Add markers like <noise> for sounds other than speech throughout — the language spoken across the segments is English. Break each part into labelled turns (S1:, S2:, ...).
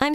S1: I'm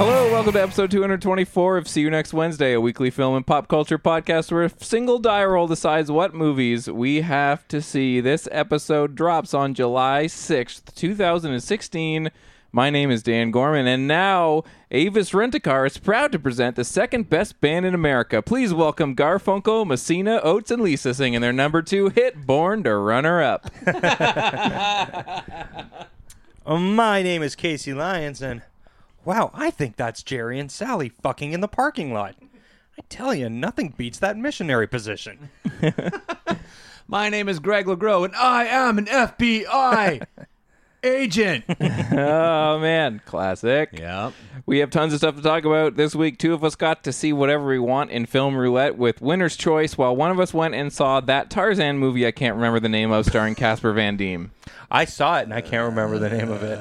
S2: Hello, welcome to episode 224 of See You Next Wednesday, a weekly film and pop culture podcast where a single die roll decides what movies we have to see. This episode drops on July 6th, 2016. My name is Dan Gorman, and now Avis Rent-A-Car is proud to present the second best band in America. Please welcome Garfunkel, Messina, Oates, and Lisa singing their number two hit, Born to Runner Up. <laughs>
S3: Um, My name is Casey Lyons, and wow, I think that's Jerry and Sally fucking in the parking lot. I tell you, nothing beats that missionary position.
S4: My name is Greg LeGros, and I am an <laughs> FBI agent. Oh,
S2: oh, man. Classic.
S4: Yep.
S2: We have tons of stuff to talk about this week. Two of us got to see whatever we want in film roulette with winner's choice, while one of us went and saw that Tarzan movie I can't remember the name of, starring Casper Van Diem.
S3: I saw it, and I can't remember the name of it.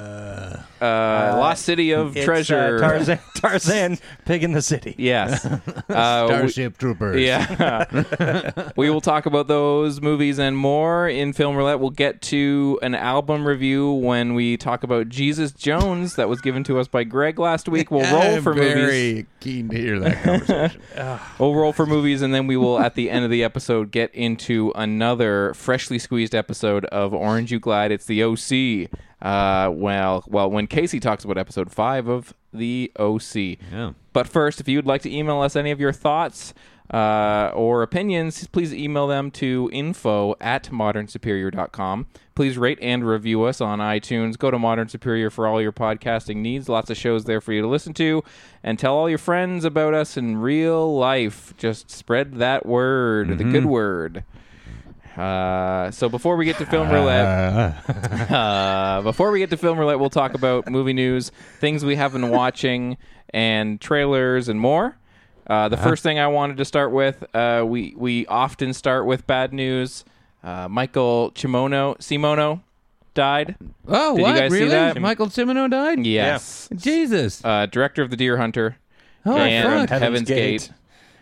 S2: Uh, Lost City of
S3: It's, uh,
S2: Treasure.
S3: Tarzan, <laughs> Tarzan, Pig in the City.
S2: Yes. Uh, we-
S4: Starship Troopers.
S2: Yeah. we will talk about those movies and more in Film Roulette. We'll get to an album review when we talk about Jesus Jones that was given to us by Greg last week. We'll roll
S4: I'm
S2: for movies.
S4: very keen to hear that conversation.
S2: We'll roll for movies and then we will at the end of the episode get into another freshly squeezed episode of Orange You Glide. It's the OC. Uh, well, well, when Casey talks about episode five of the OC.
S4: Yeah.
S2: But first, if you'd like to email us any of your thoughts uh, or opinions, please email them to info at modernsuperior.com. Please rate and review us on iTunes. Go to Modern Superior for all your podcasting needs. Lots of shows there for you to listen to. And tell all your friends about us in real life. Just spread that word, the good word. Uh, so before we get to film roulette, uh, before we get to film roulette, we'll talk about movie news, things we have
S4: <laughs>
S2: been watching, and trailers and more. Uh, the
S4: Uh-huh.
S2: first thing I wanted to start with, uh, we we often start with bad news. Uh, Michael Chimono Simono died.
S4: <laughs> Oh,
S2: Did you
S4: what?
S2: guys see
S4: really?
S2: that?
S4: Michael Cimino died?
S2: Yes,
S4: Jesus.
S2: uh, director of the Deer Hunter
S4: Oh,
S2: and
S4: fuck.
S2: Heaven's
S3: Heaven's
S2: Gate.
S3: Gate.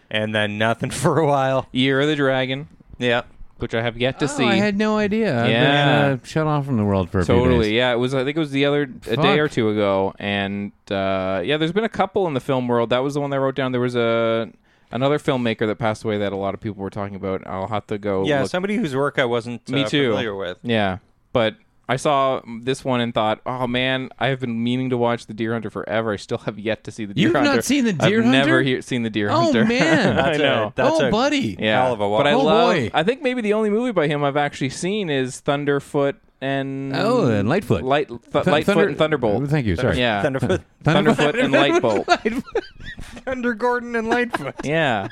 S3: And then nothing for a while.
S2: Year of the Dragon,
S3: Yeah.
S2: which I have yet to
S4: Oh,
S2: see.
S4: I had no idea. I've been,
S2: Yeah.
S4: uh, shut off from the world for a few
S2: Totally,
S4: days.
S2: yeah. It was. I think it was the other a day
S4: Fuck.
S2: or two ago, and uh, yeah, there's been a couple in the film world. That was the one I wrote down. There was a another filmmaker that passed away that a lot of people were talking about. I'll have to go.
S3: Yeah,
S2: look.
S3: somebody whose work I wasn't uh,
S2: me too.
S3: familiar with.
S2: Yeah, but I saw this one and thought, oh man, I have been meaning to watch The Deer Hunter forever. I still have yet to see The Deer
S4: You've not
S2: Hunter.
S4: seen The Deer
S2: I've Never
S4: Hunter?
S2: he- seen The Deer
S4: Oh,
S2: Hunter. <laughs>
S4: man.
S2: I
S3: That's a-
S2: know.
S3: That's
S4: oh,
S3: a-
S4: buddy.
S2: yeah,
S3: hell of a
S2: but I
S3: watch.
S4: Oh,
S2: love.
S4: boy.
S2: I think maybe the only movie by him I've actually seen is Thunderfoot and
S4: Oh, and Lightfoot.
S2: Light th-
S4: Thun-
S2: Lightfoot
S4: Thunder-
S2: and Thunderbolt.
S4: Thank you. Sorry.
S2: Yeah. <laughs>
S3: Thunderfoot,
S2: Thunderfoot and Lightbolt.
S3: <laughs> Thunder Gordon, and Lightfoot.
S2: Yeah.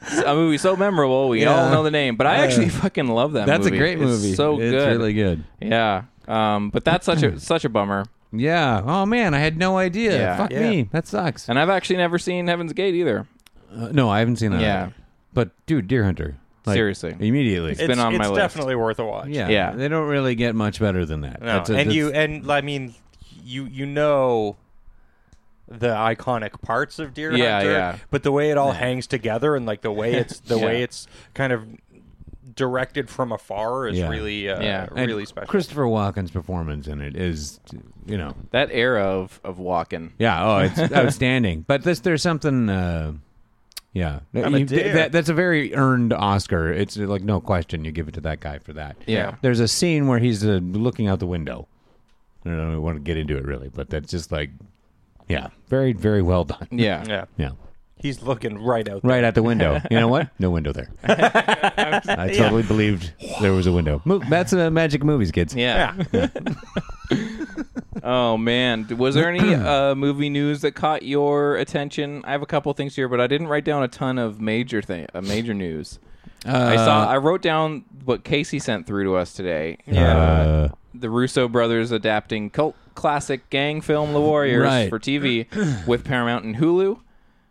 S2: It's a movie so memorable, we
S4: Yeah.
S2: all know the name. But I actually fucking love that
S4: That's
S2: movie.
S4: a great
S2: It's
S4: movie.
S2: so
S4: it's
S2: good.
S4: really good.
S2: Yeah. Um, but that's such
S4: <clears throat>
S2: a such a bummer.
S4: Yeah. Oh man, I had no idea.
S2: Yeah.
S4: Fuck
S3: Yeah.
S4: me. That sucks.
S2: And I've actually never seen Heaven's Gate either.
S4: Uh, no, I haven't seen that.
S2: Yeah.
S4: either. But dude, Deer Hunter. Like,
S2: Seriously.
S4: Immediately.
S2: It's been on my
S3: it's
S2: list.
S3: definitely worth a watch.
S4: yeah.
S2: yeah.
S4: They don't really get much better than that.
S3: No,
S4: That's a-
S3: and
S4: that's-
S3: you and I mean, you you know the iconic parts of Deer
S2: Yeah,
S3: Hunter,
S2: yeah.
S4: <laughs>
S3: but the way it all hangs together and like the way it's the way it's kind of directed from afar is
S4: Yeah.
S3: really uh,
S2: Yeah.
S4: And
S3: really special.
S4: Christopher Walken's performance in it is, you know,
S2: That era of of walking.
S4: yeah, oh,
S3: <laughs>
S4: it's outstanding. But this, there's something, uh, yeah,
S3: I'm a
S4: You-
S3: deer.
S4: that- that's a very earned Oscar. It's like no question, you give it to that guy for that.
S2: Yeah.
S4: there's a scene where he's uh, looking out the window. I don't want to get into it really, but that's just like, yeah, very, very well done.
S2: Yeah.
S3: yeah,
S4: Yeah.
S3: he's looking right out. There.
S4: Right out the window. You know what? No
S2: <laughs>
S4: window there. I totally believed there was a window. Mo- that's uh, magic movies, kids.
S2: Yeah. <laughs> oh man, was there <clears throat> any uh, movie news that caught your attention? I have a couple things here, but I didn't write down a ton of major thing, uh, major news. I saw. I wrote down what Casey sent through to us today. Uh, Yeah.
S4: Uh,
S2: the Russo brothers adapting cult classic gang film The Warriors
S4: Right.
S2: for TV with Paramount and Hulu.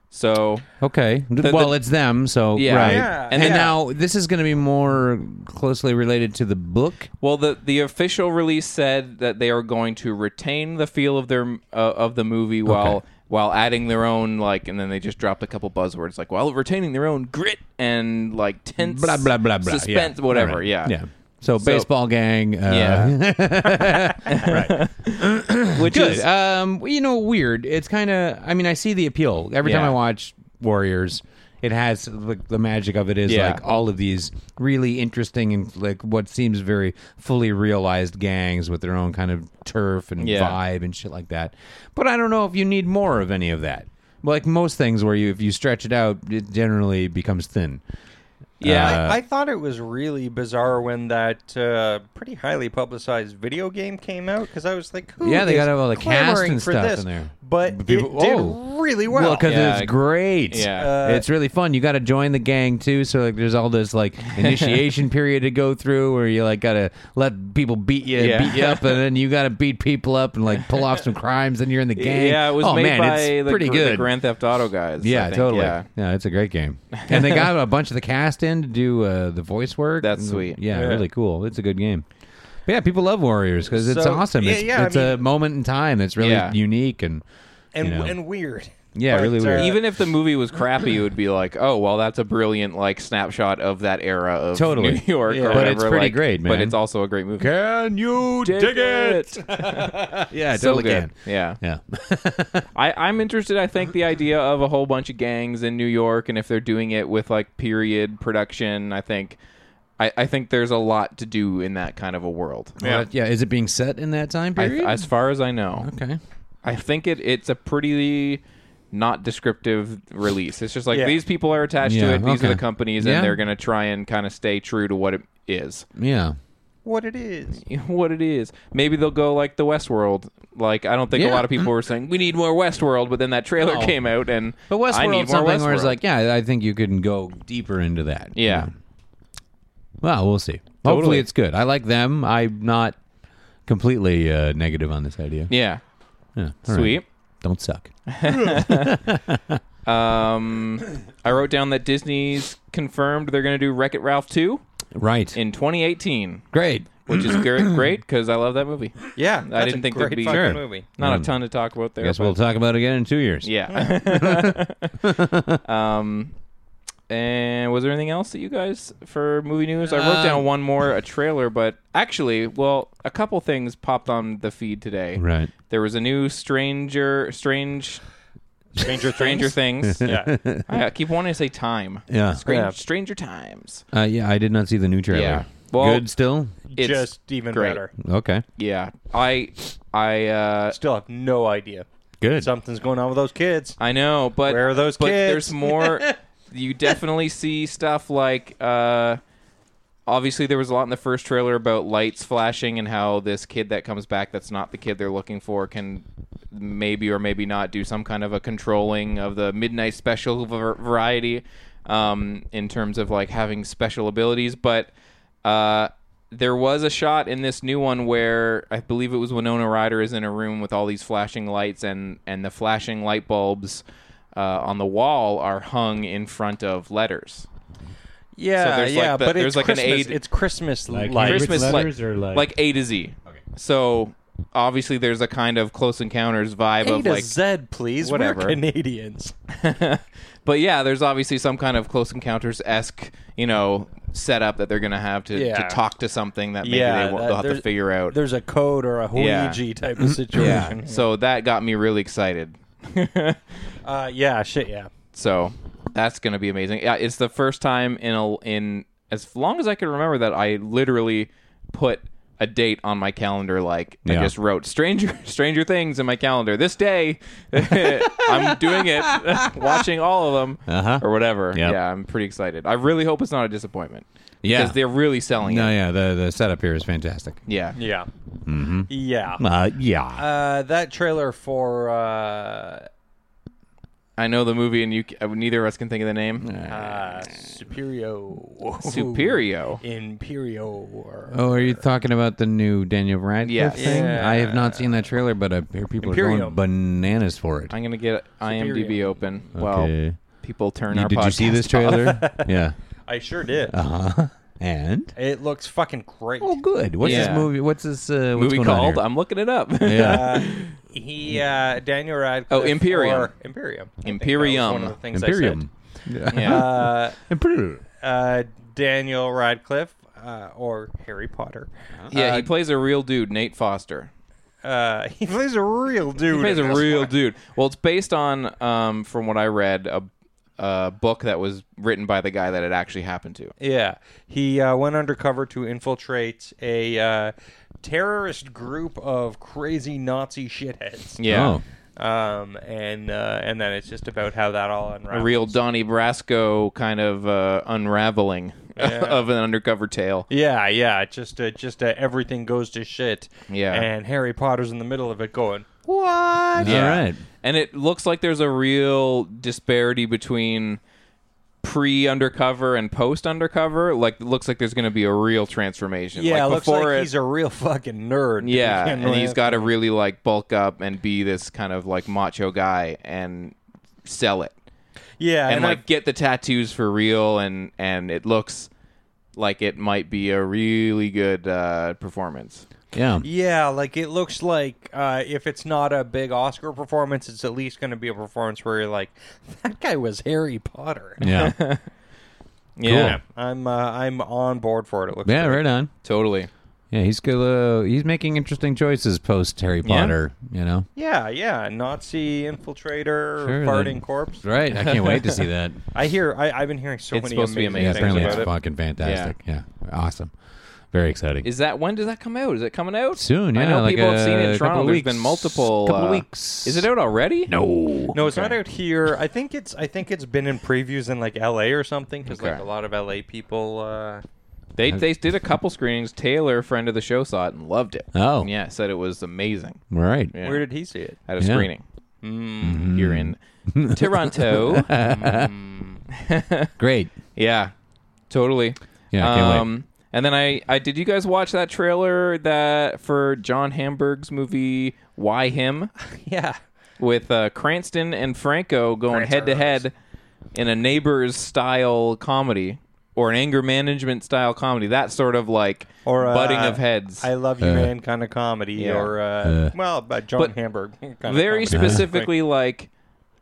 S2: So
S4: okay. well, it's them, so
S2: Yeah.
S4: right.
S3: Yeah,
S4: and
S3: yeah.
S4: now this is going to be more closely related to the book.
S2: Well, the the official release said that they are going to retain the feel of their uh, of the movie while while adding their own like, and then they just dropped a couple buzzwords like while retaining their own grit and like tense
S4: Blah blah blah blah.
S2: suspense
S4: Yeah.
S2: whatever
S4: All right.
S2: yeah
S4: Yeah. So, baseball gang. Uh,
S2: <laughs> yeah which
S4: Good.
S2: is
S4: Um, you know, weird. It's kind of. I mean, I see the appeal every time
S2: Yeah.
S4: I watch Warriors. It has the, the magic of it is
S2: Yeah.
S4: like all of these really interesting and like what seems very fully realized gangs with their own kind of turf and
S2: Yeah.
S4: vibe and shit like that. But I don't know if you need more of any of that. Like most things, where you if you stretch it out, it generally becomes thin.
S2: yeah
S4: uh,
S3: I, I thought it was really bizarre when that uh, pretty highly publicized video game came out because I was like, who
S4: Yeah, they
S3: is
S4: got all the cast
S3: clamoring
S4: and
S3: for
S4: stuff
S3: this?
S4: in there.
S3: But
S4: People-
S3: it did
S4: oh.
S3: really well. Uh,
S4: because
S2: Yeah.
S4: it's great.
S2: Yeah.
S4: it's really fun. You got to join the gang too. So like, there's all
S3: <laughs>
S4: this like initiation period to go through, where you like got to let people beat you,
S2: Yeah.
S4: beat you up, and then you got to beat people up and like
S2: <laughs>
S4: pull off some crimes, and you're in the gang.
S2: yeah it was
S4: oh,
S2: made
S4: man,
S2: by
S4: it's
S2: the,
S4: pretty
S2: gr- the
S4: good.
S2: Grand Theft Auto guys I
S4: yeah,
S2: think.
S4: totally.
S2: yeah
S4: Yeah. it's a great
S2: <laughs>
S4: game, and they got a bunch of the cast in to do uh, the voice work.
S2: That's
S4: And,
S2: sweet.
S4: Yeah, really cool. It's a good game. But yeah, people love Warriors because it's
S3: So,
S4: awesome.
S3: yeah,
S4: it's
S3: yeah, I
S4: it's a
S3: mean-
S4: moment in time that's really
S2: Yeah.
S4: unique and
S3: and
S4: you know.
S3: and weird.
S4: Yeah,
S3: But,
S4: really weird.
S3: uh,
S2: even if the movie was crappy, it would be like, oh, well, that's a brilliant like snapshot of that era of
S4: Totally.
S2: New York.
S4: Yeah.
S2: Or
S4: But
S2: whatever,
S4: it's pretty
S2: like,
S4: great, man.
S2: But it's also a great movie.
S4: Can you dig, it? Yeah, it
S2: so
S4: totally
S2: good.
S4: can.
S2: Yeah.
S4: Yeah. <laughs>
S2: I, I'm interested. I
S4: Uh-huh.
S2: think the idea of a whole bunch of gangs in New York, and if they're doing it with like period production, I think, I, I think there's a lot to do in that kind of a world.
S4: Yeah. yeah. Is it being set in that time
S2: I,
S4: period?
S2: as far as I know,
S4: okay.
S2: I think it it's a pretty not descriptive release. It's just like
S3: Yeah.
S2: these people are attached
S4: Yeah,
S2: to it. These
S4: okay.
S2: are the companies,
S4: Yeah.
S2: and they're gonna try and kind of stay true to what it is.
S4: Yeah.
S3: what it is.
S2: <laughs> what it is. Maybe they'll go like the Westworld. Like I don't think
S4: Yeah.
S2: a lot of people were saying we need more Westworld, but then that trailer came out and
S4: But Westworld,
S2: I need more
S4: something where it's
S2: Westworld.
S4: like, yeah, I think you can go deeper into that.
S2: yeah,
S4: Well, we'll see. Hopefully,
S2: Totally.
S4: it's good. I like them. I'm not completely uh, negative on this idea.
S2: yeah,
S4: Yeah. all right.
S2: sweet.
S4: Don't suck.
S2: I wrote down that Disney's confirmed they're going to do Wreck It Ralph two
S4: Right.
S2: <laughs> in 2018,
S4: Great.
S2: which
S4: <clears throat>
S2: is gr- great because I love that movie.
S3: Yeah,
S2: I
S3: that's
S2: didn't
S3: a
S2: think
S3: great
S2: there'd be
S3: fucking movie.
S2: Not a ton to talk about there.
S4: I Mm. guess
S2: but-
S4: we'll talk about it again in two years.
S2: <laughs> yeah. <laughs> um, and was there anything else that you guys for movie news? I wrote
S4: Um,
S2: down one more, a trailer, but actually, well, a couple things popped on the feed today.
S4: Right.
S2: There was a new Stranger, Strange,
S4: <laughs>
S3: Stranger
S2: Stranger Things.
S3: Yeah.
S2: I keep wanting to say time.
S4: Yeah.
S2: Strange,
S3: Yeah.
S2: Stranger Times.
S4: Uh, yeah. I did not see the new trailer.
S2: Yeah. Well-
S4: good still.
S2: It's
S3: <laughs> Just even
S2: great.
S3: better.
S4: Okay.
S2: Yeah, I, I, uh,
S3: Still have no idea.
S4: Good.
S3: Something's going on with those kids.
S2: I know, but
S3: Where are those
S2: but
S3: kids?
S2: there's
S3: <laughs>
S2: more. you definitely see stuff like. Uh, obviously, there was a lot in the first trailer about lights flashing and how this kid that comes back, that's not the kid they're looking for, can maybe or maybe not do some kind of a controlling of the midnight special var- variety um, in terms of like having special abilities, but. Uh, there was a shot in this new one where I believe it was Winona Ryder is in a room with all these flashing lights, and and the flashing light bulbs uh, on the wall are hung in front of letters.
S3: Yeah,
S2: there's like
S3: yeah,
S2: the-
S3: but
S2: there's
S3: it's
S2: like an
S3: Christmas.
S2: aid-
S3: It's Christmas
S5: Like
S3: lights.
S5: Christmas-
S2: Christmas like,
S5: letters or, like-
S2: like A to Z. So obviously there's a kind of close encounters vibe
S3: A
S2: of
S3: to
S2: like
S3: Z, please.
S2: whatever.
S3: We're Canadians.
S2: but yeah, there's obviously some kind of close encounters esque, you know, setup that they're going to have to, to
S3: Yeah.
S2: talk to something that maybe
S3: yeah,
S2: they will
S3: that-
S2: they'll have to
S3: there's-
S2: figure out.
S3: There's a code or a
S2: Yeah.
S3: hoiji type of
S2: Yeah.
S3: situation.
S2: So that got me really excited.
S3: Uh, yeah, shit, yeah.
S2: So that's going to be amazing. Yeah, it's the first time in a, in as long as I can remember that I literally put a date on my calendar. Like I
S4: Yeah.
S2: just wrote Stranger <laughs> Stranger Things in my calendar. This day, <laughs> I'm doing it, <laughs> watching all of them or whatever.
S4: Uh-huh. Yep.
S2: Yeah, I'm pretty excited. I really hope it's not a disappointment.
S4: Yeah.
S2: because they're really selling
S4: No,
S2: it.
S4: yeah, the the setup here is fantastic.
S2: Yeah.
S3: Yeah.
S2: Mm-hmm.
S3: Yeah.
S4: Uh, yeah.
S3: Uh, that trailer for uh,
S2: I know the movie, and you c- uh, neither of us can think of the name.
S3: uh, Superio.
S2: Superio.
S3: Imperio. Or,
S4: Oh, are you talking about the new Daniel Radcliffe
S2: Yes.
S4: thing? I have not seen that trailer, but I hear people are
S3: Imperium.
S4: going bananas for it.
S2: I'm gonna get IMDb open.
S4: Okay.
S2: Well, people turn
S4: You-
S2: our
S4: did you see
S2: podcast
S4: this trailer?
S2: <laughs>
S4: yeah.
S3: I sure did.
S2: Uh-huh.
S4: And
S3: It looks fucking great.
S4: oh, good. What's
S2: Yeah.
S4: this movie? What's this uh, what's
S2: movie
S4: going on
S2: called.
S4: here?
S2: I'm looking it up.
S4: yeah.
S3: He, uh, Daniel
S2: Oh,
S3: Radcliffe.
S2: Imperium.
S3: or Imperium. I think that was
S2: Imperium.
S3: One of the things
S4: Imperium.
S2: <laughs> yeah.
S3: I said.
S4: <laughs> Imperium.
S3: Uh, uh, Daniel Radcliffe uh, or Harry Potter.
S2: Yeah, he plays a real dude, Nate Foster.
S3: Uh, <laughs> he plays a real dude.
S2: He plays a
S3: in this
S2: real
S3: one.
S2: dude. Well, it's based on, um, from what I read, a, a book that was written by the guy that it actually happened to.
S3: Yeah, he uh, went undercover to infiltrate a uh, terrorist group of crazy Nazi shitheads.
S2: Yeah.
S4: Oh.
S3: Um, and uh, and then it's just about how that all
S2: A
S3: unravels.
S2: real Donnie Brasco kind of uh, unraveling <laughs> of an undercover tale.
S3: Yeah, yeah. Just uh, just uh, everything goes to shit.
S2: Yeah.
S3: And Harry Potter's in the middle of it, going,
S4: All right.
S2: And it looks like there's a real disparity between pre undercover and post undercover. Like, it looks like there's going to be a real transformation.
S3: "Yeah,
S2: like,
S3: looks
S2: before
S3: like
S2: it,
S3: he's a real fucking nerd." <laughs>
S2: Yeah,
S3: He can't
S2: and
S3: really-
S2: he's got to really like bulk up and be this kind of like macho guy and sell it
S3: yeah,
S2: and,
S3: and,
S2: like get the tattoos for real and and it looks like it might be a really good uh, performance.
S4: Yeah.
S3: I- yeah, like it looks like uh, if it's not a big Oscar performance, it's at least going to be a performance where you're like, "That guy was Harry Potter."
S2: <laughs>
S4: Yeah.
S2: Yeah,
S3: I'm uh, I'm on board for it. It looks
S4: yeah.
S3: great.
S4: Right on.
S2: totally.
S4: Yeah, he's good. Uh, he's making interesting choices post Harry Potter. You know.
S3: Yeah, yeah. Nazi infiltrator,
S4: Sure,
S3: farting
S4: then.
S3: corpse.
S4: Right. I can't wait to see
S2: <laughs>
S4: that.
S3: I hear. I, I've been hearing so
S2: It's
S3: many
S2: supposed to be
S3: amazing
S4: Yeah,
S2: amazing.
S3: things
S4: apparently
S3: about
S4: it's
S3: it.
S4: fucking fantastic. Yeah. awesome. Very exciting.
S2: Is that when does that come out? Is it coming out
S4: Soon, yeah,
S2: I know
S4: like
S2: people have seen it
S4: a
S2: in
S4: couple
S2: Toronto.
S4: of
S2: There's been
S4: weeks.
S2: multiple.
S4: Couple of
S2: uh,
S4: weeks.
S2: Is it out already?
S4: no.
S3: No, it's not out here. I think it's. I think it's been in previews in like L.A. or something because like
S2: Okay.
S3: a lot of L.A. people. Uh,
S2: They they did a couple screenings. Taylor, friend of the show, saw it and loved it.
S4: Oh.
S2: yeah, said it was amazing.
S4: All right.
S2: Yeah.
S3: Where did he see it?
S2: at a
S4: Yeah. Mm-hmm.
S2: screening here in
S4: <laughs>
S2: Toronto.
S4: Great.
S2: yeah, totally. Um,
S4: Yeah, I can't
S3: Um,
S4: wait.
S2: and then I, I did you guys watch that trailer that for John Hamburg's movie Why Him
S3: <laughs> Yeah.
S2: with uh, Cranston and Franco going head to head in a neighbors style comedy or an anger management style comedy that sort of like
S3: Or uh,
S2: butting of heads
S3: I love you, man, kind of comedy. Or uh, Uh-huh. well, uh, John
S2: But
S3: Hamburg. Kind of
S2: very
S3: comedy.
S2: specifically like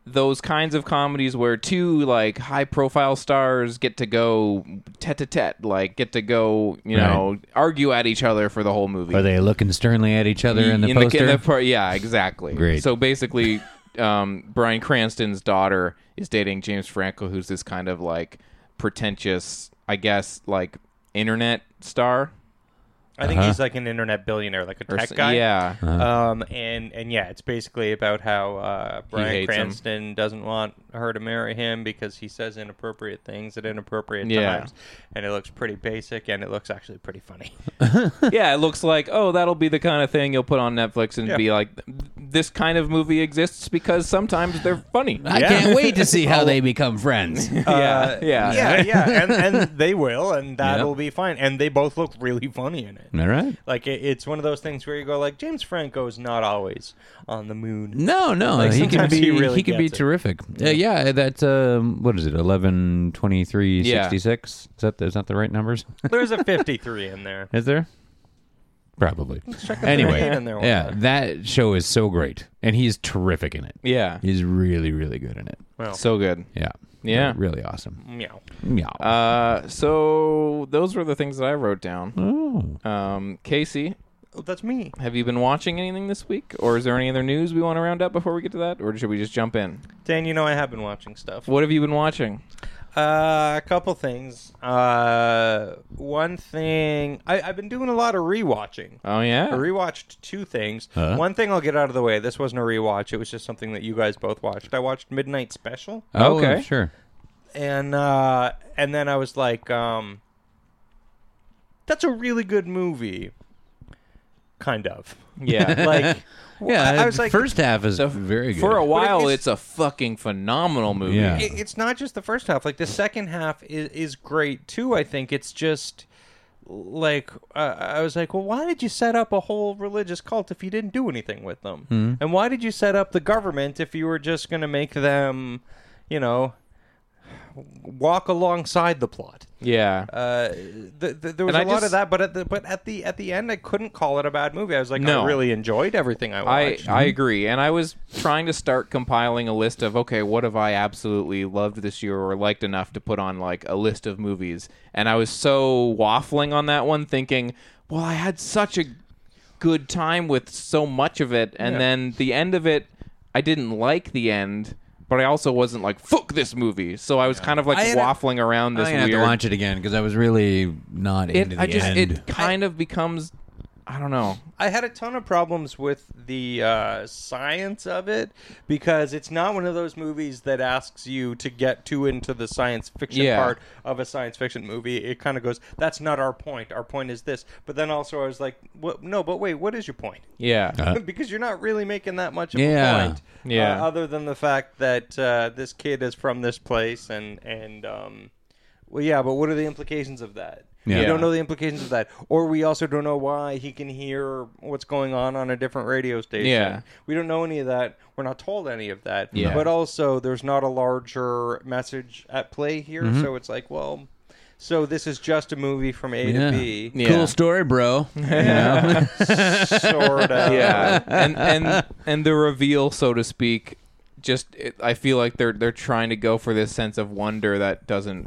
S2: those kinds of comedies where two like high profile stars get to go tete a tete like get to go you know argue at each other for the whole movie
S4: Are they looking sternly at each other in the poster?
S2: par- yeah exactly
S4: Great.
S2: so basically um, brian cranston's daughter is dating james franco who's this kind of like pretentious i guess like internet star
S3: I think he's like an internet billionaire, like a
S2: or
S3: tech
S2: so-
S3: guy.
S2: yeah
S3: Um, and and yeah, it's basically about how uh, Brian
S2: hates him.
S3: Cranston doesn't want her to marry him because he says inappropriate things at inappropriate
S2: Yeah.
S3: times, and it looks pretty basic, and it looks actually pretty funny.
S2: yeah, it looks like oh, that'll be the kind of thing you'll put on Netflix and
S3: Yeah.
S2: be like, this kind of movie exists because sometimes they're funny. Uh,
S3: <laughs>
S4: I
S3: Yeah. Oh.
S4: can't wait to
S3: <laughs>
S4: see how they become friends.
S2: yeah, yeah,
S3: yeah, yeah, and, and they will, and that'll be fine, and they both look really funny in it.
S4: All right.
S3: Like it, it's one of those things where you go, like James Franco is not always on the moon.
S4: No, no,
S3: Like,
S4: he can
S3: sometimes
S4: be
S3: he
S4: he,
S3: really
S4: can be
S3: gets it.
S4: terrific. Yeah, yeah that's um, what is it? Eleven twenty three
S2: Yeah.
S4: sixty six. Is that is that the right numbers? <laughs>
S3: There's a 53 in there.
S4: Is there? Probably.
S3: Eight
S4: Anyway,
S3: in there.
S4: yeah, that show is so great, and he's terrific in it.
S2: yeah.
S4: He's really, really good in it.
S3: Well,
S2: So good.
S4: Yeah,
S2: Yeah.
S4: Really awesome.
S3: Meow.
S4: Meow.
S2: Uh, so those were the things that I wrote down. Um, Casey,
S3: Oh, that's me.
S2: have you been watching anything this week, or is there any other news we want to round up before we get to that, or should we just jump in?
S3: Dan, you know I have been watching stuff.
S2: What have you been watching?
S3: Uh, a couple things. Uh, one thing I, I've been doing a lot of rewatching.
S2: Oh
S3: I
S2: yeah,
S3: rewatched two things.
S4: Huh?
S3: One thing I'll get out of the way. This wasn't a rewatch. It was just something that you guys both watched. I watched Midnight Special,
S4: oh,
S2: okay.
S4: Sure.
S3: and uh, and then I was like, um, "That's a really good movie." Kind of.
S2: yeah.
S3: <laughs> Like,
S4: <laughs> Yeah.
S3: I, I was
S4: the
S3: like,
S4: first half is
S2: So
S4: very good.
S2: For a while,
S3: it's-
S2: it's, a fucking phenomenal movie.
S4: Yeah.
S3: it, it's not just the first half. Like the second half is is great too. I think it's just like uh, I was like, well, why did you set up a whole religious cult if you didn't do anything with them?
S4: Hmm.
S3: And why did you set up the government if you were just going to make them, you know, walk alongside the plot?
S2: Yeah.
S3: Uh, th- th- there was
S2: And I
S3: a lot
S2: just-
S3: of that, but at the but at the at the end, I couldn't call it a bad movie. I was like,
S2: No.
S3: I really enjoyed everything I
S2: I,
S3: watched.
S2: I agree. And I was trying to start compiling a list of, okay, what have I absolutely loved this year or liked enough to put on like a list of movies? And I was so waffling on that one, thinking, well, I had such a good time with so much of it. And then the end of it, I didn't like the end, but I also wasn't like, fuck this movie. So I was kind of like
S4: I had a-
S2: waffling around
S4: I'm
S2: this
S4: gonna have
S2: weird
S4: to watch it again because I was really not into
S2: it,
S4: the
S2: I just,
S4: end.
S2: it <laughs> kind of becomes, I don't know.
S3: I had a ton of problems with the uh, science of it because it's not one of those movies that asks you to get too into the science fiction
S2: Yeah.
S3: part of a science fiction movie. It kind of goes, "That's not our point. Our point is this." But then also, I was like, "What? No, but wait, what is your point?"
S2: Yeah.
S3: <laughs> because you're not really making that much of
S4: Yeah.
S3: a point.
S2: Yeah.
S3: Uh, other than the fact that uh, this kid is from this place and and um, well, yeah, but what are the implications of that?
S4: Yeah.
S3: We don't know the implications of that, or we also don't know why he can hear what's going on on a different radio station.
S2: Yeah.
S3: we don't know any of that. We're not told any of that.
S2: Yeah.
S3: but also there's not a larger message at play here, so it's like, well, so this is just a movie from A
S4: yeah.
S3: to B,
S2: Yeah.
S4: Cool
S2: <laughs>
S4: story, bro. Uh,
S3: sort of.
S2: yeah and and <laughs> and the reveal so to speak just it, i feel like they're they're trying to go for this sense of wonder that doesn't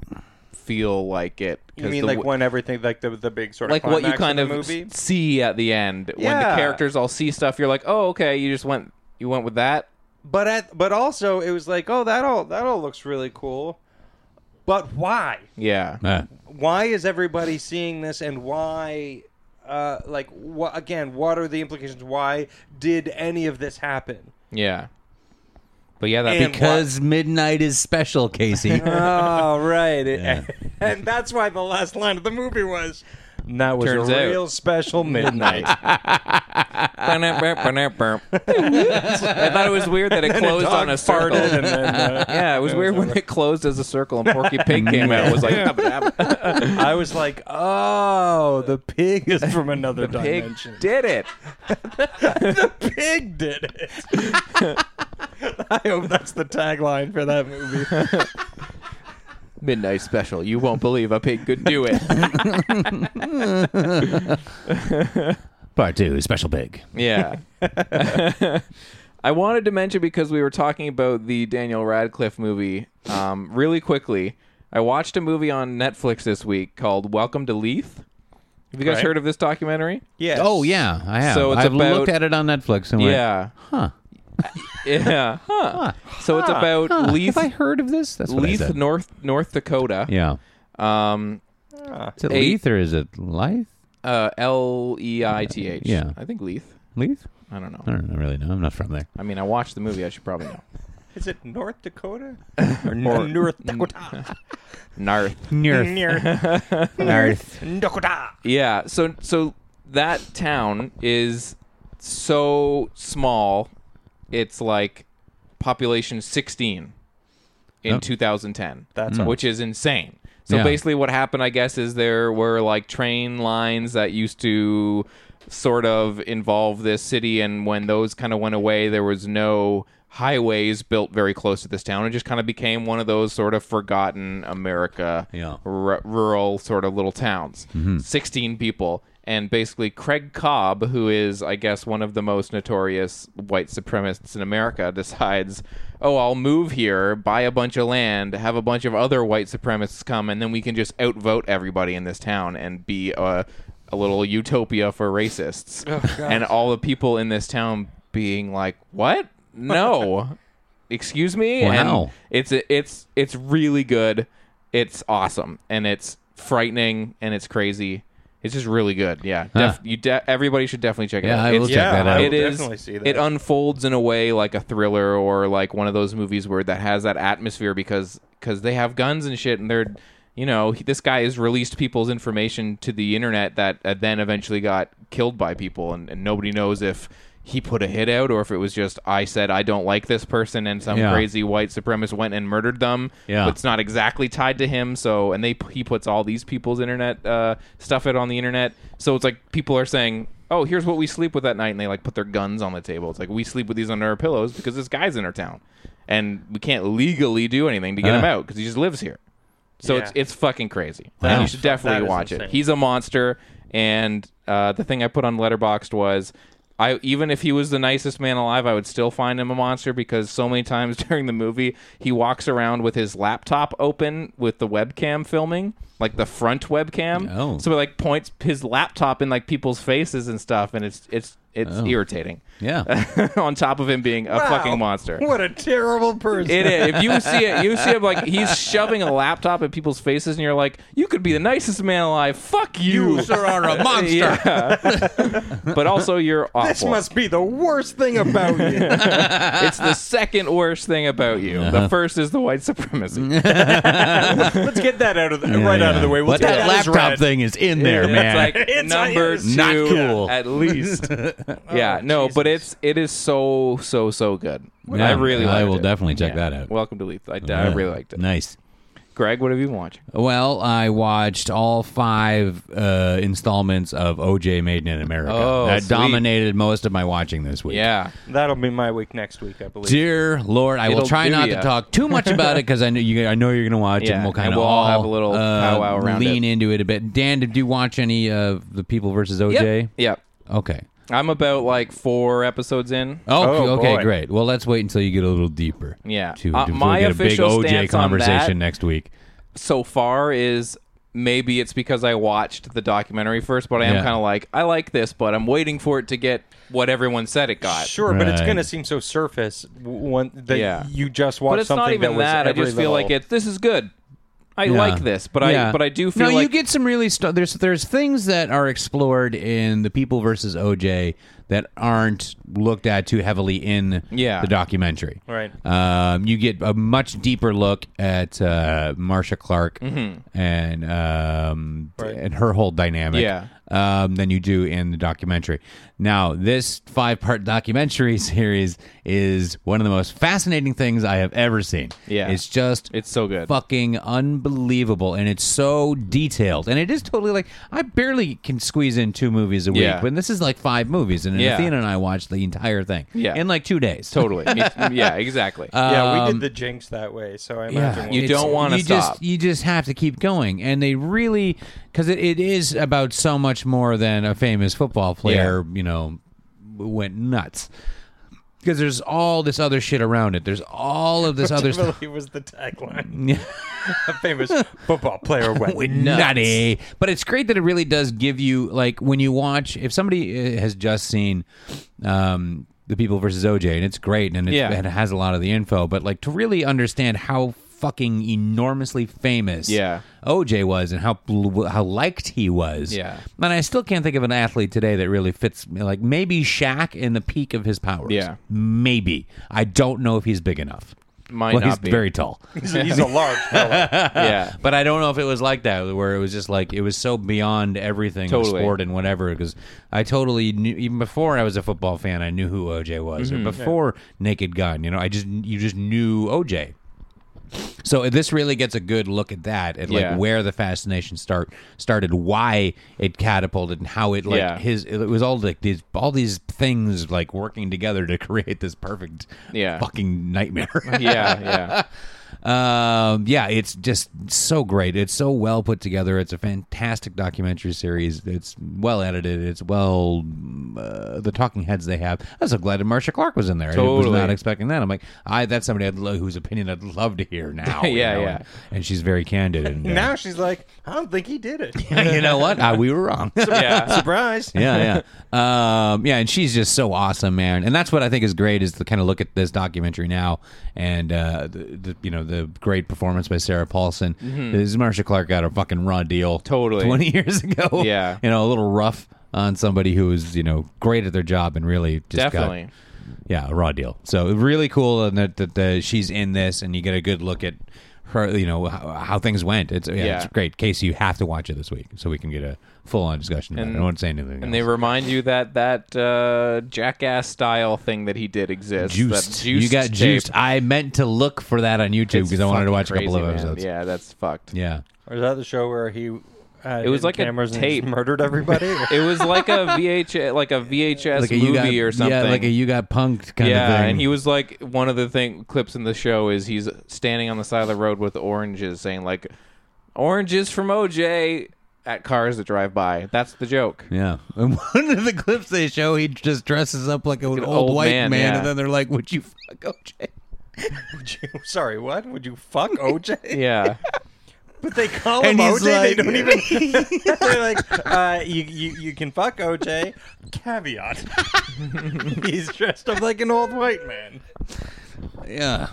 S2: feel like it 'cause
S3: You mean
S2: the
S3: like
S2: w-
S3: when everything like the the big sort of
S2: like what you
S3: climax
S2: kind
S3: the
S2: of
S3: movie?
S2: s- see at the end when the
S3: Yeah.
S2: characters all see stuff you're like oh okay you just went you went with that
S3: But at but also it was like oh that all that all looks really cool, but why?
S2: yeah
S4: Uh,
S3: Why is everybody seeing this and why? Uh, like what again? What are the implications? Why did any of
S2: <laughs>
S3: this happen?
S2: yeah but yeah that
S3: And
S2: beca- <laughs>
S4: because midnight is special, Casey.
S3: Oh right, <laughs> and that's why the last line of the movie was. And that was
S2: Turns out-
S3: a real special midnight.
S2: I thought it was weird
S3: <laughs>
S2: that it closed <laughs>
S3: Dog
S2: on a circle.
S3: farted and then, uh,
S2: <laughs> yeah, it was weird when it closed as a circle and Porky <laughs> Pig came out. It was like,
S3: I was like, "Oh, the pig is from another
S2: pig
S3: dimension."
S2: did it.
S3: pig did it. I hope that's the tagline for that movie.
S2: Midnight special. You won't believe a pig could do it.
S4: Part two, special big.
S2: yeah. <laughs> I wanted to mention because we were talking about the Daniel Radcliffe movie um, really quickly. I watched a movie on Netflix this week called Welcome to Leith. Have you guys
S3: Right.
S2: heard of this documentary?
S3: Yes.
S4: Oh yeah, I have.
S2: So it's
S4: I've
S2: about-
S4: looked at it on Netflix and went,
S2: Yeah.
S4: huh?
S2: Yeah. Huh. So it's about
S4: huh,
S2: Leith,
S4: Have I heard of this? That's what I
S2: Leith
S4: said.
S2: North North Dakota.
S4: yeah.
S2: Um,
S4: Is it
S2: Eight-
S4: Leith or is it Lyth?
S2: uh, L E I T H.
S4: Yeah.
S2: I think Leith.
S4: Leith?
S2: I don't know.
S4: I don't know, really know. I'm not from there.
S2: I mean, I watched the movie. I should probably know.
S3: Is it North Dakota? or N- North Dakota.
S2: Narth.
S4: North.
S3: North
S4: North.
S3: Dakota.
S2: Yeah. So so that town is so small. It's like population 16 in 2010. That's which is insane. So
S4: Yeah.
S2: basically what happened I guess is there were like train lines that used to sort of involve this city and when those kind of went away there was no highways built very close to this town it just kind of became one of those sort of forgotten America
S4: Yeah.
S2: r- rural sort of little towns. 16 people. and basically Craig Cobb, who is, I guess, one of the most notorious white supremacists in America, <laughs> decides, oh, I'll move here, buy a bunch of land, have a bunch of other white supremacists come, and then we can just outvote everybody in this town and be a, a little utopia for racists. and all the people in this town being like, what? No. Excuse me?
S4: Wow.
S2: And it's it's it's really good. It's awesome and it's frightening and it's crazy. It's just really good. Yeah, def- you de- everybody should definitely check it
S4: Yeah,
S2: out.
S4: I will
S2: It's-
S4: check that
S3: I
S4: out.
S3: will
S2: it is.
S3: definitely see that.
S2: It unfolds in a way like a thriller or like one of those movies where that has that atmosphere because because they have guns and shit and they're you know he- this guy has released people's information to the internet that uh, then eventually got killed by people and, and nobody knows if he put a hit out or if it was just I said I don't like this person and some
S4: Yeah.
S2: crazy white supremacist went and murdered them.
S4: Yeah.
S2: but it's not exactly tied to him. So, and they he puts all these people's internet uh, stuff it on the internet. So it's like people are saying, "Oh, here's what we sleep with at night," and they like put their guns on the table. It's like we sleep with these under our pillows because this guy's in our town, and we can't legally do anything to get him
S4: Ah.
S2: out because he just lives here. So it's
S3: Yeah.
S2: it's fucking crazy.
S4: That
S2: And you
S4: is-
S2: should definitely
S3: that is
S2: watch it.
S3: insane.
S2: He's a monster, and uh, the thing I put on Letterboxd was. I, even if he was the nicest man alive, I would still find him a monster because so many times <laughs> during the movie he walks around with his laptop open with the webcam filming, like the front webcam.
S4: Oh.
S2: So he like points his laptop in like people's faces and stuff, and it's it's it's irritating.
S4: <laughs>
S2: <laughs>
S4: Yeah.
S2: on top of him being a fucking monster.
S3: What a terrible person.
S2: It is. If you see it, you see him like he's shoving a laptop at people's faces, and you're like, "You could be the nicest man alive. Fuck you,
S4: You, sir, are a monster.
S2: <laughs> Yeah. but also,
S4: <laughs>
S2: you're awful.
S3: This must be the worst thing about
S2: <laughs>
S3: you.
S2: It's the second worst thing about you.
S4: Uh-huh.
S2: The first is the white
S4: <laughs>
S2: supremacy.
S3: Let's get that out of the, right out of the way. We'll
S4: but
S3: take
S4: that
S3: as
S4: laptop
S3: read.
S4: thing is in there, man.
S2: It's like
S3: It's-
S2: number
S3: it's
S2: two,
S4: not cool.
S2: at least.
S4: <laughs>
S2: yeah, no, but it's it is so so so good.
S4: Yeah,
S2: I really.
S4: I
S2: liked
S4: will
S2: it.
S4: definitely check
S2: Yeah.
S4: that out.
S2: Welcome to Leith. I, I really liked it.
S4: Nice. Oh,
S2: Greg, what have you been watching?
S4: Well, I watched all five uh, installments of OJ Made in America.
S2: Oh,
S4: that
S2: sweet.
S4: dominated most of my watching this week.
S2: Yeah,
S3: That'll be my week next week, I believe.
S4: Dear Lord, I will
S2: It'll
S4: try
S2: do
S4: not
S2: ya.
S4: to talk too much about it because I know you. I know you're going to watch it,
S2: Yeah,
S4: and we'll kind
S2: and
S4: of
S2: we'll all have a little powwow around
S4: lean
S2: it.
S4: into it a bit. Dan, did you watch any of the People versus OJ?
S2: Yep.
S4: Okay.
S2: I'm about like four episodes in.
S4: Okay.
S3: Oh,
S4: okay.
S3: boy.
S4: Great. Well, let's wait until you get a little deeper.
S2: Yeah.
S4: To,
S2: Uh,
S4: to- we'll
S2: my
S4: get a big
S2: official
S4: OJ
S2: stance on that-
S4: conversation next week.
S2: So far is maybe it's because I watched the documentary first, but I am
S4: Yeah.
S2: kind of like I like this, but I'm waiting for it to get what everyone said it got.
S3: Sure, but it's
S4: Right.
S3: going to seem so surface w- when that
S2: Yeah.
S3: you just
S2: But
S3: watch
S2: it's not
S3: something
S2: even
S3: was
S2: that. I
S3: every
S2: just feel
S3: little-
S2: like it. This is good. I
S4: Yeah.
S2: like this, but I
S4: Yeah.
S2: but I do feel
S4: no.
S2: like
S4: you get some really st- there's there's things that are explored in the People versus OJ that aren't looked at too heavily in
S2: Yeah.
S4: the documentary.
S3: Right.
S4: Um, you get a much deeper look at uh, Marsha Clark
S2: Mm-hmm.
S4: and um, and her whole dynamic.
S2: Yeah.
S4: Um, than you do in the documentary. Now, this five part documentary <laughs> series is one of the most fascinating things I have ever seen.
S2: Yeah.
S4: It's just
S2: It's so good.
S4: fucking unbelievable, and it's so detailed, and it is totally like I barely can squeeze in two movies a week,
S2: Yeah.
S4: when this is like five movies, and
S2: Yeah.
S4: Athena and I watched the entire thing
S2: Yeah.
S4: in like two days.
S2: <laughs> totally. Me- yeah,
S4: <laughs>
S2: exactly.
S4: Uh-huh.
S3: yeah, we did the jinx that way, so I imagine we'll
S2: um, You
S4: it's-
S2: don't wanna
S4: you just-
S2: stop.
S4: you just have to keep going, and they really because it, it is about so much more than a famous football player. You know, went nuts because there's all this other shit around it. There's all of
S3: <laughs>
S4: this other stuff.
S3: Really was the tagline. <laughs> a famous football
S2: <laughs>
S3: player went
S4: with nutty. But it's great that it really does give you like when you watch if somebody uh, has just seen um the people versus OJ and it's great and it's,
S2: Yeah.
S4: and it has a lot of the info, but like to really understand how fucking enormously famous
S2: Yeah.
S4: OJ was and how bl- how liked he was.
S2: Yeah.
S4: And I still can't think of an athlete today that really fits like maybe Shaq in the peak of his powers.
S2: Yeah.
S4: Maybe. I don't know if he's big enough.
S2: Might
S4: well,
S2: not
S4: he's
S2: be.
S4: very
S2: <laughs>
S4: tall
S3: He's a- he's a large fella.
S2: yeah.
S4: but I don't know if it was like that, where it was just like it was so beyond everything, of
S2: Totally.
S4: sport and whatever. Because I totally knew even before I was a football fan, I knew who OJ was,
S2: Mm-hmm.
S4: or before Naked Gun. You know, I just you just knew OJ. So this really gets a good look at that, at like
S2: Yeah.
S4: where the fascination start started, why it catapulted, and how it like
S2: Yeah.
S4: his it was all like these all these things <laughs> like working together to create this perfect
S2: Yeah. <laughs>
S4: fucking nightmare.
S3: <laughs>
S2: Yeah, yeah.
S4: Um, yeah, it's just so great. It's so well put together. It's a fantastic documentary series. It's well edited. It's well uh, the talking heads they have. I'm so glad that Marcia Clark was in there. I was
S2: Totally.
S4: not expecting that. I'm like, I that's somebody I'd lo- whose opinion I'd love to
S2: <laughs>
S4: hear now. you
S2: Yeah,
S4: know,
S2: yeah.
S4: And, and she's very candid. And uh, <laughs>
S3: Now she's like, I don't think he did it.
S4: you know what? Ah, we were wrong.
S2: <laughs> yeah.
S3: <laughs> Surprise.
S4: yeah, yeah, um, yeah. And she's just so awesome, man. And that's what I think is great is to kind of look at this documentary now, and uh, the, the you know the great performance by Sarah Paulson. This Marsha Clark got a fucking raw deal,
S2: Mm-hmm. Totally.
S4: twenty <laughs> years ago.
S2: Yeah.
S4: you know, a little rough on somebody who was you know great at their job and really just got-
S2: Definitely.
S4: yeah, a raw deal. So really cool and that, that uh, she's in this, and you get a good look at her. You know how, how things went. It's yeah,
S2: Yeah.
S4: it's great. Casey, you have to watch it this week so we can get a full on discussion. About it. I won't say anything.
S2: And they
S4: else.
S2: remind you that that uh, jackass style thing that he did exists.
S4: juiced.
S2: That
S4: you got
S2: tape.
S4: juiced. I meant to look for that on YouTube
S2: It's
S4: because I wanted to
S2: fucking
S4: watch a
S2: crazy,
S4: couple of
S2: man.
S4: episodes.
S2: Yeah, that's fucked.
S4: yeah.
S3: Or is that the show where he? Uh,
S2: It was like a
S3: cameras and
S2: tape.
S3: just murdered everybody.
S2: It was like a VH, like a VHS
S4: <laughs> Like a
S2: movie
S4: you got,
S2: or something.
S4: Yeah, like a you got punked kind
S2: yeah,
S4: of thing.
S2: and he was like one of the thing clips in the show is he's standing on the side of the road with oranges, saying like "oranges from OJ" at cars that drive by. That's the
S4: <laughs>
S2: joke.
S4: Yeah. And one of the clips they show, he just dresses up like an, old,
S2: old
S4: white man,
S2: man, yeah.
S4: and then they're like, "Would you fuck OJ?"
S3: <laughs> Would you- Sorry, what? Would you fuck <laughs> OJ?
S2: Yeah,
S3: But they call
S4: And
S3: him OJ.
S4: he's
S3: they
S4: like-
S3: don't even. <laughs> they're like, uh, you, you you can fuck OJ. Caveat. <laughs> He's dressed up like an old white man.
S4: Yeah.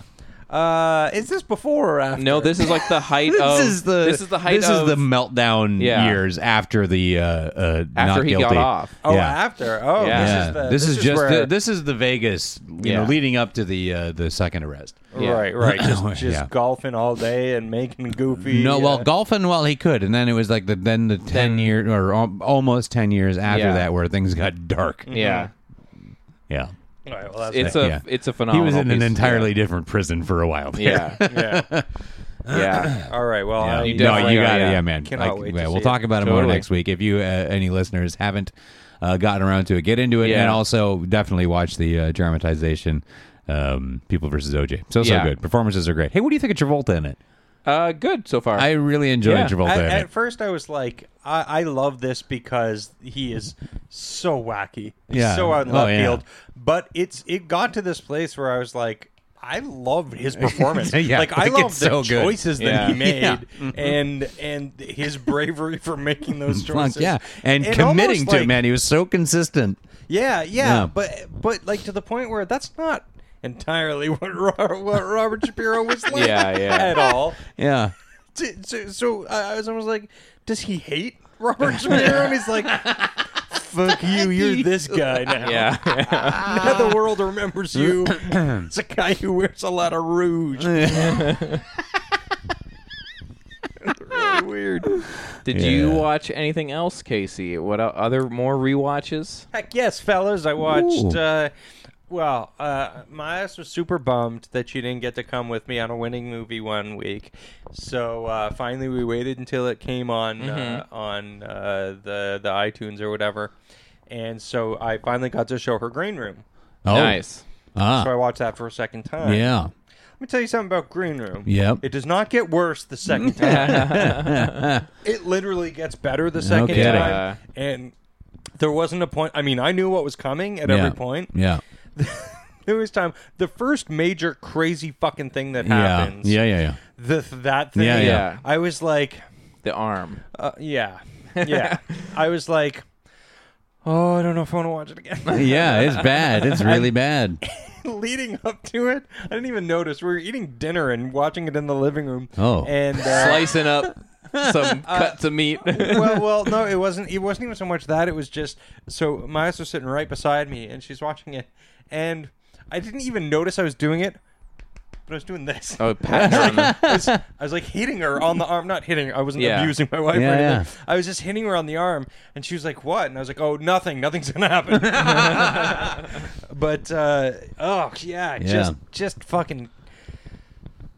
S3: Uh, is this before or after?
S2: no, this is like the height
S4: <laughs> This
S2: of
S4: is the
S2: this is the height
S4: this
S2: of
S4: is the meltdown
S2: Yeah.
S4: years after the uh, uh,
S2: after
S4: not
S2: he got
S4: guilty.
S2: off.
S3: Oh,
S4: yeah.
S3: after. Oh,
S2: Yeah.
S3: this
S4: Yeah.
S3: is the.
S4: this, is, just
S3: where,
S4: the, this is the Vegas, you know,
S2: Yeah.
S4: leading up to the uh, the second arrest.
S2: Yeah.
S3: Right,
S4: <laughs>
S3: right. Just, just
S4: Yeah.
S3: golfing all day and making goofy.
S4: No, well,
S3: uh,
S4: golfing while he could, and then it was like the then the ten year or al- almost ten years after
S2: Yeah.
S4: that where things got dark.
S2: Yeah,
S4: Yeah,
S3: all right, well, that's
S2: it's a
S4: Yeah.
S2: it's a
S4: he
S2: phenomenal.
S4: was in an
S2: piece.
S4: entirely different prison for a while. there.
S2: Yeah, yeah.
S3: yeah.
S2: yeah.
S3: All right, well, I,
S4: Yeah.
S2: you
S4: <laughs> no,
S2: definitely
S4: you
S2: are,
S4: got it.
S2: yeah.
S4: Yeah, man.
S3: Cannot
S4: Like,
S3: wait to
S4: yeah, we'll
S3: see
S4: talk about it more
S2: Totally.
S4: next week. If you uh, any listeners haven't uh, gotten around to it, get into it,
S2: Yeah.
S4: and also definitely watch the uh, dramatization. Um, People versus OJ. So so
S2: Yeah.
S4: good. Performances are great. Hey, what do you think of Travolta in it?
S2: Uh, good so far.
S4: I really enjoyed
S2: Yeah.
S4: Travolta
S3: At,
S4: in
S3: at
S4: it.
S3: first, I was like, I, I love this because he is so wacky, He's
S4: Yeah.
S3: so out in
S4: Oh,
S3: left
S4: yeah.
S3: field. But it's it got to this place where I was like, I loved his
S4: <laughs>
S3: performance.
S4: Yeah,
S3: like I
S4: like, it's
S3: love the
S4: so good.
S3: choices that
S2: Yeah.
S4: <laughs>
S3: he made, and and his bravery for making
S4: <laughs>
S3: those
S4: Fuck,
S3: choices.
S4: yeah, and
S3: It
S4: committing
S3: almost,
S4: to it,
S3: like-
S4: man. He was so consistent.
S3: Yeah, yeah,
S4: Yeah.
S3: but but like to the point where that's not entirely <laughs> what Robert, what Robert Shapiro
S4: <laughs>
S3: was like
S2: Yeah, yeah.
S3: at all.
S4: Yeah.
S3: So, so, so I I was almost like, does he hate <laughs> Robert Shapiro? and he's like, <laughs> fuck you, you're this guy <laughs> now.
S2: yeah,
S3: Now the world remembers <clears throat> you. it's a guy who wears a lot of rouge. really
S4: Oh,
S3: weird.
S2: Did you watch anything else, Casey? What o- other more rewatches?
S3: <laughs> Heck yes, fellas. I watched.
S4: Ooh.
S3: Uh, well, uh, my ass was super bummed that she didn't get to come with me on a winning movie one week. So uh, finally, we waited until it came on uh, on uh, the the iTunes or whatever, and so I finally got to show her Green Room.
S4: Oh.
S2: Nice.
S3: So
S4: Ah.
S3: I watched that for a second time.
S4: Yeah.
S3: Let me tell you something about Green Room.
S4: Yep.
S3: It does not get worse the second time. <laughs> it literally gets better the second
S4: kidding.
S3: time. And there wasn't a point. I mean, I knew what was coming at
S4: yeah.
S3: every point.
S4: Yeah.
S3: There was time. The first major crazy fucking thing that
S4: Yeah.
S3: happens.
S4: Yeah. Yeah. Yeah.
S3: The, that thing.
S4: Yeah,
S2: yeah.
S3: I was like,
S2: The arm.
S3: uh, yeah, yeah. I was like, oh, I don't know if I want to watch it again. <laughs>
S4: Yeah, it's bad. It's really bad.
S3: leading up to it, I didn't even notice. We were eating dinner and watching it in the living room.
S4: Oh.
S3: and uh,
S2: Slicing <laughs> up some cuts of <laughs> meat.
S4: <laughs>
S3: well, well, no, it wasn't. It wasn't even so much that. It was just so my ass was sitting right beside me, and she's watching it, and I didn't even notice I was doing it, but I was doing this.
S2: oh, pat her on <laughs> the-
S3: <laughs> I was, I was like hitting her on the arm, not hitting her. I wasn't
S2: Yeah.
S3: abusing my wife
S4: Yeah,
S3: or anything.
S4: yeah.
S3: I was just hitting her on the arm, and she was like, "What?" And I was like, "Oh, nothing. Nothing's gonna happen."
S4: <laughs>
S3: <laughs> but uh, oh yeah, just just fucking.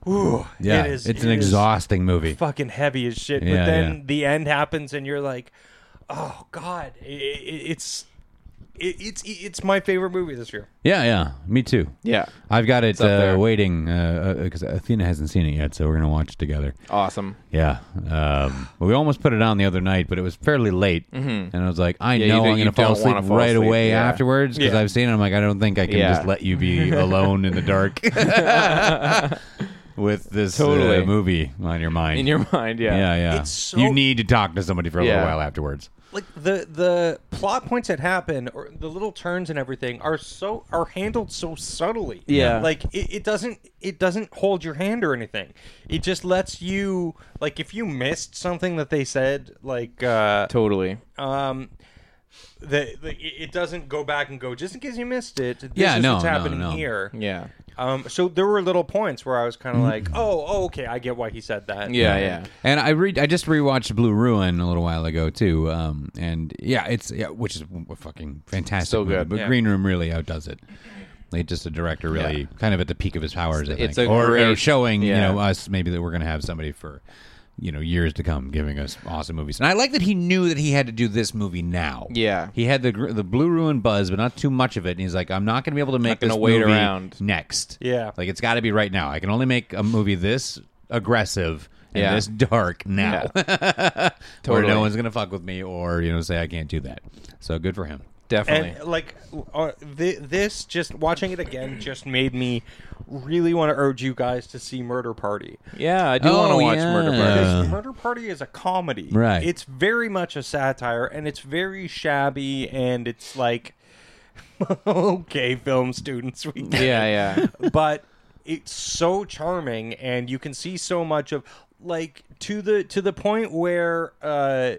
S3: Ooh,
S4: Yeah,
S3: it is.
S4: it's
S3: it
S4: an
S3: is
S4: exhausting movie.
S3: Fucking heavy as shit.
S4: Yeah,
S3: but then
S4: yeah.
S3: the end happens, and you're like, "Oh God, i i it's." it, it's it's my favorite movie this year.
S4: Yeah, yeah, me too.
S2: Yeah.
S4: I've got it
S2: up
S4: uh,
S2: there.
S4: waiting because Athena hasn't seen it yet, so we're gonna watch it together.
S2: Awesome.
S4: Yeah, um, we almost put it on the other night, but it was fairly late, and I was like, I
S2: Mm-hmm. Yeah, you
S4: know
S2: do-
S4: I'm
S2: you
S4: gonna fall
S2: don't
S4: asleep
S2: wanna fall
S4: right
S2: asleep,
S4: away
S2: yeah.
S4: afterwards because
S3: Yeah.
S4: I've seen it. I'm like, I don't think I can
S2: Yeah.
S4: just let you
S2: <laughs>
S4: be alone in the dark <laughs> with this uh,
S2: Totally.
S4: movie on your mind.
S2: In your <laughs> mind, yeah.
S4: yeah, yeah.
S3: It's so-
S4: You need to talk to somebody for a
S2: Yeah.
S4: little while afterwards.
S3: Like the the plot points that happen or the little turns and everything are so are handled so subtly.
S2: Yeah.
S3: Like it, it doesn't it doesn't hold your hand or anything. It just lets you like if you missed something that they said like uh
S2: Totally.
S3: um the, the it it doesn't go back and go just in case you missed it. This
S4: Yeah,
S3: is
S4: no,
S3: what's
S4: no,
S3: happening
S4: no.
S3: here.
S2: Yeah.
S3: Um, so there were little points where I was kind of
S4: Mm-hmm.
S3: like, oh, oh, okay, I get why he said that.
S2: Yeah, yeah.
S4: And I read, I just rewatched Blue Ruin a little while ago too, um, and yeah, it's yeah, which is a fucking fantastic.
S2: So
S4: movie,
S2: good.
S4: but
S3: Yeah.
S4: Green Room really outdoes it. Like just a director really kind of at the peak of his powers. I
S2: It's
S4: think.
S2: a
S4: or, or
S2: great-
S4: showing you
S2: yeah.
S4: know us maybe that we're gonna have somebody for you know years to come giving us awesome movies. And I like that he knew that he had to do this movie now.
S2: Yeah.
S4: he had the gr- the Blue Ruin buzz, but not too much of it. And he's like, I'm not gonna be able to make
S2: gonna
S4: this
S2: wait
S4: movie
S2: around.
S4: next.
S3: Yeah.
S4: like it's got to be right now. I can only make a movie this aggressive. And
S2: Yeah.
S4: this dark now <laughs>
S2: Totally.
S4: or no one's gonna fuck with me, or you know, say I can't do that. So good for him.
S2: Definitely.
S3: And like uh, th- this, just watching it again, just made me really want to urge you guys to see Murder Party.
S2: yeah, I do
S4: Oh,
S2: want to watch
S4: yeah.
S2: Murder Party.
S3: Because
S2: <laughs>
S3: Murder Party is a comedy,
S4: Right.
S3: It's very much a satire, and it's very shabby, and it's like, <laughs> okay, film students, we get it.
S2: Yeah, yeah.
S3: but it's so charming and you can see so much of like to the to the point where uh y-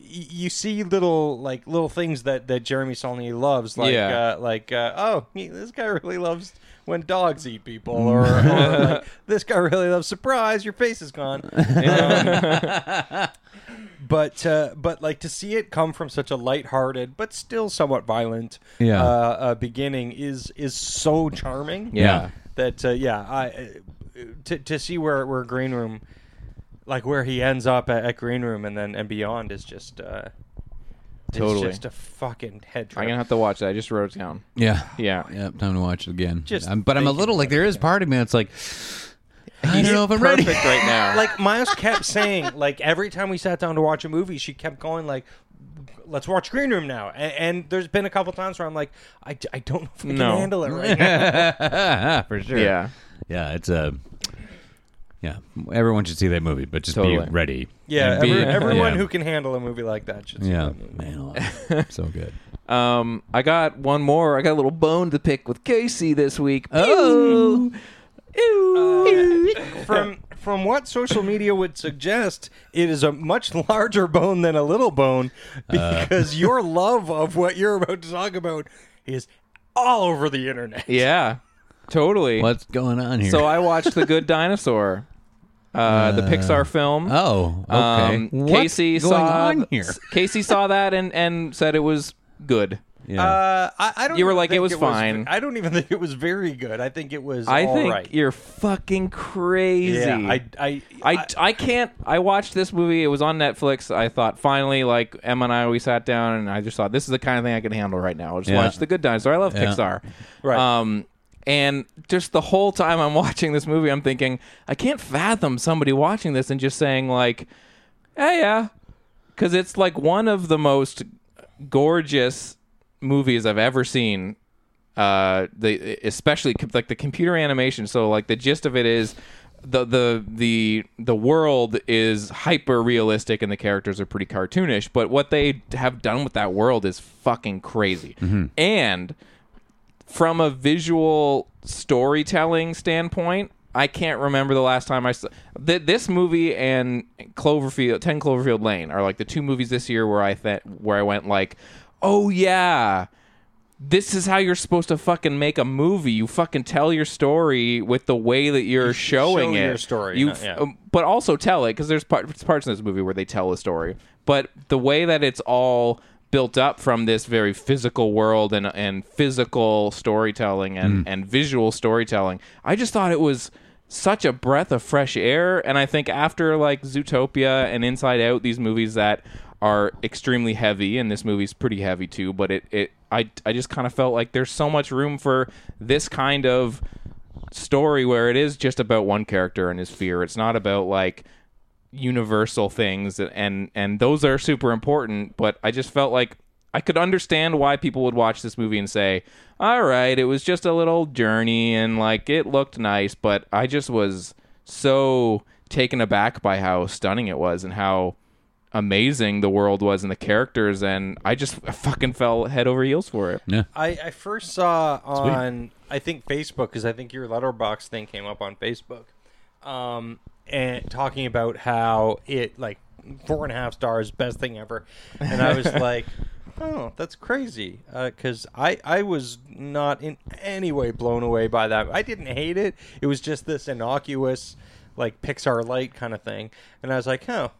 S3: you see little like little things that that Jeremy Saulnier loves, like
S2: Yeah.
S3: uh, like uh, oh, he, this guy really loves when dogs eat people, or, or like, this guy really loves surprise, your face is gone. Um, <laughs> but uh, but like to see it come from such a lighthearted but still somewhat violent
S4: Yeah.
S3: uh, uh, beginning is is so charming
S2: Yeah.
S3: that uh, yeah I uh, to to see where where Green Room like where he ends up at, at Green Room and then and beyond is just uh, is
S2: Totally.
S3: just a fucking head trip.
S2: I'm going to have to watch that. I just wrote it down.
S4: Yeah,
S2: Yeah.
S4: yeah. Time to watch it again.
S3: Just
S4: I'm, but I'm a
S3: thinking
S4: little like
S3: about it,
S4: there is part of me that's like I don't know <laughs> if I'm ready.
S2: Perfect right now.
S3: <laughs> like Miles kept saying, like every time we sat down to watch a movie, she kept going like, "Let's watch Green Room now." And, and there's been a couple times where I'm like, "I, I don't know if I can
S2: No.
S3: handle
S2: <laughs>
S3: it right now."
S4: for sure.
S2: yeah.
S4: yeah. It's a yeah. Everyone should see that movie, but just
S2: Totally.
S4: be ready.
S3: yeah,
S4: And be-
S3: every- everyone
S4: yeah.
S3: who can handle a movie like that should. see
S4: Yeah,
S3: that movie.
S4: man, alive.
S2: <laughs>
S4: so good.
S2: Um, I got one more. I got a little bone to pick with Casey this week. Oh.
S3: From from what social media would suggest, it is a much larger bone than a little bone
S2: Uh.
S3: because
S2: <laughs>
S3: your love of what you're about to talk about is all over the internet.
S2: yeah. Totally.
S4: What's going on here?
S2: So I watched The Good Dinosaur, uh, the Pixar film.
S4: oh okay.
S2: Um,
S4: What's
S2: Casey
S4: going
S2: saw
S4: on here?
S2: <laughs> Casey saw that and and said it was good.
S4: Yeah.
S3: Uh, I, I don't.
S2: You were
S3: even
S2: like, it
S3: think
S2: was fine.
S3: I don't even think it was very good. I think it was.
S2: I
S3: all
S2: think
S3: right.
S2: you're fucking crazy.
S3: Yeah, I, I,
S2: I, I can't. I watched this movie. It was on Netflix. I thought finally, like Emma and I, we sat down and I just thought this is the kind of thing I can handle right now. I'll just
S4: Yeah.
S2: watch The Good Dinosaur. I love
S4: Yeah.
S2: Pixar.
S3: Right.
S2: Um, and just the whole time I'm watching this movie, I'm thinking I can't fathom somebody watching this and just saying like, "Hey, yeah," because it's like one of the most gorgeous movies I've ever seen uh, the especially com- like the computer animation. So like the gist of it is the the the the world is hyper realistic and the characters are pretty cartoonish. But what they have done with that world is fucking crazy. And from a visual storytelling standpoint. I can't remember the last time I saw th- this movie and Cloverfield, Ten Cloverfield Lane, are like the two movies this year where I th- where I went like, oh yeah, this is how you're supposed to fucking make a movie. You fucking tell your story with the way that you're showing it.
S3: your story,
S2: You,
S3: not-
S2: f-
S3: yeah.
S2: um, but also tell it because there's parts parts in this movie where they tell a story, but the way that it's all built up from this very physical world and and physical storytelling and and visual storytelling, I just thought it was such a breath of fresh air. And I think after like Zootopia and Inside Out, these movies that are extremely heavy, and this movie's pretty heavy too, but it it I I just kind of felt like there's so much room for this kind of story where it is just about one character and his fear. It's not about like universal things and- and and those are super important, but I just felt like I could understand why people would watch this movie and say, "All right, it was just a little journey and like it looked nice, but I just was so taken aback by how stunning it was and how amazing the world was and the characters and I just fucking fell head over heels for it.
S3: I, I first saw on I think Facebook because I think your letterbox thing came up on Facebook, um, and talking about how it like four and a half stars, best thing ever, and I was like, oh, that's crazy, because I I was not in any way blown away by that. I didn't hate it. It was just this innocuous like Pixar light kind of thing, and I was like, oh.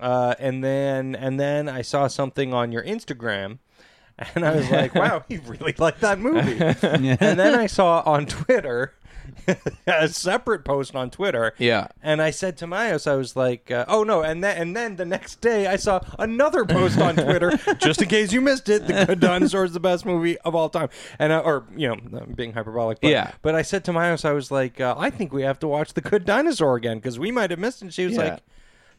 S3: Uh, and then and then I saw something on your Instagram <laughs> and I was like, wow, he really liked
S2: <laughs>
S3: that movie. And then I saw on Twitter <laughs> a separate post on Twitter.
S2: Yeah.
S3: And I said to Myos, I was like, uh, oh no. And then, and then the next day, I saw another
S2: <laughs>
S3: post on Twitter, just in case you missed it. The Good Dinosaur is the best movie of all time. And, I, or, you know, I'm being hyperbolic. But,
S2: Yeah.
S3: But I said to Myos, I was like, uh, I think we have to watch The Good Dinosaur again because we might have missed it. And she was
S2: Yeah.
S3: like,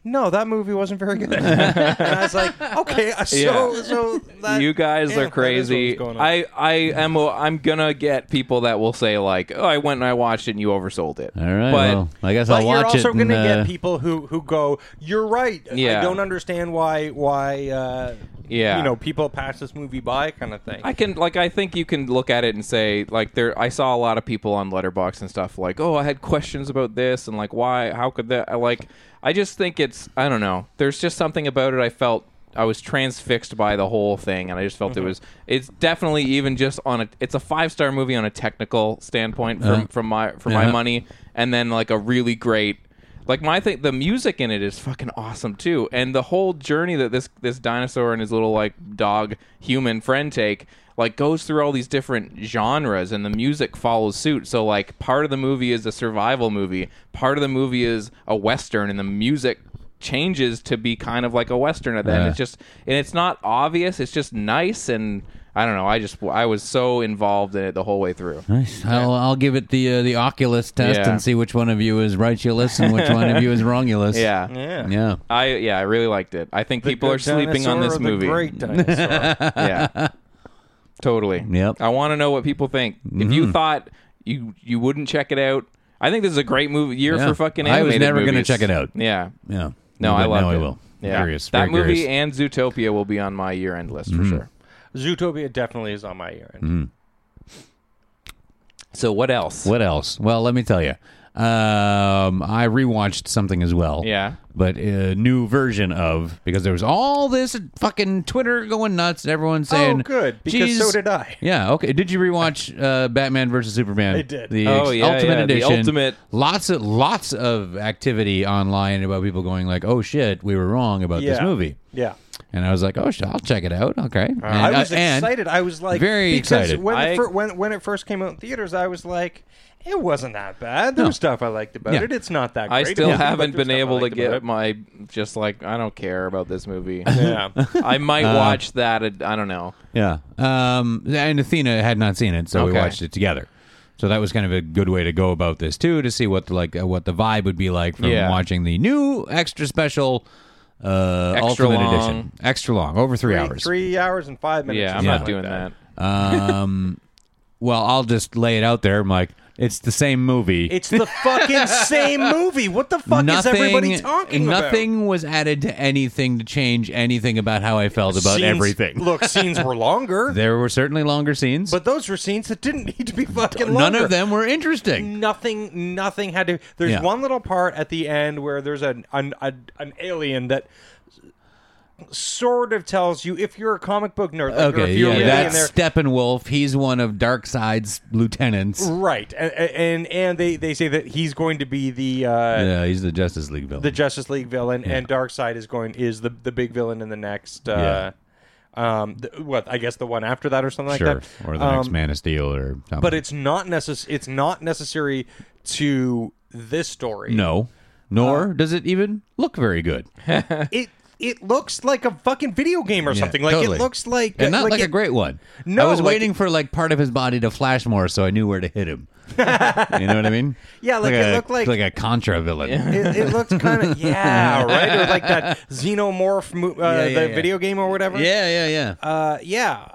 S3: no, that movie wasn't
S2: <laughs>
S3: very good. and I was like, okay, uh, so
S2: Yeah.
S3: so that,
S2: you guys
S3: yeah, that
S2: are
S3: is
S2: crazy.
S3: what was going on.
S2: I I am I'm gonna get people that will say like, "Oh, I went and I watched it and you oversold it."
S4: All right.
S2: but
S4: well, I guess
S3: but
S4: I'll
S3: you're
S4: watch
S3: also
S4: it. and,
S3: gonna
S4: uh,
S3: get people who who go, you're right.
S2: Yeah.
S3: I don't understand why why uh,
S2: Yeah.
S3: you know people pass this movie by kind of thing.
S2: I can like I think you can look at it and say like there. I saw a lot of people on Letterbox and stuff like, "Oh, I had questions about this and like why? How could that?" I, Like I just think it's I don't know. There's just something about it. I felt. I was transfixed by the whole thing, and I just felt
S3: Mm-hmm.
S2: it was. It's definitely even just on a. It's a five star movie on a technical standpoint from from my for my
S4: Uh-huh. Yeah.
S2: money, and then like a really great like my thing the music in it is fucking awesome too and the whole journey that this this dinosaur and his little like dog human friend take like goes through all these different genres and the music follows suit so like part of the movie is a survival movie part of the movie is a western and the music changes to be kind of like a western at the end
S4: Yeah.
S2: it's just and it's not obvious it's just nice and i don't know i just i was so involved in it the whole way through
S4: Nice. <laughs> I'll, I'll give it the uh, the Oculus test
S2: Yeah.
S4: and see which one of you is rightulous and which one of you is wrongulous.
S2: yeah
S3: yeah.
S4: Yeah.
S2: i yeah i really liked it i think
S3: The
S2: people
S3: good
S2: are sleeping on
S3: dinosaur
S2: this
S3: or the
S2: movie
S3: great dinosaur.
S2: <laughs>
S3: <laughs>
S2: yeah. Totally.
S4: Yep. Mm-hmm.
S2: I want to know what people think. If you thought you you wouldn't check it out, I think this is a great movie year
S4: Yeah.
S2: for fucking
S4: I was
S2: animated
S4: never gonna
S2: going to
S4: check it out.
S2: Yeah.
S4: Yeah.
S2: No, I
S4: But
S2: loved
S4: now
S2: it.
S4: I will.
S2: Yeah.
S4: Curious.
S2: that
S4: very Mm-hmm.
S2: movie
S4: curious.
S2: and Zootopia will be on my year end list for sure.
S3: Zootopia definitely is on my ear. end.
S4: Mm-hmm.
S2: So what else?
S4: What else? Well, let me tell you. Um, I rewatched something as well.
S2: Yeah.
S4: But a new version of because there was all this fucking Twitter going nuts and everyone saying,
S3: Oh, good because
S4: "Geez."
S3: so did I.
S4: Yeah. Okay. Did you rewatch uh, Batman versus Superman?
S3: I did.
S4: The
S2: Oh,
S4: ex-
S2: yeah,
S4: Ultimate
S2: yeah, the
S4: Edition.
S2: ultimate-
S4: Lots of lots of activity online about people going like, "Oh shit, we were wrong about this
S3: Yeah.
S4: movie."
S3: Yeah.
S4: And I was like, "Oh shit, I'll check it out." Okay. And,
S3: I was
S4: uh, and-
S3: excited. I was like
S4: very
S3: because
S4: excited.
S3: When,
S2: I-
S3: the fir- when when it first came out in theaters, I was like, it wasn't that bad. There was stuff I liked about
S4: Yeah.
S3: it. It's not that.
S2: I
S3: great.
S2: still
S3: But there
S2: haven't
S3: was
S2: been
S3: stuff I
S2: able to
S3: liked
S2: get
S3: about it.
S2: my just like I don't care about this
S4: <laughs>
S2: movie. <laughs>
S3: Yeah.
S2: I might
S4: Uh,
S2: watch that. I don't know.
S4: Yeah. Um, and Athena had not seen it, so we
S2: Okay.
S4: watched it together. So that was kind of a good way to go about this too, to see what the, like uh, what the vibe would be like from
S2: Yeah.
S4: watching the new extra special, uh,
S2: Extra
S4: ultimate
S2: long.
S4: edition, extra long, over three,
S3: Three-
S4: hours.
S3: Three hours and five minutes.
S2: Yeah,
S3: or
S2: I'm
S3: something
S2: not
S3: like
S2: doing that.
S4: <laughs> Um, well, I'll just lay it out there. I'm like, it's the same movie.
S3: It's the
S2: <laughs>
S3: fucking same movie. What the fuck is everybody talking about?
S4: nothing was added to anything to change anything about how I felt about
S3: Scenes-
S4: everything.
S3: Look, scenes were
S4: <laughs>
S3: longer,
S4: There were certainly longer scenes,
S3: but those were scenes that didn't need to be fucking
S4: none
S3: longer.
S4: of them were interesting.
S3: Nothing. Nothing had to. There's
S4: Yeah.
S3: one little part at the end where there's an an, an an alien that sort of tells you if you're a comic book nerd. Like or
S4: Okay,
S3: if you're
S4: yeah,
S3: really in there,
S4: that's Steppenwolf. He's one of Darkseid's lieutenants.
S3: right? And and, and they, they say that he's going to be the uh,
S4: Yeah, he's the Justice League villain.
S3: the Justice League villain, and Darkseid is going is the the big villain in the next. Uh, Um, th- what I guess the one after that or something
S4: sure,
S3: like that,
S4: or the next Man of Steel, or something.
S3: Um, but it's not necess- It's not necessary to this story. Uh,
S4: no, nor does it even look very good.
S3: it it looks like a fucking video game or
S4: Yeah,
S3: something. Like
S4: totally.
S3: it looks like
S4: and not like, a
S3: it-
S4: great one.
S3: No,
S4: I was
S3: like-
S4: waiting for like part of his body to flash more, so I knew where to
S3: <laughs>
S4: hit him. you know what I mean?
S3: Yeah, like, it
S4: a,
S3: looked like-
S4: a contra villain.
S3: It, it looked kind of yeah, right? It was like that xenomorph, mo- uh,
S4: Yeah, yeah,
S3: the
S4: yeah.
S3: video game or whatever.
S4: <laughs> yeah, yeah, yeah.
S3: uh, yeah.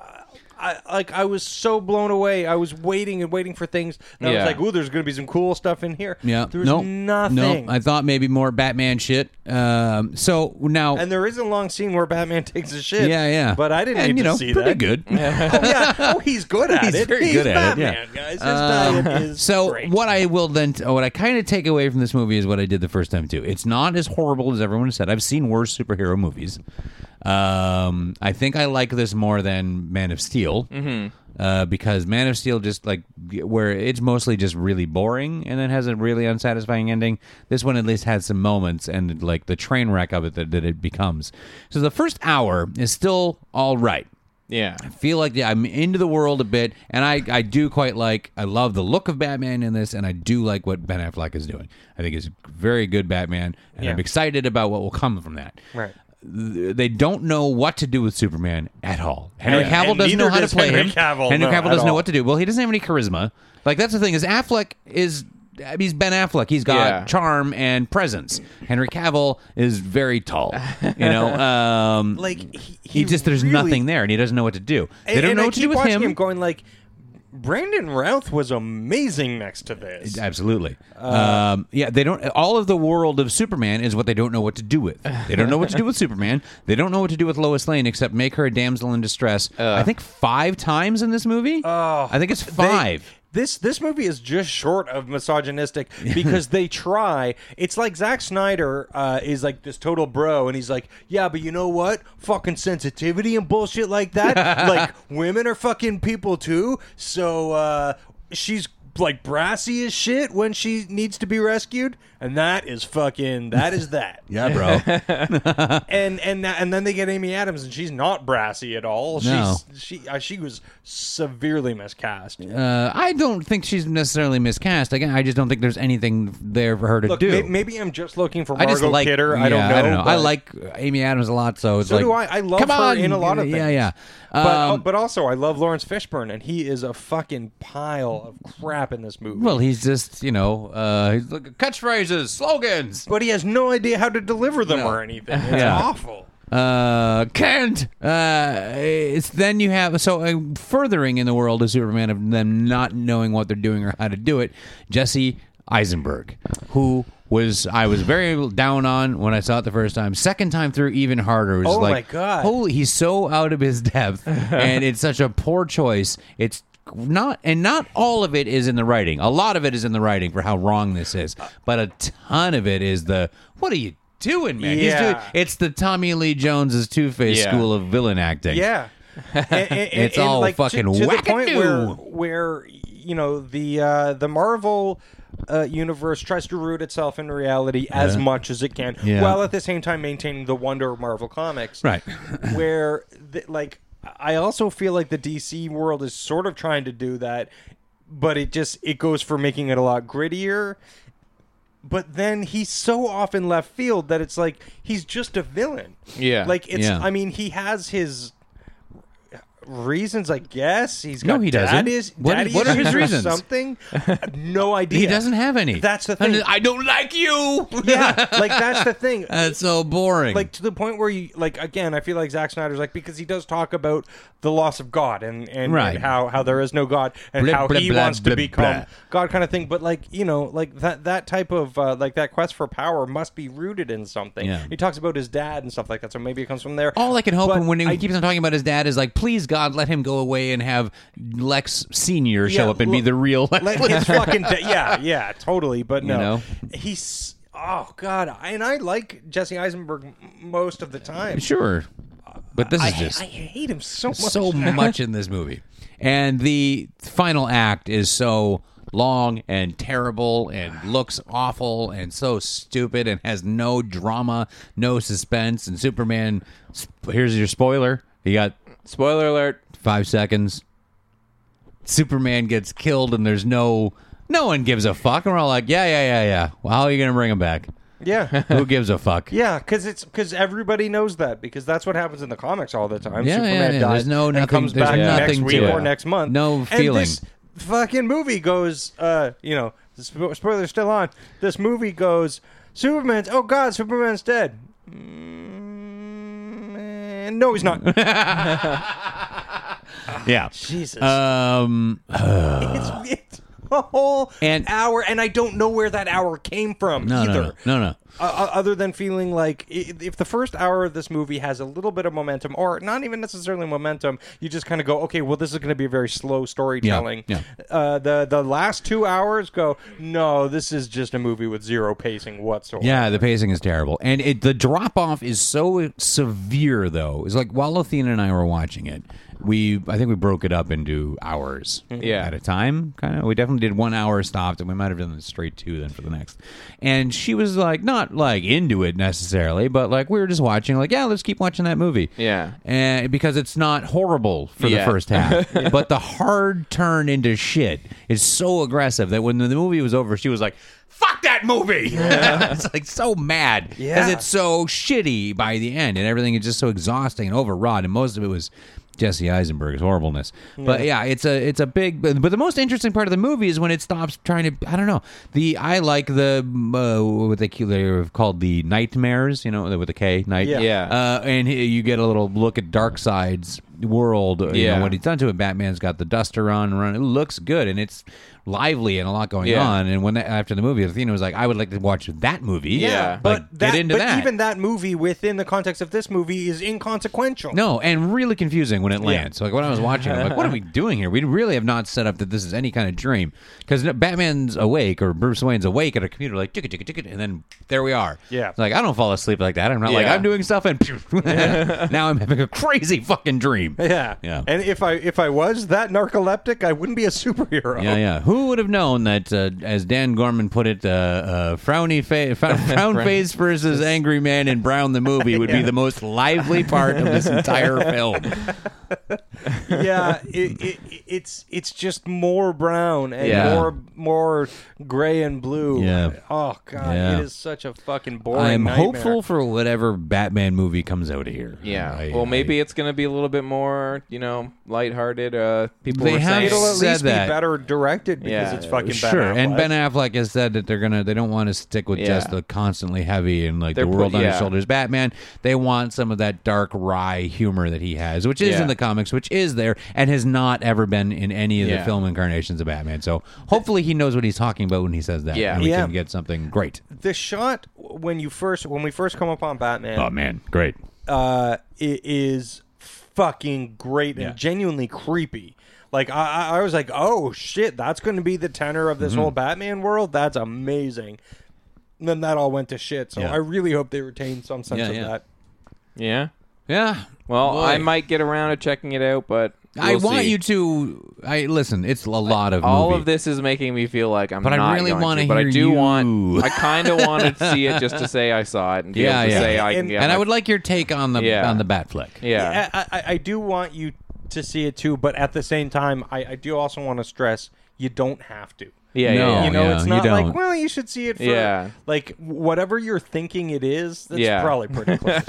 S3: I, like I was so blown away. I was waiting and waiting for things. And
S2: Yeah.
S3: I was like, "Ooh, there's going to be some cool stuff in here."
S4: yeah.
S3: there's
S4: nope.
S3: nothing.
S4: Nope. I thought maybe more Batman shit. Um, so now.
S3: and there is a long scene where Batman takes a shit.
S4: yeah, yeah.
S3: But I didn't
S4: and,
S3: need
S4: you know,
S3: to see
S4: pretty
S3: that.
S4: good.
S3: <laughs> oh yeah. Oh, he's good at
S4: <laughs> He's
S3: it.
S4: very
S3: he's
S4: good at it,
S3: Batman,
S4: yeah.
S3: Guys, his diet is
S4: So
S3: great.
S4: what I will then, what I kind of take away from this movie is what I did the first time too. It's not as horrible as everyone said. I've seen worse superhero movies. Um, I think I like this more than Man of Steel uh, because Man of Steel just like where it's mostly just really boring and then has a really unsatisfying ending. This one at least had some moments and like the train wreck of it that, that it becomes. So the first hour is still all right
S2: Yeah.
S4: feel like yeah, I'm into the world a bit, and I, I do quite like I love the look of Batman in this, and I do like what Ben Affleck is doing. I think he's very good Batman, and I'm excited about what will come from that.
S3: Right.
S4: Th- They don't know what to do with Superman at all. Henry
S3: And-
S4: Cavill
S3: and
S4: doesn't know
S3: neither
S4: how to
S3: does
S4: play
S3: Henry
S4: him.
S3: Cavill,
S4: Henry
S3: no,
S4: Cavill
S3: at
S4: doesn't know
S3: all.
S4: what to do. Well, he doesn't have any charisma. Like that's the thing is Affleck is. I mean, he's Ben Affleck. He's got
S2: Yeah.
S4: charm and presence. Henry Cavill is very tall. You know, um,
S3: like he,
S4: he, just there's
S3: really-
S4: nothing there, and he doesn't know what to do. They
S3: and,
S4: don't
S3: and
S4: know
S3: I
S4: what to
S3: keep
S4: do with
S3: watching
S4: him.
S3: Going like, Brandon Routh was amazing next to this.
S4: Absolutely.
S3: Uh,
S4: um, yeah, they don't. All of the world of Superman is what they don't know what to do with. They don't know what to do with Superman. They don't know what to do with Lois Lane except make her a damsel in distress. I think five times in this movie. Oh, I think it's
S3: Uh. They-
S4: five.
S3: this this movie is just short of
S4: <laughs>
S3: misogynistic because they try. It's like Zack Snyder uh, is like this total bro, and he's like, yeah, but you know what? Fucking sensitivity and bullshit like
S4: <laughs>
S3: that. like women are fucking people too. So uh, she's like brassy as shit when she needs to be rescued, and that is fucking that is that.
S4: <laughs> yeah, bro.
S3: <laughs>
S4: <laughs>
S3: and and that, and then they get Amy Adams, and she's not brassy at all.
S4: No.
S3: She's she uh, she was severely miscast.
S4: uh, I don't think she's necessarily miscast. Again, I just don't think there's anything there for her to
S3: Look,
S4: do.
S3: may- maybe I'm just looking for
S4: I
S3: Margot
S4: just like
S3: Kidder. I
S4: yeah,
S3: don't know.
S4: I don't know. I
S3: but-
S4: like Amy Adams a lot, so it's
S3: So
S4: like
S3: do I. I love
S4: come
S3: her
S4: on,
S3: in a lot of
S4: yeah,
S3: things.
S4: yeah.
S3: But, oh,
S4: Um,
S3: but also, I love Lawrence Fishburne, and he is a fucking pile of crap in this movie.
S4: Well, he's just you know uh, he's like catchphrases, slogans.
S3: but he has no idea how to deliver them
S4: No.
S3: or anything. It's
S4: Yeah.
S3: awful.
S4: Uh, Kent. Uh, it's then you have so uh, furthering in the world of Superman of them not knowing what they're doing or how to do it. Jesse Eisenberg, who was I was very down on when I saw it the first time. Second time through, even harder. It was
S3: Oh my
S4: like,
S3: God.
S4: Holy, he's so out of
S3: <laughs>
S4: his depth, and it's such a poor choice. It's not, and not all of it is in the writing. A lot of it is in the writing for how wrong this is, but a ton of it is the what are you doing, man? He's
S3: Yeah.
S4: doing, it's the Tommy Lee Jones's Two Face
S2: Yeah.
S4: school of villain acting.
S3: Yeah. And- and- and-
S4: <laughs> It's
S3: and,
S4: all
S3: like, to-
S4: fucking
S3: to, the point
S4: wackadoo.
S3: where, where you know the uh, the Marvel uh, universe tries to root itself in reality as much as it can,
S4: Yeah.
S3: while at the same time maintaining the wonder of Marvel comics.
S4: Right.
S3: <coughs> where the, like I also feel like the DC world is sort of trying to do that, but it just it goes for making it a lot grittier. But then he's so off in left field that it's like he's just a villain.
S2: Yeah.
S3: Like it's
S4: Yeah.
S3: I mean he has his reasons I guess. He's
S4: No,
S3: got
S4: he doesn't.
S3: daddy is-
S4: What-
S3: daddy
S4: what are
S3: issues
S4: his
S3: or
S4: reasons?
S3: Something? <laughs> No idea.
S4: He doesn't have any.
S3: That's the thing.
S4: I don't like you.
S3: yeah, like that's the
S4: <laughs>
S3: thing.
S4: That's so boring.
S3: like to the point where you like again i feel like Zack snyder's like because he does talk about the loss of god and and,
S4: Right.
S3: and how how there is no god and
S4: Blah,
S3: how
S4: blah,
S3: he
S4: blah,
S3: wants
S4: blah,
S3: to become
S4: blah.
S3: god kind of thing but like you know like that that type of uh, like that quest for power must be rooted in something
S4: Yeah.
S3: he talks about his dad and stuff like that so maybe it comes from there
S4: all I can hope
S3: But
S4: when he
S3: I-
S4: keeps on talking about his dad is like, please God, let him go away and have Lex Senior show
S3: Yeah,
S4: up and be
S3: look-
S4: the real Lex.
S3: Let his fucking da- yeah, yeah, totally. But no,
S4: know?
S3: he's oh god, and I like Jesse Eisenberg m- most of the time.
S4: <laughs> sure, but this
S3: I,
S4: is just
S3: I hate him so much.
S4: so much in this movie. And the final act is so long and terrible and looks awful and so stupid and has no drama, no suspense. And Superman, sp- here's your spoiler. You got
S2: Spoiler alert.
S4: five seconds. Superman gets killed, and there's no, no one gives a fuck. And we're all like, yeah, yeah, yeah, yeah. Well, how are you going to bring him back?
S3: Yeah. <laughs>
S4: Who gives a fuck?
S3: Yeah, because it's because everybody knows that because that's what happens in the comics all the time.
S4: Yeah,
S3: Superman
S4: yeah, yeah.
S3: dies
S4: There's no
S3: and
S4: nothing-
S3: comes
S4: there's
S3: back next
S4: nothing to
S3: week
S4: it.
S3: or next month.
S4: No
S3: And
S4: feeling.
S3: this fucking movie goes. Uh, you know, spo- spoiler still on. This movie goes. Superman's. Oh God, Superman's dead. Mm, eh, no, he's
S4: <laughs>
S3: not.
S4: Yeah.
S3: Jesus,
S4: Um,
S3: it's, it's a whole
S4: And-
S3: hour, and I don't know where that hour came from
S4: no,
S3: either.
S4: no, no, no, no.
S3: uh, uh, other than feeling like i- if the first hour of this movie has a little bit of momentum or not even necessarily momentum you just kind of go okay well this is going to be a very slow storytelling
S4: yeah.
S3: Uh, the the last 2 hours go no this is just a movie with zero pacing whatsoever
S4: Yeah, the pacing is terrible, and it the drop off is so severe. Though it's like while Athena and I were watching it, we I think we broke it up into hours,
S2: Mm-hmm. Yeah.
S4: at a time. Kind of, we definitely did one hour stopped, and we might have done the straight two then for the next. And she was like, not like into it necessarily, but like we were just watching, like yeah, let's keep watching that movie,
S2: Yeah.
S4: and because it's not horrible for
S2: Yeah.
S4: the first half, but the hard turn into shit is so aggressive that when the movie was over, she was like, "Fuck that movie!" <laughs> it's like so mad because
S3: Yeah.
S4: it's so shitty by the end, and everything is just so exhausting and overwrought, and most of it was. Jesse Eisenberg's horribleness, but yeah, it's a it's a big. But but the most interesting part of the movie is when it stops trying to. I don't know. The I like the uh, what they they're called the nightmares. You know, with a K, night.
S3: Yeah.
S2: Yeah.
S4: Uh, and he- you get a little look at Darkseid's world. You
S2: Yeah.
S4: know, what he's done to it. Batman's got the duster on, run. It looks good, and it's lively and a lot going
S2: Yeah.
S4: on. And when that, after the movie, Athena was like, "I would like to watch that movie."
S2: Yeah.
S3: but
S4: Like,
S3: that
S4: get into
S3: but
S4: that.
S3: even that movie within the context of this movie is inconsequential
S4: No, and really confusing when it lands. Like when I was watching, I'm like, "What are we doing here? We really have not set up that this is any kind of dream." Because Batman's awake or Bruce Wayne's awake at a computer, like ticket, ticket, ticket, and then there we are.
S3: Yeah.
S4: It's like I don't fall asleep like that. I'm not like
S2: Yeah.
S4: I'm doing stuff, and <laughs> now I'm having a crazy fucking dream.
S3: yeah
S4: Yeah.
S3: and if i if i was that narcoleptic i wouldn't be a superhero
S4: Yeah, yeah. Who would have known that, uh, as Dan Gorman put it, uh, uh, frowny
S2: <laughs>
S4: fa- <laughs> fa- frown face versus angry man in Brown the movie would be the most lively part of
S2: <laughs>
S4: this entire film. <laughs>
S3: yeah, it, it, it's it's just more brown and
S2: Yeah.
S3: more more gray and blue.
S4: Yeah.
S3: Oh god,
S4: Yeah.
S3: it is such a fucking boring.
S4: I'm
S3: nightmare.
S4: hopeful for whatever Batman movie comes out of here.
S2: Yeah.
S4: I-
S2: well,
S4: I-
S2: maybe it's going to be a little bit more, you know, lighthearted. Uh, people
S4: They
S2: were
S4: have
S2: saying.
S3: It'll at
S4: said
S3: least
S4: that.
S3: be better directed because
S2: Yeah.
S3: it's fucking
S4: sure.
S3: Ben
S4: And
S3: Affleck.
S4: Ben Affleck has said that they're gonna they don't want to stick with
S2: Yeah.
S4: just the constantly heavy and like
S2: They're
S4: the
S2: put-
S4: world on his
S2: yeah.
S4: shoulders Batman. They want some of that dark wry humor that he has, which is
S2: Yeah.
S4: in the comics, which is there and has not ever been in any of the
S2: Yeah.
S4: film incarnations of Batman. So hopefully he knows what he's talking about when he says that.
S2: Yeah.
S4: And we
S3: Yeah.
S4: can get something great.
S3: the shot when you first when we first come upon Batman,
S4: Oh man, great.
S3: uh, it is fucking great and genuinely creepy. Like I, I- I was like, oh shit, that's going to be the tenor of
S4: Mm-hmm.
S3: this whole Batman world. That's amazing. And then that all went to shit. So
S4: Yeah.
S3: I really hope they retain some sense
S4: Yeah,
S3: of
S4: yeah.
S3: that.
S2: Yeah.
S4: Yeah.
S2: Well, I
S4: Boy.
S2: might get around to checking it out, but
S4: I
S2: we'll
S4: want
S2: see.
S4: you to I listen, it's a lot of
S2: All
S4: movie.
S2: of this is making me feel like I'm
S4: But I
S2: not
S4: really
S2: going
S4: wanna
S2: to, but I
S4: hear
S2: do
S4: you. <laughs>
S2: want. I kind of want to see it just to say I saw it and be
S4: Yeah,
S2: able to
S4: yeah.
S2: say I
S3: And-
S2: can get
S4: and
S2: my-
S4: I would like your take on the
S2: Yeah.
S4: on the bat flick.
S2: yeah.
S3: I, I, I do want you to see it too, but at the same time, I, I do also want to stress you don't have to.
S2: Yeah, yeah,
S4: No,
S2: yeah.
S3: You know,
S4: Oh, yeah,
S3: it's
S4: you
S3: not like
S4: don't.
S3: well, you should see it. For,
S2: Yeah.
S3: like whatever you're thinking it is, that's
S2: Yeah. <laughs>
S3: probably pretty close.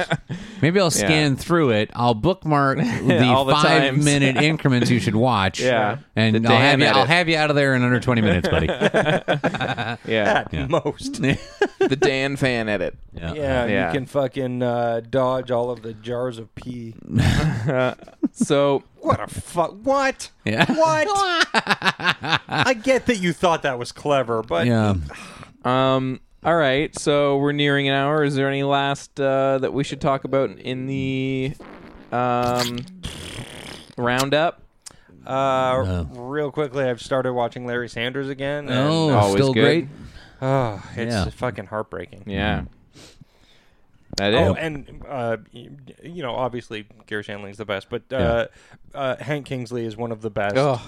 S4: Maybe I'll scan through it. I'll
S2: <laughs>
S4: bookmark the,
S2: All the
S4: five
S2: times.
S4: minute increments you should watch.
S2: Yeah.
S4: and
S2: The
S4: I'll
S2: Dan
S4: have you. I'll
S2: edit.
S4: have you out of there in under twenty minutes,
S2: <laughs>
S4: buddy. <laughs> yeah.
S2: yeah.
S3: at most. Yeah,
S2: the Dan fan edit. Yeah.
S3: you can fucking uh, dodge all of the jars of pee.
S2: So
S3: What a fuck! What?
S4: Yeah.
S2: <laughs>
S3: What? I get that you thought that was clever, but
S4: Yeah.
S2: Um. All right. So we're nearing an hour. Is there any last uh, that we should talk about in the um, roundup?
S3: Uh, Real quickly, I've started watching Larry Sanders again. and,
S4: Oh,
S2: Always
S4: still
S2: good.
S4: great. Mm.
S3: oh, it's
S4: Yeah.
S3: fucking heartbreaking.
S2: Yeah. That is.
S3: Oh,
S4: eh,
S3: and uh, y- you know, obviously, Gary Shandling's the best, but uh, uh, Hank Kingsley is one of the best.
S2: Ugh.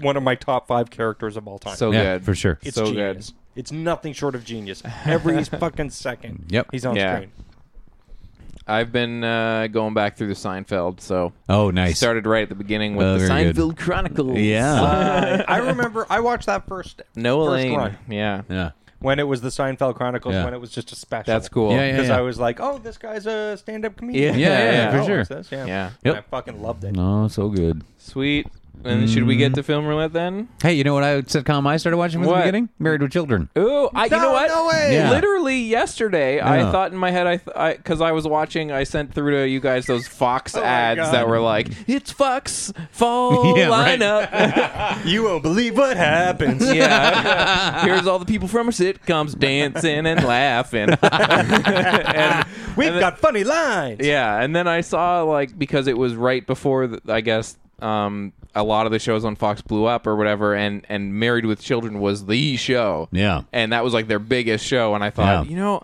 S3: One of my top five characters of all time.
S2: so
S4: Yeah,
S2: good
S4: for sure.
S3: it's
S2: so
S3: genius.
S2: good.
S3: It's nothing short of genius.
S2: <laughs>
S3: Every fucking second,
S4: Yep.
S3: he's on
S2: Yeah.
S3: screen.
S2: I've been uh, going back through the Seinfeld. So
S4: Oh,
S2: I
S4: nice.
S2: started right at the beginning with
S4: Oh,
S2: the
S4: very
S2: Seinfeld
S4: good.
S2: Chronicles.
S4: Yeah.
S3: Uh, I remember I watched that first
S2: Noah
S3: first
S2: Lane.
S3: run.
S2: Yeah.
S4: yeah.
S3: when it was the Seinfeld Chronicles,
S4: Yeah.
S3: when it was just a special.
S2: That's cool.
S4: Yeah, yeah.
S3: Because I was like, oh, this guy's a stand-up
S2: Yeah,
S3: comedian.
S2: yeah, yeah,
S3: I'll
S4: for sure.
S3: watch this, Yeah.
S2: Yeah. Mm.
S3: And
S4: Yep.
S3: I fucking loved it.
S4: No, so good.
S2: Sweet. And should we
S4: Mm-hmm.
S2: get to film roulette then?
S4: Hey, you know what I sitcom I started watching from
S2: What?
S4: the beginning? Married with Children.
S2: Ooh, I, you know
S3: No,
S2: what?
S3: no way!
S4: Yeah.
S2: Literally yesterday, I
S4: Yeah.
S2: thought in my head, I because I, 'cause I was watching, I sent through to you guys those Fox ads
S3: Oh God.
S2: that were like, "It's Fox <laughs> fall
S4: Yeah, right.
S2: lineup." <laughs>
S3: You won't believe what happens.
S2: yeah, here's all the people from our sitcoms dancing and laughing. <laughs> and,
S3: We've got funny lines.
S2: yeah, and then I saw like because it was right before the, I guess um, a lot of the shows on Fox blew up or whatever, and and Married with Children was the show.
S4: Yeah.
S2: and that was like their biggest show, and I thought,
S4: Yeah.
S2: you know.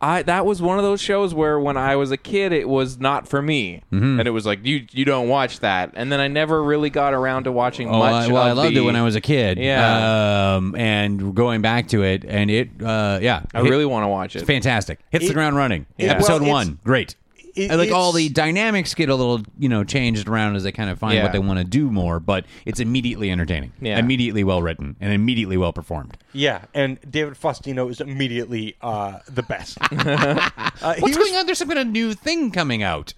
S2: I, that was one of those shows where when I was a kid it was not for me,
S4: Mm-hmm.
S2: and it was like you you don't watch that, and then I never really got around to watching
S4: Oh,
S2: much.
S4: I, well,
S2: of
S4: I loved
S2: the-
S4: it when I was a kid.
S2: Yeah.
S4: Um, and going back to it, and it, uh, yeah.
S2: I really want to watch it.
S4: It's fantastic. Hits the
S3: It-
S4: ground running.
S3: Yeah. Well,
S4: Episode
S3: it's-
S4: one, great.
S3: it-
S4: And, like all
S3: it's-
S4: the dynamics get a little, you know, changed around as they kind of find
S2: Yeah.
S4: what they want to do more, but it's immediately entertaining,
S2: Yeah.
S4: immediately well written, and immediately well performed.
S3: Yeah, and David Faustino is immediately uh, the
S4: <laughs>
S3: best. uh, he
S4: What's
S3: was-
S4: going on? There's some kind of new thing coming out,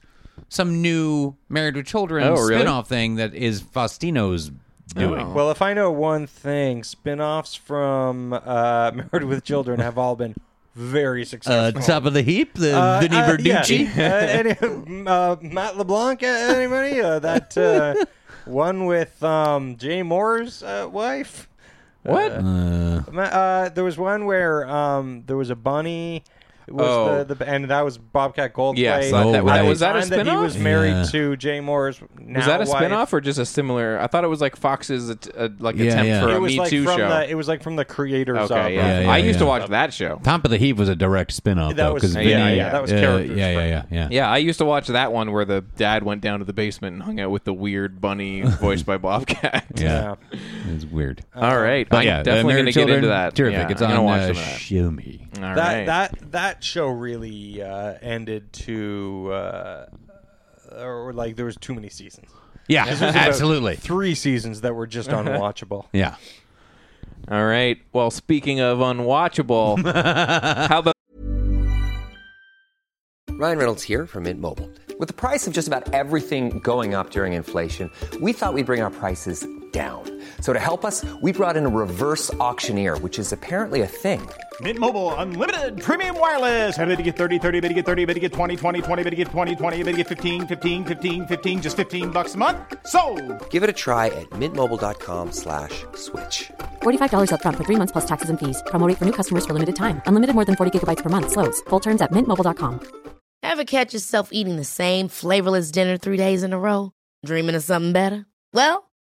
S4: some new Married with Children
S2: Oh, really?
S4: spin-off thing that is Faustino's doing.
S3: Well, if I know one thing, spin-offs from uh, <laughs> Married with Children have all been very
S4: Uh,
S3: successful.
S4: top of the heap, the
S3: Uh,
S4: Vinny
S3: uh, yeah. <laughs>
S4: Verducci.
S3: Uh, any- uh, Matt LeBlanc, uh, anybody? Uh, that uh,
S4: <laughs>
S3: one with um, Jay Moore's uh, wife?
S2: What?
S3: Ma- Uh, there was one where um, there was a bunny. It Was
S2: Oh.
S3: the, the, and that was Bobcat Goldthwait.
S2: Yes,
S4: that- that-
S3: At the
S4: was
S2: that a
S3: time that he
S2: spin-off?
S3: was married
S4: Yeah.
S3: to Jay Moore's now
S2: Was that a
S3: wife.
S2: spinoff or just a similar? I thought it was like Fox's att- uh, like
S4: Yeah,
S2: attempt
S4: yeah.
S2: for
S3: It
S2: a
S3: was
S2: Me
S3: like
S2: Too
S3: from
S2: show.
S3: the it was like from the creators. of,
S2: okay, yeah.
S4: Yeah, yeah,
S2: I used to
S4: yeah.
S2: watch that show.
S4: Top of the Heap was a direct spin-off,
S3: That
S4: though,
S3: was-
S4: 'cause
S3: yeah,
S4: Vinny,
S2: yeah,
S3: that was
S4: uh,
S3: characters,
S4: yeah, yeah,
S3: right.
S4: yeah, yeah.
S2: Yeah, I used to watch that one where the dad went down to the basement and hung out with the weird
S4: <laughs>
S2: bunny voiced by Bobcat.
S4: Yeah.
S3: Yeah.
S4: It's weird.
S2: <laughs> All right,
S4: But
S2: I'm
S4: yeah,
S2: definitely
S4: going
S2: gonna
S4: to
S2: get into that.
S4: Terrific.
S2: Yeah,
S4: it's
S2: I'm
S4: on
S2: gonna watch
S4: uh,
S2: some of that.
S4: Shumi.
S2: All
S3: that
S2: right.
S3: that that show really uh, ended to uh, or like there was too many seasons.
S4: Yeah,
S3: About
S4: absolutely.
S3: three seasons that were just unwatchable.
S4: Yeah.
S2: All right. Well, speaking of <laughs> unwatchable, how about
S5: Ryan Reynolds here from Mint Mobile. With the price of just about everything going up during inflation, we thought we'd bring our prices down. So to help us, we brought in a reverse auctioneer, which is apparently a thing.
S6: Mint Mobile unlimited premium wireless. Ready to get 30, 30, bit to get 30, bit to get 20, 20, 20, bit to get 20, 20, bit to get 15, 15, 15, 15 just 15 bucks a month. So,
S5: Give it a try at mintmobile.com slash switch.
S7: $45 upfront for three months plus taxes and fees. Promo rate for new customers for limited time. Unlimited more than 40 gigabytes per month. Slows. Full terms at mintmobile.com.
S8: Ever catch yourself eating the same flavorless dinner three days in a row? Dreaming of something better? Well,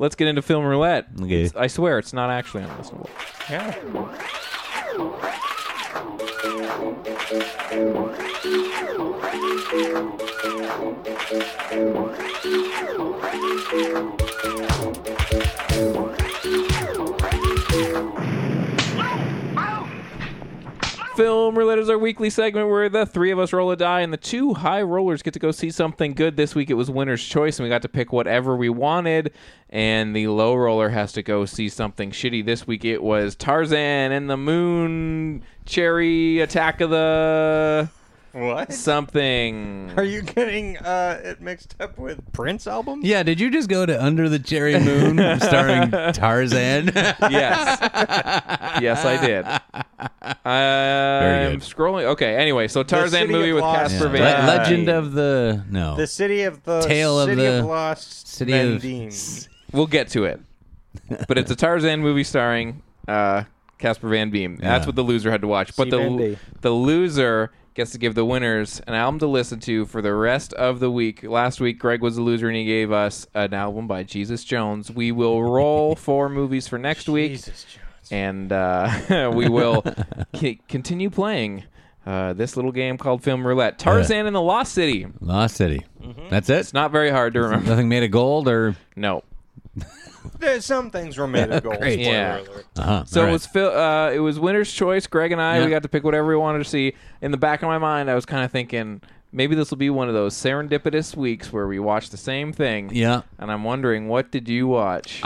S2: Let's get into film roulette.
S4: Uh. Okay.
S2: It's- I swear it's not actually unlistenable. Film Roulette is our weekly segment where the three of us roll a die and the two high rollers get to go see something good. This week it was winner's choice and we got to pick whatever we wanted. And the low roller has to go see something shitty. This week it was Tarzan and the Moon Cherry Attack of the
S3: What?
S2: something.
S3: Are you getting uh, it mixed up with Prince albums?
S4: Yeah, did you just go to Under the Cherry <laughs> Moon starring <laughs> Tarzan?
S2: yes. yes, I did. I'm
S4: good.
S2: scrolling. Okay, anyway, so Tarzan
S3: City
S2: movie
S3: of
S2: with
S3: Lost
S2: Casper Van
S3: Yeah.
S4: Le-
S3: Right.
S4: Legend of the No.
S3: The city of the
S4: Tale of
S3: city of,
S4: the-
S3: lost
S4: City of-
S3: Vendime.
S2: We'll get to it. But it's a Tarzan movie starring uh, Casper Van Beem. That's what the loser had to watch. But the,
S3: Vandy.
S2: the loser gets to give the winners an album to listen to for the rest of the week. Last week, Greg was the loser and he gave us an album by Jesus Jones. We will roll four movies for next week.
S3: Jesus, Jones.
S2: and uh, <laughs> we will c- continue playing uh, this little game called Film Roulette. Tarzan and the Lost City.
S4: Lost City. That's
S2: Mm-hmm.
S4: it.
S2: It's not very hard to
S4: <laughs>
S2: remember.
S4: Nothing made of gold or
S2: No.
S3: There's some things were made of gold.
S4: Great.
S3: spoiler
S2: Yeah.
S3: alert.
S4: uh-huh.
S2: So
S4: all right.
S2: it was Phil, uh, it was winner's choice. Greg and I
S4: Yeah.
S2: we got to pick whatever we wanted to see. In the back of my mind, I was kind of thinking maybe this will be one of those serendipitous weeks where we watch the same thing.
S4: Yeah.
S2: And I'm wondering what did you watch?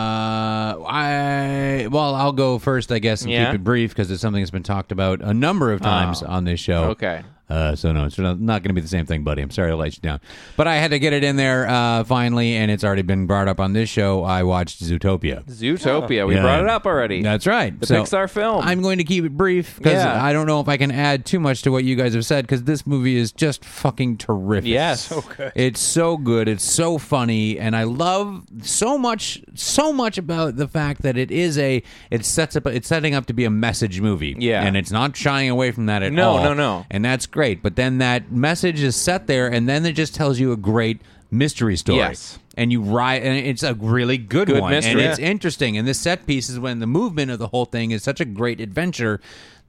S4: Uh, I well, I'll go first, I guess, and
S2: Yeah. Oh.
S4: keep it brief because it's something that's been talked about a number of times on this show.
S2: okay.
S4: Uh, so no, it's not, not going to be the same thing, buddy. I'm sorry I let you down, but I had to get it in there uh, finally, and it's already been brought up on this show. I watched Zootopia.
S2: Zootopia. We
S4: Yeah.
S2: brought it up already.
S4: That's right.
S2: The Pixar film.
S4: I'm going to keep it brief because
S2: Yeah.
S4: I don't know if I can add too much to what you guys have said because this movie is just fucking terrific.
S2: Yes.
S4: So good. It's so good. It's so funny. And I love so much, so much about the fact that it is a, it sets up, it's setting up to be a message movie.
S2: Yeah.
S4: And it's not shying away from that at
S2: No,
S4: all.
S2: no, no.
S4: And that's great. But then that message is set there and then it just tells you a great mystery story.
S2: Yes.
S4: And you ride, and it's a really good,
S2: Good
S4: one. And
S2: mystery.
S4: it's interesting. And this set piece is when the movement of the whole thing is such a great adventure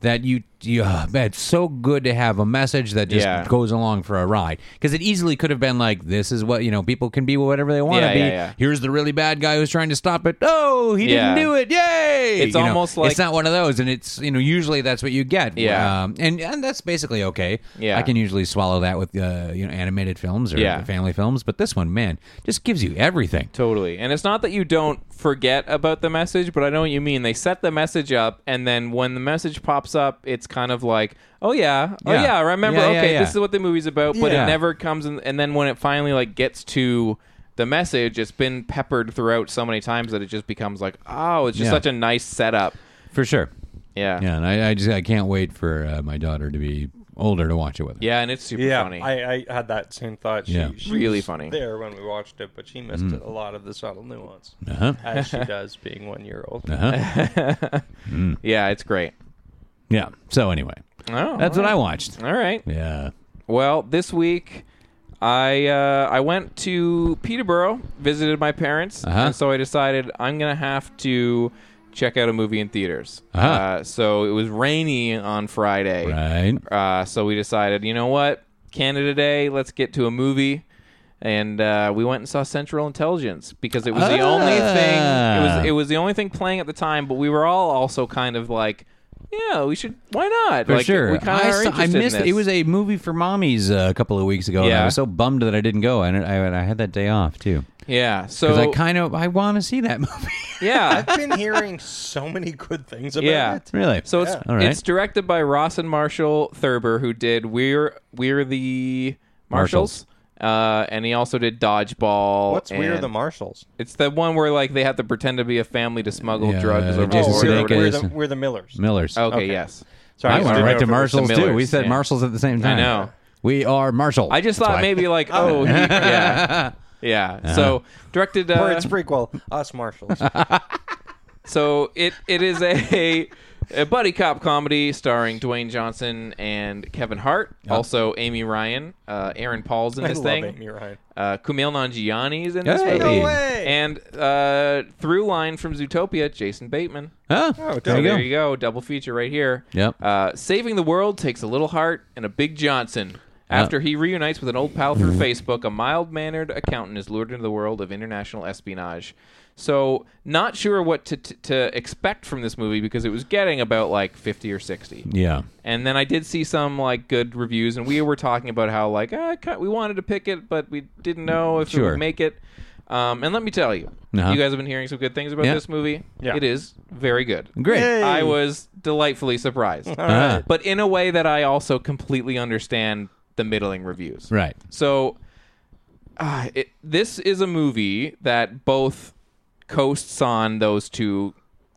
S4: that you, you uh, man, it's so good to have a message that just
S2: Yeah.
S4: goes along for a ride because it easily could have been like this is what you know people can be whatever they want to
S2: Yeah,
S4: be.
S2: yeah, yeah.
S4: Here's the really bad guy who's trying to stop it. Oh, he
S2: Yeah.
S4: didn't do it! Yay!
S2: It's
S4: You know,
S2: almost like-
S4: it's not one of those, and it's you know usually that's what you get.
S2: Yeah.
S4: um, and and that's basically okay.
S2: Yeah.
S4: I can usually swallow that with uh, you know animated films or
S2: Yeah.
S4: family films, but this one, man, just gives you everything.
S2: Totally. And it's not that you don't forget about the message, but I know what you mean. They set the message up, and then when the message pops up, it's kind of like, oh yeah, oh
S4: Yeah.
S2: yeah, I remember.
S4: Yeah, yeah,
S2: okay,
S4: yeah.
S2: this is what the movie's about, but
S4: Yeah.
S2: it never comes. In, and then when it finally like gets to the message, it's been peppered throughout so many times that it just becomes like, oh, it's just
S4: Yeah.
S2: such a nice setup.
S4: For sure.
S2: Yeah.
S4: Yeah, and I, I just I can't wait for uh, my daughter to be older to watch it with her.
S2: Yeah, and it's super
S3: Yeah,
S2: funny.
S3: I, I had that same thought. She,
S4: Yeah. Mm.
S3: she
S2: Really
S3: was
S2: funny.
S3: There when we watched it, but she missed a lot of the subtle
S4: <laughs>
S3: nuance,
S4: Uh-huh.
S3: as she does being one year old.
S2: <laughs>
S4: Uh-huh.
S2: yeah, it's great.
S4: yeah. So anyway,
S2: Oh,
S4: that's
S2: all
S4: what I
S2: right.
S4: watched.
S2: All right.
S4: Yeah.
S2: Well, this week I uh, I went to Peterborough, visited my parents,
S4: Uh-huh.
S2: and so I decided I'm gonna have to check out a movie in theaters.
S4: Uh-huh.
S2: Uh, so it was rainy on Friday,
S4: Right.
S2: uh, so we decided, you know what, Canada Day, let's get to a movie. And uh, we went and saw Central Intelligence because it was the only
S4: Ah.
S2: thing. It was it was the only thing playing at the time. But we were all also kind of like, yeah, we should. Why not?
S4: For
S2: like,
S4: sure.
S2: we kind
S4: I,
S2: of
S4: saw- I missed it. It was a movie for mommies uh, a couple of weeks ago. And I
S2: Yeah.
S4: was so bummed that I didn't go. And I, I, I had that day off too
S2: yeah. So
S4: because I kind of I want to see that <laughs> movie.
S2: yeah.
S3: I've been hearing so many good things about
S2: Yeah.
S3: it.
S4: really.
S2: So it's
S4: All right.
S2: it's directed by Ross and Marshall Thurber, who did We're We're the Marshals, uh, and he also did Dodgeball.
S3: What's weird?
S2: and-
S3: The Marshals.
S2: It's the one where like they have to pretend to be a family to smuggle
S4: Yeah,
S2: drugs
S4: uh,
S2: over
S4: Jason
S2: the border. or
S3: Oh, we're, the,
S2: whatever.
S3: we're,
S4: Sudeikis.
S3: the, we're the Millers.
S4: Millers.
S2: Okay,
S3: Okay.
S2: yes.
S3: Sorry,
S4: I
S3: was
S4: went
S3: doing
S4: right
S3: it
S4: to
S3: for
S4: Marshalls
S3: Millers.
S4: too. We said
S2: yeah.
S4: Marshalls at the same time.
S2: know.
S4: We are Marshall.
S2: I just
S4: That's
S2: thought
S4: why. Uh-huh.
S2: maybe
S3: <laughs>
S2: like oh he,
S4: <laughs>
S2: yeah yeah. So directed uh,
S3: Or its prequel, Us
S4: <laughs>
S3: Marshals.
S2: So it it is a a buddy cop comedy starring Dwayne Johnson and Kevin Hart, also Amy Ryan, uh, Aaron Paul's in
S3: I
S2: this
S3: love
S2: thing.
S3: Amy Ryan.
S2: Uh, Kumail Nanjiani is in this
S4: Hey.
S2: movie.
S4: No
S3: way.
S2: And uh, through line from Zootopia, Jason Bateman.
S4: Huh?
S2: So
S4: there you go.
S2: Oh, there you go, double feature right here.
S4: Yep.
S2: Uh, Saving the world takes a little heart and a big Johnson. After he reunites with an old pal through
S4: Mm-hmm.
S2: Facebook, a mild mannered accountant is lured into the world of international espionage. So, not sure what to, to, to expect from this movie because it was getting about like 50 or 60.
S4: Yeah.
S2: And then I did see some like good reviews, and we were talking about how like ah, ki- we wanted to pick it, but we didn't know if it
S4: Sure.
S2: would make it. Um, and let me tell you,
S4: Uh-huh.
S2: you guys have been hearing some good things about
S4: Yeah.
S2: this movie.
S3: Yeah.
S2: It is very good.
S4: Great. Uh-huh.
S2: I was delightfully surprised,
S4: right.
S2: but in a way that I also completely understand the middling reviews.
S4: Right.
S2: So, ah, it, this is a movie that both coasts on those two,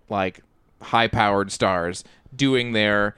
S2: like high-powered stars doing their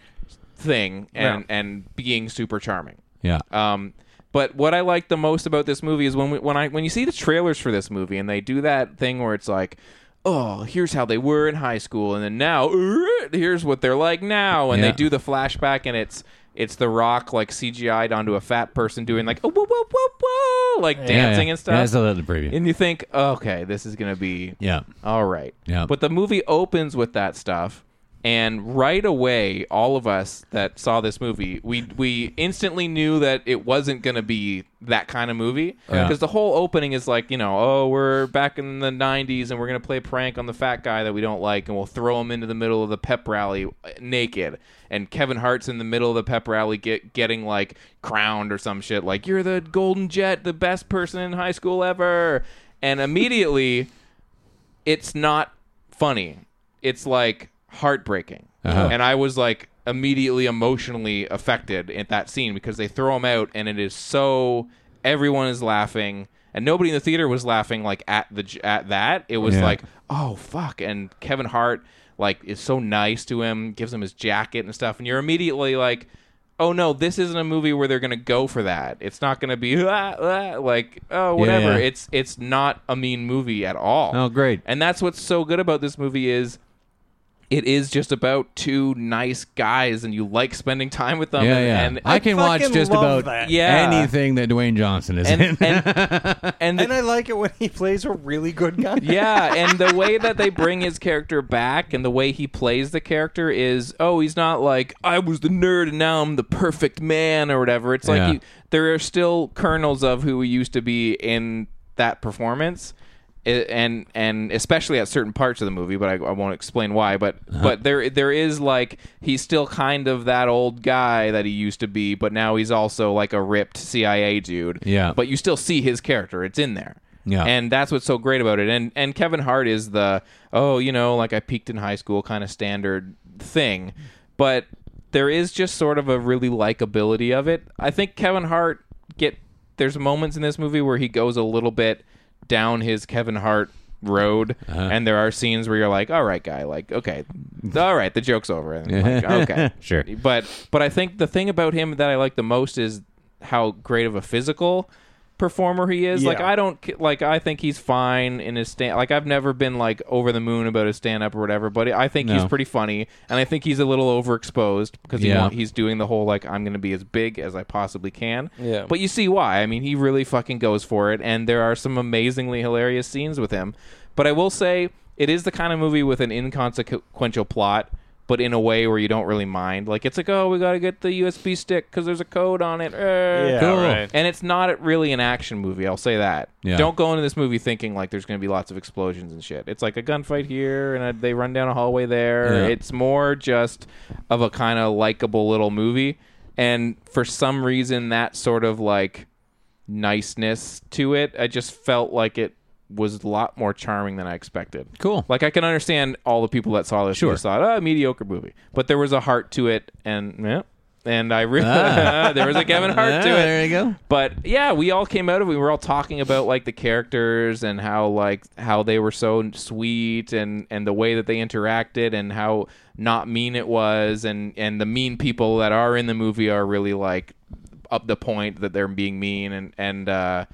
S2: thing and and being super charming.
S4: Yeah.
S2: Um, but what I like the most about this movie is when we, when I when you see the trailers for this movie and they do that thing where it's like, oh, here's how they were in high school, and then now er, here's what they're like now, and
S4: Yeah.
S2: they do the flashback, and it's it's The Rock like CGI'd onto a fat person doing like oh, whoa whoa whoa oh, like dancing
S4: yeah.
S2: and stuff.
S4: Yeah, that's a little preview.
S2: And you think, okay, this is gonna be
S4: Yeah.
S2: all right.
S4: Yeah.
S2: But the movie opens with that stuff, and right away, all of us that saw this movie, we we instantly knew that it wasn't going to be that kind of movie
S4: Yeah.
S2: because the whole opening is like, you know, oh, we're back in the '90s and we're going to play a prank on the fat guy that we don't like, and we'll throw him into the middle of the pep rally uh, naked, and Kevin Hart's in the middle of the pep rally get getting like crowned or some shit, like you're the golden jet, the best person in high school ever, and immediately it's not funny. It's like heartbreaking.
S4: Uh-huh.
S2: And I was like immediately emotionally affected at that scene because they throw him out and it is so everyone is laughing and nobody in the theater was laughing like at the j- at that. It was
S4: Yeah.
S2: like, "Oh fuck." And Kevin Hart like is so nice to him, gives him his jacket and stuff and you're immediately like Oh no! This isn't a movie where they're gonna go for that. It's not gonna be <laughs> "Ah, ah," like oh whatever.
S4: yeah.
S2: It's it's not a mean movie at all.
S4: Oh, great.
S2: And that's what's so good about this movie is it is just about two nice guys and you like spending time with them
S4: yeah,
S2: and,
S4: yeah.
S2: and
S4: I can watch
S3: fucking
S4: just
S3: love
S4: about
S3: that.
S2: Yeah.
S4: anything that Dwayne Johnson is in.
S2: and and, and, the-
S3: And I like it when he plays a really good guy.
S2: yeah, and the way that they bring his character back and the way he plays the character is, oh, he's not like I was the nerd and now I'm the perfect man or whatever. It's like
S4: Yeah.
S2: you, there are still kernels of who he used to be in that performance. I- And and especially at certain parts of the movie, but I, I won't explain why. But
S4: Uh-huh.
S2: but there there is like he's still kind of that old guy that he used to be, but now he's also like a ripped CIA dude.
S4: Yeah.
S2: But you still see his character; it's in there.
S4: Yeah.
S2: And that's what's so great about it. And and Kevin Hart is the oh, you know, like I peaked in high school kind of standard thing. But there is just sort of a really likability of it. I think Kevin Hart get there's moments in this movie where he goes a little bit down his Kevin Hart road
S4: Uh-huh.
S2: and there are scenes where you're like, All right, guy, like, okay. All right, the joke's over. And like,
S4: <laughs>
S2: okay.
S4: Sure.
S2: But but I think the thing about him that I like the most is how great of a physical performer he is. Like
S3: Yeah.
S2: I don't c- like I think he's fine in his stand. Like I've never been like over the moon about his stand up or whatever, but I think he's
S4: No.
S2: pretty funny and I think he's a little overexposed because he
S4: Yeah.
S2: want, he's doing the whole like I'm going to be as big as I possibly can.
S3: Yeah.
S2: But you see why? I mean, he really fucking goes for it and there are some amazingly hilarious scenes with him. But I will say it is the kind of movie with an inconsequential plot but in a way where you don't really mind. Like it's like, oh, we gotta get the USB stick because there's a code on it. Eh.
S3: Yeah, Cool. right.
S2: And it's not really an action movie. I'll say that.
S4: Yeah.
S2: Don't go into this movie thinking like there's going to be lots of explosions and shit. It's like a gunfight here and a, they run down a hallway there.
S4: Yeah.
S2: It's more just of a kind of likable little movie. And for some reason, that sort of like niceness to it, I just felt like it was a lot more charming than I expected.
S4: Cool.
S2: Like I can understand all the people that saw this sure. just thought, oh, mediocre movie. But there was a heart to it and yeah. And I really <laughs> there was a Kevin Hart
S4: Ah,
S2: to it.
S4: <laughs> there you go.
S2: But yeah, we all came out of it. We were all talking about like the characters and how like how they were so sweet and and the way that they interacted and how not mean it was and and the mean people that are in the movie are really like up the point that they're being mean and and uh,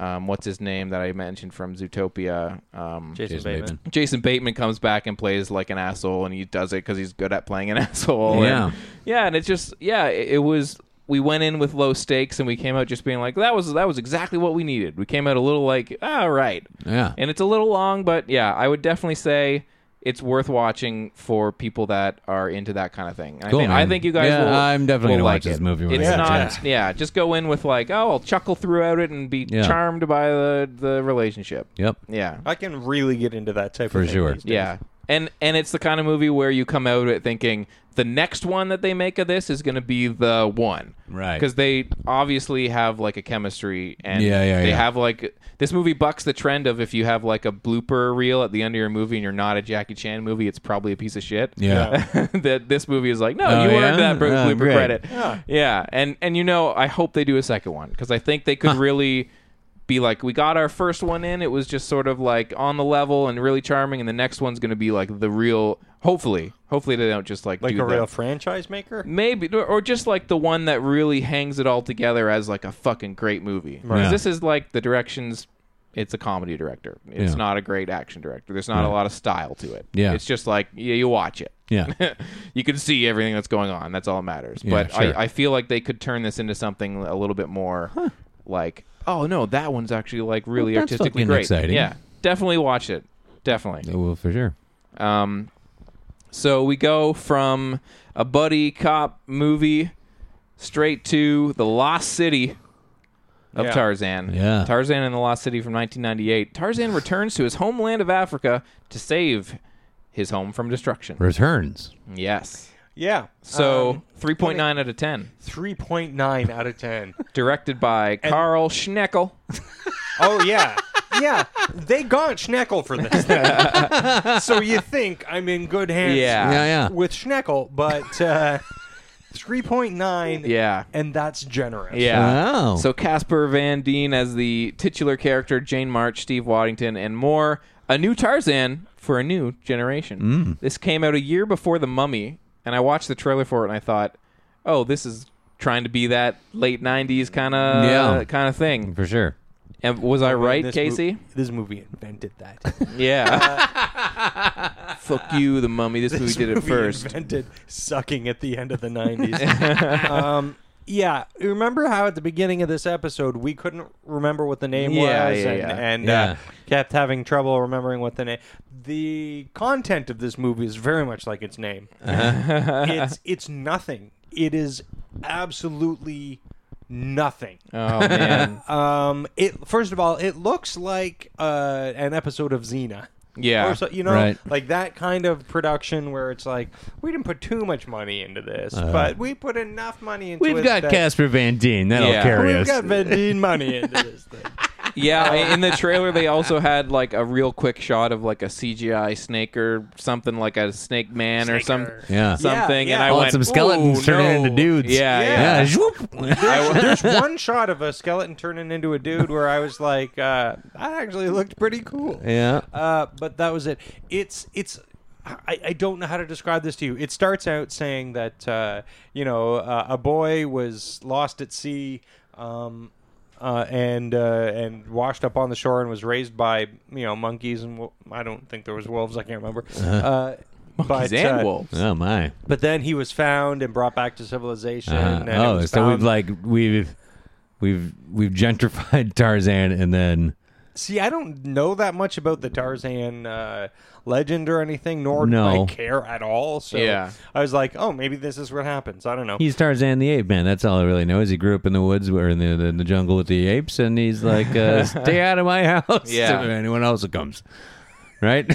S2: um, what's his name that I mentioned from Zootopia. Um,
S3: Jason
S4: Jason
S3: Bateman.
S2: Jason Bateman comes back and plays like an asshole, and he does it because he's good at playing an <laughs> asshole.
S4: Yeah.
S2: and, yeah, and it's just yeah, it, it was. We went in with low stakes, and we came out just being like, that was that was exactly what we needed. We came out a little like, all right,
S4: Yeah.
S2: and it's a little long, but yeah, I would definitely say it's worth watching for people that are into that kind of thing. I,
S4: Cool,
S2: think, I
S4: man.
S2: think you guys
S4: Yeah,
S2: will.
S4: I'm definitely
S2: will
S4: gonna watch
S2: like
S4: this
S2: it.
S4: movie when
S2: It's
S4: I get a
S2: not,
S4: chance.
S2: yeah, just go in with like, oh, I'll chuckle throughout it and be
S4: Yeah.
S2: charmed by the the relationship.
S4: Yep.
S2: Yeah,
S3: I can really get into that type
S4: For
S3: of thing
S4: sure.
S3: these days.
S2: yeah. And and it's the kind of movie where you come out of it thinking the next one that they make of this is going to be the one.
S4: Right.
S2: Cuz they obviously have like a chemistry and
S4: Yeah, yeah,
S2: they
S4: yeah.
S2: have like this movie bucks the trend of if you have like a blooper reel at the end of your movie and you're not a Jackie Chan movie, it's probably a piece of shit.
S4: Yeah.
S2: <laughs> that this movie is like, no,
S4: Oh,
S2: you
S4: yeah?
S2: earned that bro-
S4: Oh,
S2: blooper
S4: great.
S2: credit. Yeah. and and you know, I hope they do a second one because I think they
S4: <laughs>
S2: could really be like, we got our first one in. It was just sort of like on the level and really charming, and the next one's going to be like the real. Hopefully, hopefully they don't just like
S3: Like
S2: do
S3: a
S2: the-
S3: real franchise maker?
S2: Maybe or- or just like the one that really hangs it all together as like a fucking great movie. 'Cause
S4: Yeah.
S2: This is like the directions. It's a comedy director. It's
S4: Yeah.
S2: not a great action director. There's not a lot of style to it.
S4: Yeah.
S2: It's just like yeah, you watch it
S4: Yeah.
S2: <laughs> you can see everything that's going on. That's all that matters.
S4: Yeah,
S2: but
S4: sure.
S2: I, I feel like they could turn this into something a little bit more like, oh no, that one's actually like really
S4: Well, that's
S2: artistically
S4: fucking
S2: great.
S4: exciting.
S2: Yeah, definitely watch it. Definitely.
S4: Oh, Well, for sure.
S2: Um, so we go from a buddy cop movie straight to the Lost City of
S3: Yeah.
S2: Tarzan.
S4: Yeah.
S2: Tarzan and the Lost City from 1998. Tarzan returns to his homeland of Africa to save his home from destruction.
S4: Returns.
S2: Yes.
S3: Yeah.
S2: So
S3: Um,
S2: 3.9 out of 10.
S3: 3.9 out of 10.
S2: Directed by Carl Schneckel.
S3: Oh yeah, yeah. They got Schneckel for this.
S2: <laughs>
S3: thing. so you think I'm in good hands?
S2: Yeah.
S4: Yeah, yeah.
S3: With Schneckel, but uh, three point nine.
S2: Yeah.
S3: and that's generous.
S2: Yeah.
S4: Wow.
S2: So Casper Van Dien as the titular character, Jane March, Steve Waddington, and more. A new Tarzan for a new generation. This came out a year before The Mummy, and I watched the trailer for it and I thought, oh, this is trying to be that late '90s kind of
S4: Yeah.
S2: kind of thing.
S4: For sure.
S2: And was I
S3: I mean,
S2: right,
S3: this
S2: Casey?
S3: mo- this movie invented that.
S2: yeah.
S3: <laughs>
S2: Fuck you, The Mummy. This,
S3: this
S2: movie
S3: <laughs>
S2: did it
S3: movie
S2: first.
S3: Invented sucking at the end of
S2: <laughs>
S3: the nineties. um, yeah, remember how at the beginning of this episode we couldn't remember what the name
S2: Yeah,
S3: was
S2: yeah,
S3: and,
S2: yeah.
S3: and
S4: Yeah.
S3: Uh, kept having trouble remembering what the name. The content of this movie is very much like its
S2: <laughs>
S3: name. it's it's nothing. It is absolutely nothing.
S2: oh man.
S3: <laughs> Um, it first of all, it looks like uh, an episode of Xena.
S2: Yeah.
S3: or so, you know,
S4: Right.
S3: like that kind of production where it's like we didn't put too much money into this, but we put enough money into.
S4: Uh-huh. We've
S3: it
S4: got
S3: that-
S4: Casper Van Dien. That'll
S2: Yeah.
S4: carry
S3: We've
S4: us.
S3: got Van Dien money
S4: <laughs>
S3: into this thing.
S2: Yeah, i- in the trailer they also had like a real quick shot of like a CGI snake or something like a snake man or some
S4: Yeah.
S2: something,
S3: Yeah,
S2: and
S3: yeah.
S2: I
S4: I want
S2: went
S4: some skeletons
S2: "Ooh,
S4: turning
S2: no."
S4: into dudes.
S2: Yeah, yeah.
S4: Yeah.
S3: There's one shot of a skeleton turning into a dude where I was like, uh, that actually looked pretty
S4: <laughs>
S3: cool.
S4: Yeah.
S3: Uh, but that was it. It's it's. I, I don't know how to describe this to you. It starts out saying that uh, you know uh, a boy was lost at sea um, uh, and uh, and washed up on the shore and was raised by you know monkeys and wo- I don't think there was wolves. I can't remember. Uh,
S2: Monkeys
S3: but,
S2: and
S3: uh,
S2: wolves.
S4: Oh my.
S3: But then he was found and brought back to civilization.
S4: Uh,
S3: and it
S4: oh,
S3: was
S4: so we've
S3: found-
S4: like we've we've we've gentrified <laughs> Tarzan and then
S3: See, I don't know that much about the Tarzan uh, legend or anything, nor
S4: No.
S3: do I care at all. So
S2: Yeah.
S3: I was like, oh, maybe this is what happens. I don't know.
S4: he's Tarzan the ape man. That's all I really know. Is he grew up in the woods or in the, the, the jungle with the apes, and he's like, uh, "Stay out of my house."
S2: Yeah.
S4: to anyone else who comes, right?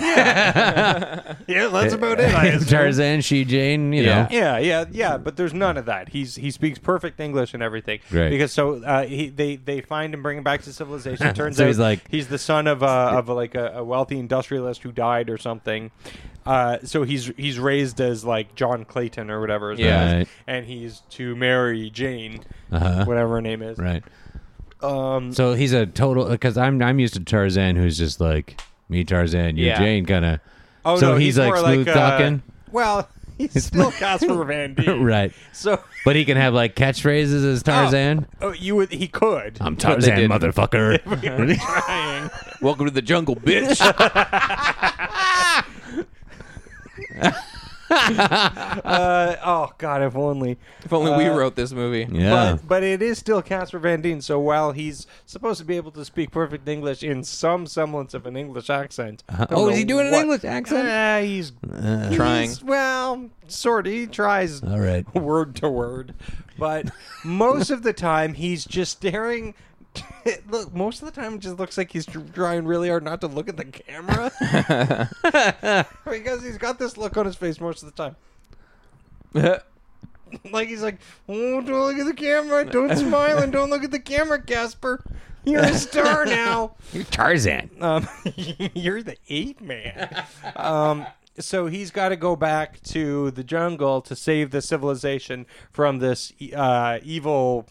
S3: yeah, that's about it.
S4: <laughs>
S3: I assume.
S4: Uh, Tarzan, she, Jane. You know,
S3: Yeah, yeah, yeah, but there's none of that. He's he speaks perfect English and everything.
S4: Right.
S3: Because so uh, he, they they find and bring him back to civilization. It turns
S4: <laughs> So
S3: out
S4: he's like-
S3: he's the son of uh, of like a, a wealthy industrialist who died or something. Uh, so he's he's raised as like John Clayton or whatever. His name
S2: Yeah.
S3: is.
S4: Right.
S3: <laughs> and he's to marry Jane, whatever her name is.
S4: Uh-huh. right.
S3: Um,
S4: So he's a total because I'm I'm used to Tarzan, who's just like me, Tarzan, you,
S2: Yeah.
S4: Jane, kind of.
S3: Oh
S4: so
S3: no,
S4: he's, like
S3: more
S4: smooth
S3: uh,
S4: talking, <laughs>
S3: well, he's still Casper Van Dien,
S4: right?
S3: So
S4: But he can have like catchphrases as Tarzan.
S3: uh, oh, you would he could. <laughs>
S4: I'm
S2: what they
S4: Tarzan,
S2: did.
S4: motherfucker. <laughs>
S3: Trying.
S2: Welcome to the jungle, bitch.
S3: Uh, oh God, if only.
S2: if only we wrote this movie.
S4: yeah.
S3: But, but it is still Casper Van Dien. So while he's supposed to be able to speak perfect English in some semblance of an English accent, don't
S4: Oh, is
S3: know
S4: he doing an
S3: what-
S4: English accent?
S3: Uh, he's
S2: Trying.
S3: he's- well, sort of. He tries
S4: All right.
S3: word to word, but most of the time he's just staring. <laughs> Look, most of the time it just looks like he's trying really hard not to look at the
S4: <laughs>
S3: camera because he's got this look on his face most of the time. Like he's like, oh, don't look at the camera,
S4: <laughs>
S3: don't smile, and don't look at the camera, Casper. You're a star now.
S4: You're Tarzan.
S3: Um, <laughs> you're the ape man. Um, so he's got to go back to the jungle to save the civilization from this uh, evil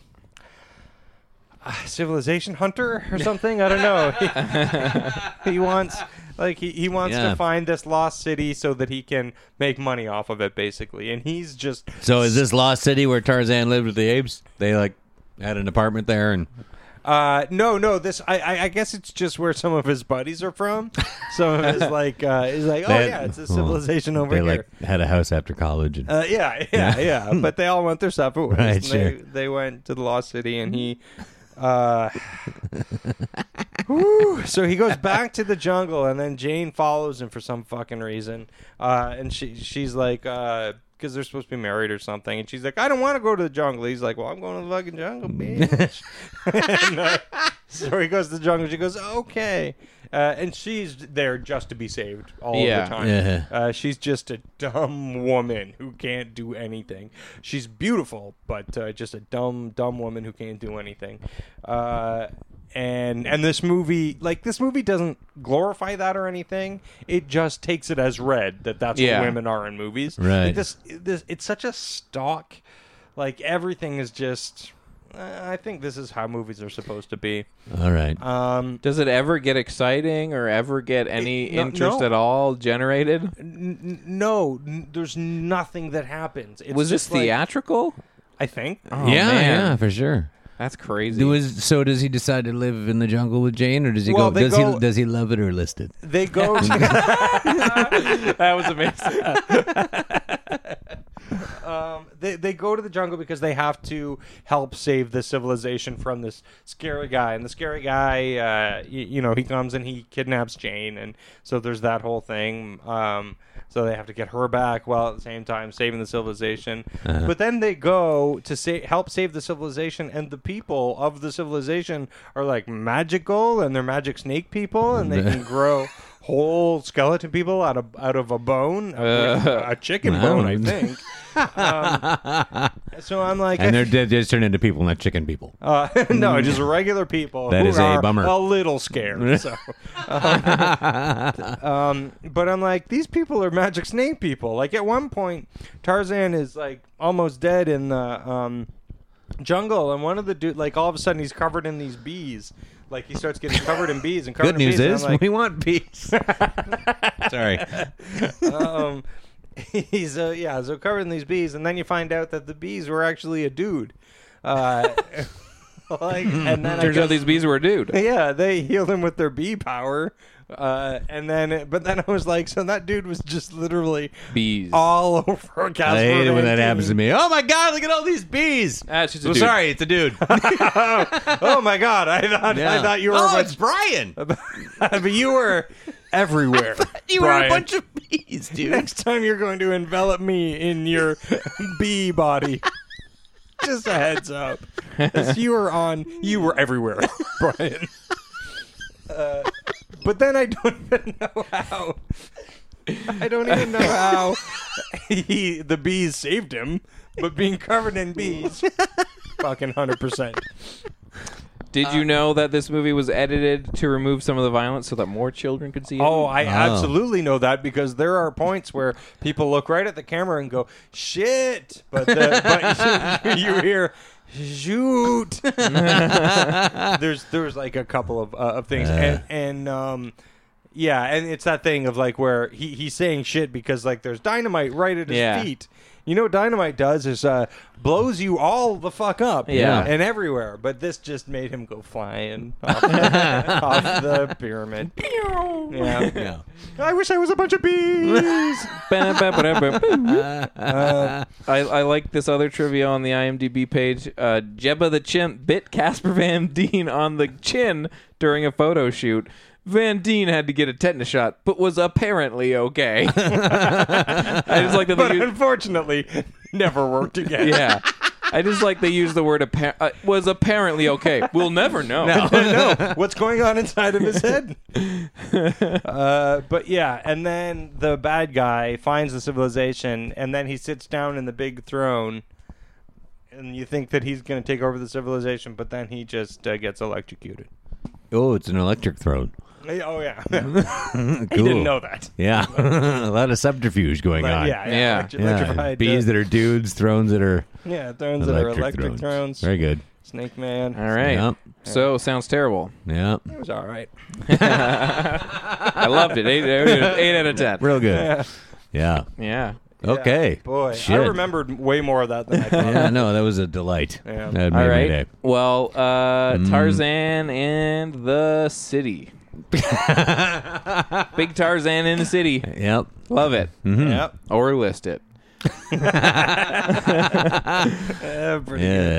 S3: uh, civilization hunter or something. I don't know. <laughs> he, he wants. Like he, he wants
S4: Yeah.
S3: to find this lost city so that he can make money off of it basically. And he's just
S4: So is this Lost City where Tarzan lived with the apes? They like had an apartment there, and
S3: Uh, no, no. This I, I, I guess it's just where some of his buddies are from. Some
S4: <laughs>
S3: of his like uh, is like, oh
S4: They-
S3: yeah, it's a civilization over
S4: they
S3: here.
S4: like had a house after college. And,
S3: uh, <laughs> yeah, yeah, yeah, But they all went their separate ways.
S4: Hmm. Right,
S3: and
S4: sure.
S3: They they went to the lost city, and he
S4: <laughs>
S3: Uh, whew. so he goes back to the jungle, and then Jane follows him for some fucking reason. Uh, and she she's like, because they're supposed to be married or something, and she's like, I don't want to go to the jungle. He's like, Well, I'm going to the fucking jungle,
S4: Hmm. <laughs>
S3: bitch. and, uh, so he goes to the jungle. She goes, Okay. Uh, and she's there just to be saved all
S2: Yeah.
S3: the time.
S2: Uh-huh.
S4: Yeah.
S3: Uh, she's just a dumb woman who can't do anything. She's beautiful, but uh, just a dumb, dumb woman who can't do anything. Uh, and and this movie, like this movie, doesn't glorify that or anything. It just takes it as read that that's
S2: Yeah.
S3: what women are in movies.
S4: Right.
S3: Like, this, this, it's such a stock. Like everything is just. uh, I think this is how movies are supposed to be.
S4: All right.
S3: Um,
S2: <laughs> Does it ever get exciting or ever get any
S3: It- no-
S2: interest
S3: no.
S2: at all generated?
S3: n- n- no, n- there's nothing that happens. It's
S2: Was this
S3: just like-
S2: theatrical?
S3: I think.
S2: Oh,
S4: yeah,
S2: man.
S4: yeah, for sure.
S2: That's crazy.
S4: Do <laughs> his- so does he decide to live in the jungle with Jane, or does he
S3: Well,
S4: go?
S3: they
S4: Does
S3: go-
S4: he does he love it or list
S3: <laughs>
S4: it?
S3: They go. To,
S2: that was amazing.
S3: um, they they go to the jungle because they have to help save the civilization from this scary guy. And the scary guy, uh, y- you know, he comes and he kidnaps Jane, and so there's that whole thing. Um, so they have to get her back while at the same time saving the civilization. But then they go to sa- help save the civilization, and the people of the civilization are like magical, and they're magic snake people, and they can grow. Whole skeleton people out of out of a bone, a, a chicken bone, I
S4: Wow.
S3: think. So I'm like,
S4: And they're they just turn into people, not chicken people.
S3: uh, <laughs> no, just regular people.
S4: That
S3: who
S4: is a
S3: are
S4: bummer.
S3: A little
S4: <laughs>
S3: scared. So, um, <laughs> but I'm like, these people are magic snake people. Like at one point, Tarzan is like almost dead in the um, jungle, and one of the dude, like all of a sudden, he's covered in these bees. Like he starts getting covered in bees and covered
S4: Good
S3: in
S4: news
S3: bees. and I'm
S4: is
S3: like,
S4: we
S3: <laughs>
S4: want peace. Sorry.
S3: um, <laughs> he's uh, yeah, so covered in these bees, and then you find out that the bees were actually a dude. Uh, <laughs> like, and then I
S2: Turns out
S3: guess-
S2: these bees were a dude.
S3: yeah, they healed him with their bee power. Uh, and then, but then I was like, so that dude was just literally
S2: Bees.
S3: all <laughs> over Casper.
S4: I hate it when that
S3: Van
S4: happens to
S3: Dien.
S4: me. Oh my
S3: <laughs>
S4: god, look at all these bees.
S2: Ah, it's just a
S4: Well,
S2: dude.
S4: Sorry, it's a dude.
S3: Oh my god, I thought I thought you were,
S4: Oh,
S3: a
S4: it's Brian.
S3: bunch, <laughs> but you were
S4: <laughs>
S3: everywhere.
S4: You were a
S3: Brian.
S4: bunch of bees, dude.
S3: Next time you're going to envelop me in
S4: <laughs>
S3: your bee body. Just a heads up. As you were on, you were
S4: <laughs>
S3: everywhere, Brian. Uh, but then I don't even know how. I don't even know how he the bees saved him, but being covered in
S4: <laughs>
S3: bees, fucking hundred percent.
S2: Did
S3: Um,
S2: you know that this movie was edited to remove some of the violence so that more children could see it? <laughs>
S3: Oh, I absolutely know that because there are points where people look right at the camera and go, "Shit," but the, but <laughs> you, you hear. Shoot! <laughs> there's there's like a couple of uh, of things, and and um, yeah, and it's that thing of like where he, he's saying shit because like there's dynamite right at his
S2: Yeah.
S3: feet. You know what dynamite does is uh, blows you all the fuck up,
S2: Yeah.
S3: and everywhere. But this just made him go
S2: <laughs>
S3: flying off the, off the pyramid. Yeah.
S4: Yeah.
S3: I wish I was a bunch of
S4: <laughs>
S3: bees.
S2: I,
S3: <laughs>
S2: Uh, I like this other trivia on the IMDb page. Uh, Jebba the Chimp bit Casper <laughs> Van Dien on the chin during a photo shoot. Van Dien had to get a tetanus shot, but was apparently okay. <laughs> I just like that
S3: but
S2: they
S3: <laughs>
S2: use,
S3: unfortunately, never worked again.
S2: yeah. I just like they use the word appa- uh, was apparently okay. We'll never know.
S3: no, <laughs> what's going on inside of his
S4: <laughs>
S3: head? Uh, but yeah, and then the bad guy finds the civilization, and then he sits down in the big throne, and you think that he's going to take over the civilization, but then he just uh, gets electrocuted.
S4: Oh, it's an electric throne.
S3: Eh, Oh yeah, <laughs> I
S4: Cool.
S3: didn't know that.
S4: Yeah, <laughs> a lot of subterfuge going
S3: But
S4: on.
S3: yeah,
S2: Yeah.
S3: yeah,
S4: Yeah.
S3: electrified,
S4: Bees
S3: uh,
S4: that are dudes, thrones that are
S3: yeah, thrones that are
S4: electric,
S3: electric
S4: thrones.
S3: thrones.
S4: Very good.
S3: Snake man.
S2: <laughs> All right.
S4: Yep.
S2: So sounds terrible.
S4: Yeah,
S3: It was all right.
S2: I loved it. Eight, eight out of ten.
S3: <laughs>
S4: real good. Yeah.
S2: Yeah.
S4: Okay.
S3: Boy,
S4: Shit.
S3: I remembered way more of that than I thought.
S4: Yeah, no, that was a delight.
S3: <laughs> Yeah.
S4: That made
S2: All
S4: my
S2: right.
S4: day.
S2: Well, uh,
S4: Mm.
S2: Tarzan and the city.
S4: <laughs>
S2: Big Tarzan in the city.
S4: Yep.
S2: Love it.
S4: Hmm.
S3: Yep.
S2: Or list it.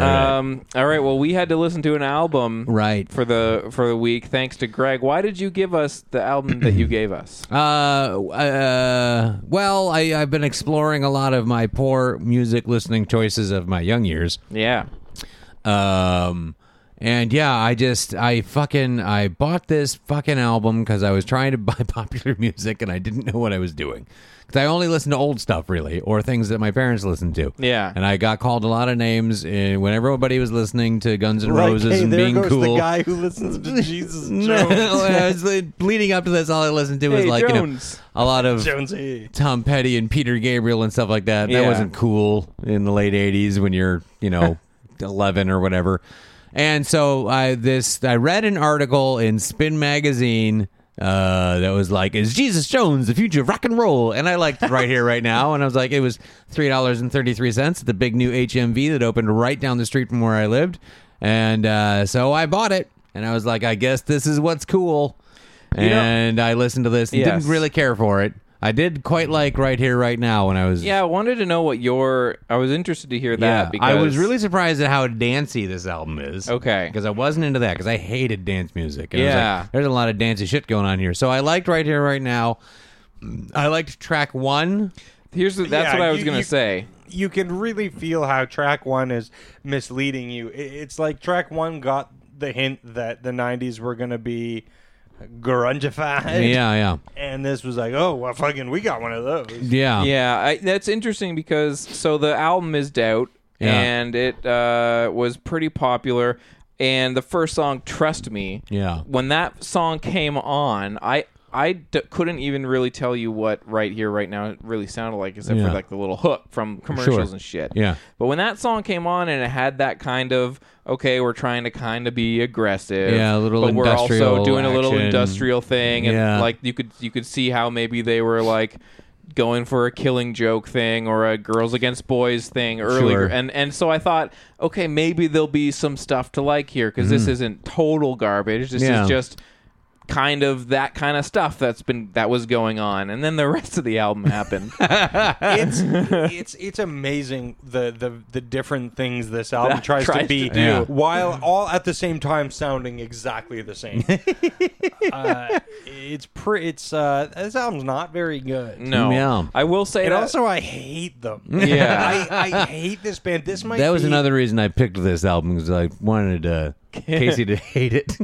S2: Um, all right. Well, we had to listen to an album
S4: Right.
S2: for the for the week. Thanks to Greg. Why did you give us the album that
S4: <clears throat>
S2: you gave us?
S4: Uh, uh, well, I, I've been exploring a lot of my poor music listening choices of my young years.
S2: Yeah.
S4: Um, and yeah, I just I fucking I bought this fucking album because I was trying to <laughs> buy popular music and I didn't know what I was doing because I only listened to old stuff really or things that my parents listened to.
S2: Yeah.
S4: and I got called a lot of names uh, when everybody was listening to Guns N' Roses
S3: hey,
S4: and
S3: there
S4: being
S3: goes
S4: cool.
S3: the
S4: <laughs>
S3: guy who listens to Jesus
S4: No,
S3: Jones.
S4: I was, like, leading up to this, all I listened to was
S2: Hey,
S4: like
S2: Jones.
S4: you know a lot of
S3: Jonesy.
S4: Tom Petty and Peter Gabriel and stuff like that. That
S2: Yeah.
S4: wasn't cool in the late '80s when you're,
S2: <laughs>
S4: you know, 11 or whatever. And so I this I read an article in Spin magazine uh, that was like, "Is Jesus Jones the future of rock and roll?" And I liked it right here, right now. And I was like, it was three dollars and thirty three cents at the big new HMV that opened right down the street from where I lived. And uh, so I bought it, and I was like, I guess this is what's cool.
S2: You know-
S4: And I listened to this and
S2: Yes.
S4: didn't really care for it. I did quite like right here, right now when I was.
S2: Yeah. I wanted to know what your. I was interested to hear that
S4: Yeah,
S2: because
S4: I was really surprised at how dancey this album is.
S2: Okay.
S4: Because I wasn't into that because I hated dance music. And I was
S2: Yeah.
S4: like, There's a lot of dancey shit going on here. So I liked right here, right now. I liked track one.
S2: Here's the, that's
S3: Yeah,
S2: what I was
S3: you-
S2: gonna
S3: you-
S2: say.
S3: You can really feel how track one is misleading you. I- It's like track one got the hint that the '90s were going to be grungified.
S4: Yeah, yeah,
S3: And this was like, oh, well, fucking, we got one of those.
S4: yeah,
S2: Yeah, I, that's interesting because so the album is Doubt,
S4: Yeah.
S2: and it uh, was pretty popular. And the first song, Trust Me,
S4: Yeah.
S2: when that song came on, I I d- couldn't even really tell you what right here, right now really sounded like, except
S4: Yeah.
S2: for like the little hook from commercials and shit.
S4: Yeah.
S2: But when that song came on and it had that kind of okay, we're trying to kind of be aggressive,
S4: Yeah, a little
S2: but we're also
S4: industrial
S2: doing a little
S4: action.
S2: industrial thing, and
S4: Yeah.
S2: like you could you could see how maybe they were like going for a killing joke thing or a girls against boys thing earlier
S4: Sure.
S2: and and so i thought okay maybe there'll be some stuff to like here because this isn't total garbage this
S4: Mm. Yeah.
S2: is just kind of that kind of stuff that's been that was going on and then the <laughs> rest of the album happened
S4: <laughs>
S2: <laughs>
S3: it's it's it's amazing the the, the different things this album tries,
S2: tries
S3: to be,
S2: to
S4: do. Yeah.
S3: while all at the same time sounding exactly the
S2: <laughs>
S3: same. uh, it's pre- it's uh, this album's not very good.
S2: no
S4: Yeah.
S2: i will say
S3: And
S2: that
S3: also, I hate them.
S2: Yeah.
S3: I, I hate this band. This might
S4: That was
S3: be-
S4: another reason I picked this album because I wanted uh,
S2: <laughs>
S4: Casey to hate it. <laughs>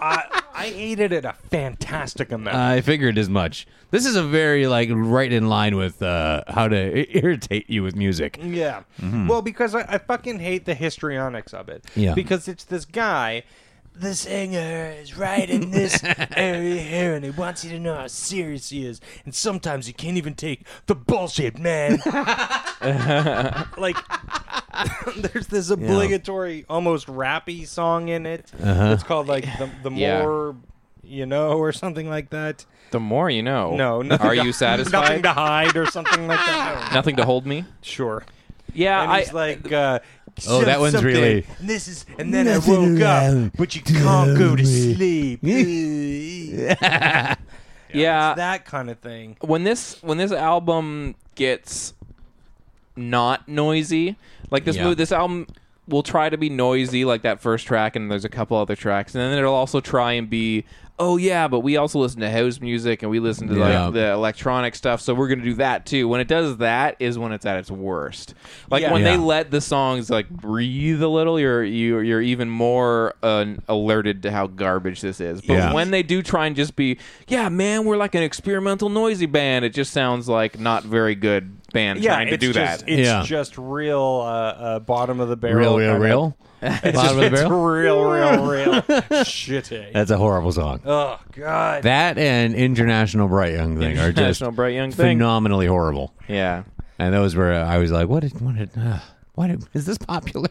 S3: I, I hated it a fantastic amount.
S4: I figured as much. This is a very like right in line with uh, how to i- irritate you with music.
S3: Yeah.
S2: Mm-hmm.
S3: Well, because I, I fucking hate the histrionics of it.
S4: Yeah.
S3: Because it's this guy. The singer is right
S2: <laughs>
S3: in this area here, and he wants you to know how serious he is. And sometimes you can't even take the
S2: <laughs>
S3: bullshit, man. like, <laughs> there's this obligatory, almost rappy song in it. It's called like the, the
S2: Uh-huh. Yeah.
S3: more you know, or something like that.
S2: the more you know
S3: No, <laughs> nothing
S2: are
S3: to-
S2: you
S3: Nothing
S2: satisfied
S3: to hide, or something like that. I don't know.
S2: Nothing to hold me
S3: Sure.
S2: yeah
S3: And
S2: i
S3: he's like, uh,
S4: Oh, that one's
S3: someday-
S4: really-
S3: And this is, and then I woke up, but you can't go to
S4: <laughs>
S3: sleep. Ugh.
S2: yeah
S3: that kind of thing.
S2: when this when this album gets not noisy, like this
S4: Yeah.
S2: mo- this album will try to be noisy, like that first track, and there's a couple other tracks, and then it'll also try and be, oh yeah, but we also listen to house music and we listen to
S4: Yeah.
S2: like the electronic stuff, so we're gonna do that too. When it does that, is when it's at its worst. Like
S3: Yeah.
S2: when they
S4: Yeah.
S2: let the songs like breathe a little, you're you're, you're even more uh, alerted to how garbage this is. But
S4: Yeah.
S2: when they do try and just be, yeah, man, we're like an experimental noisy band. It just sounds like not very good band trying to
S3: it's
S2: do
S3: just,
S2: that.
S3: It's
S4: Yeah.
S3: just real uh, uh, bottom of the barrel.
S4: Real, real,
S3: kinda-
S4: real.
S3: <laughs> It's,
S4: Bottom of the
S3: it's
S4: barrel?
S3: real, real, <laughs> real. Shitty.
S4: That's a horrible song.
S3: Oh God.
S4: That and International Bright Young Thing are just
S2: International Bright Young Thing.
S4: phenomenally horrible.
S2: yeah.
S4: And those were I was like, what? Did, what? Did, uh, what did, is this popular?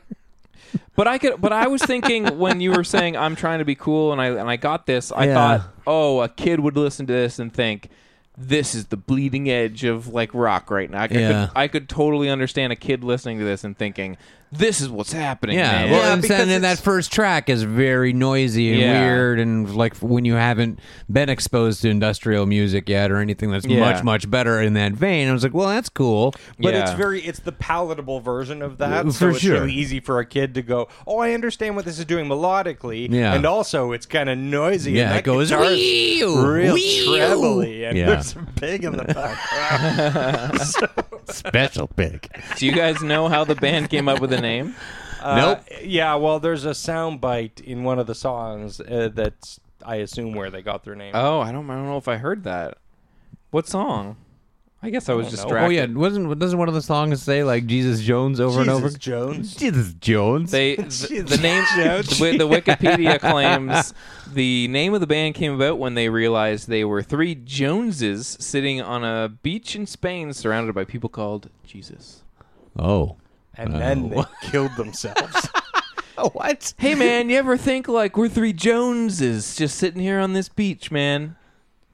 S2: But I could but I was thinking when you were saying I'm trying to be cool and I and I got this, I
S4: Yeah.
S2: thought, "Oh, a kid would listen to this and think this is the bleeding edge of like rock right now." I could,
S4: Yeah.
S2: I could totally understand a kid listening to this and thinking this is what's happening.
S4: Yeah,
S2: man.
S4: well,
S3: <laughs> Yeah,
S4: and
S3: because
S4: then in that
S3: it's-
S4: first track is very noisy and
S2: Yeah.
S4: weird, and like when you haven't been exposed to industrial music yet or anything that's
S2: Yeah.
S4: much much better in that vein. I was like, well, that's cool.
S3: But it's
S2: Yeah.
S3: very it's the palatable version of
S4: Uh,
S3: that.
S4: for
S3: so it's
S4: sure.
S3: really easy for a kid to go, Oh, I understand what this is doing melodically.
S4: Yeah.
S3: And also it's kinda noisy.
S4: Yeah,
S3: and that
S4: it goes,
S3: guitar's
S4: "Wee-oo,
S3: real
S4: wee-oo."
S3: trebly and <laughs>
S4: Yeah.
S3: there's a pig
S4: <laughs>
S3: in the background.
S4: Special pick.
S2: Do you guys know how the band came up with the name?
S4: nope.
S3: Uh, yeah, well there's a sound bite in one of the songs uh, that's I assume where they got their name.
S2: Oh, I don't. I don't know if I heard that. What song? I guess I was distracted.
S4: Oh yeah, wasn't doesn't one of the songs say like Jesus Jones over and over?
S3: Jesus Jones.
S4: Jesus Jones. <laughs>
S2: They the, the name the, wi- the Wikipedia claims the name of the band came about when they realized they were three Joneses sitting on a beach in Spain surrounded by people called Jesus.
S4: oh.
S3: And then they <laughs> killed
S4: <laughs>
S3: themselves.
S4: What? <laughs>
S2: Hey man, you ever think like we're three Joneses just sitting here on this beach, man?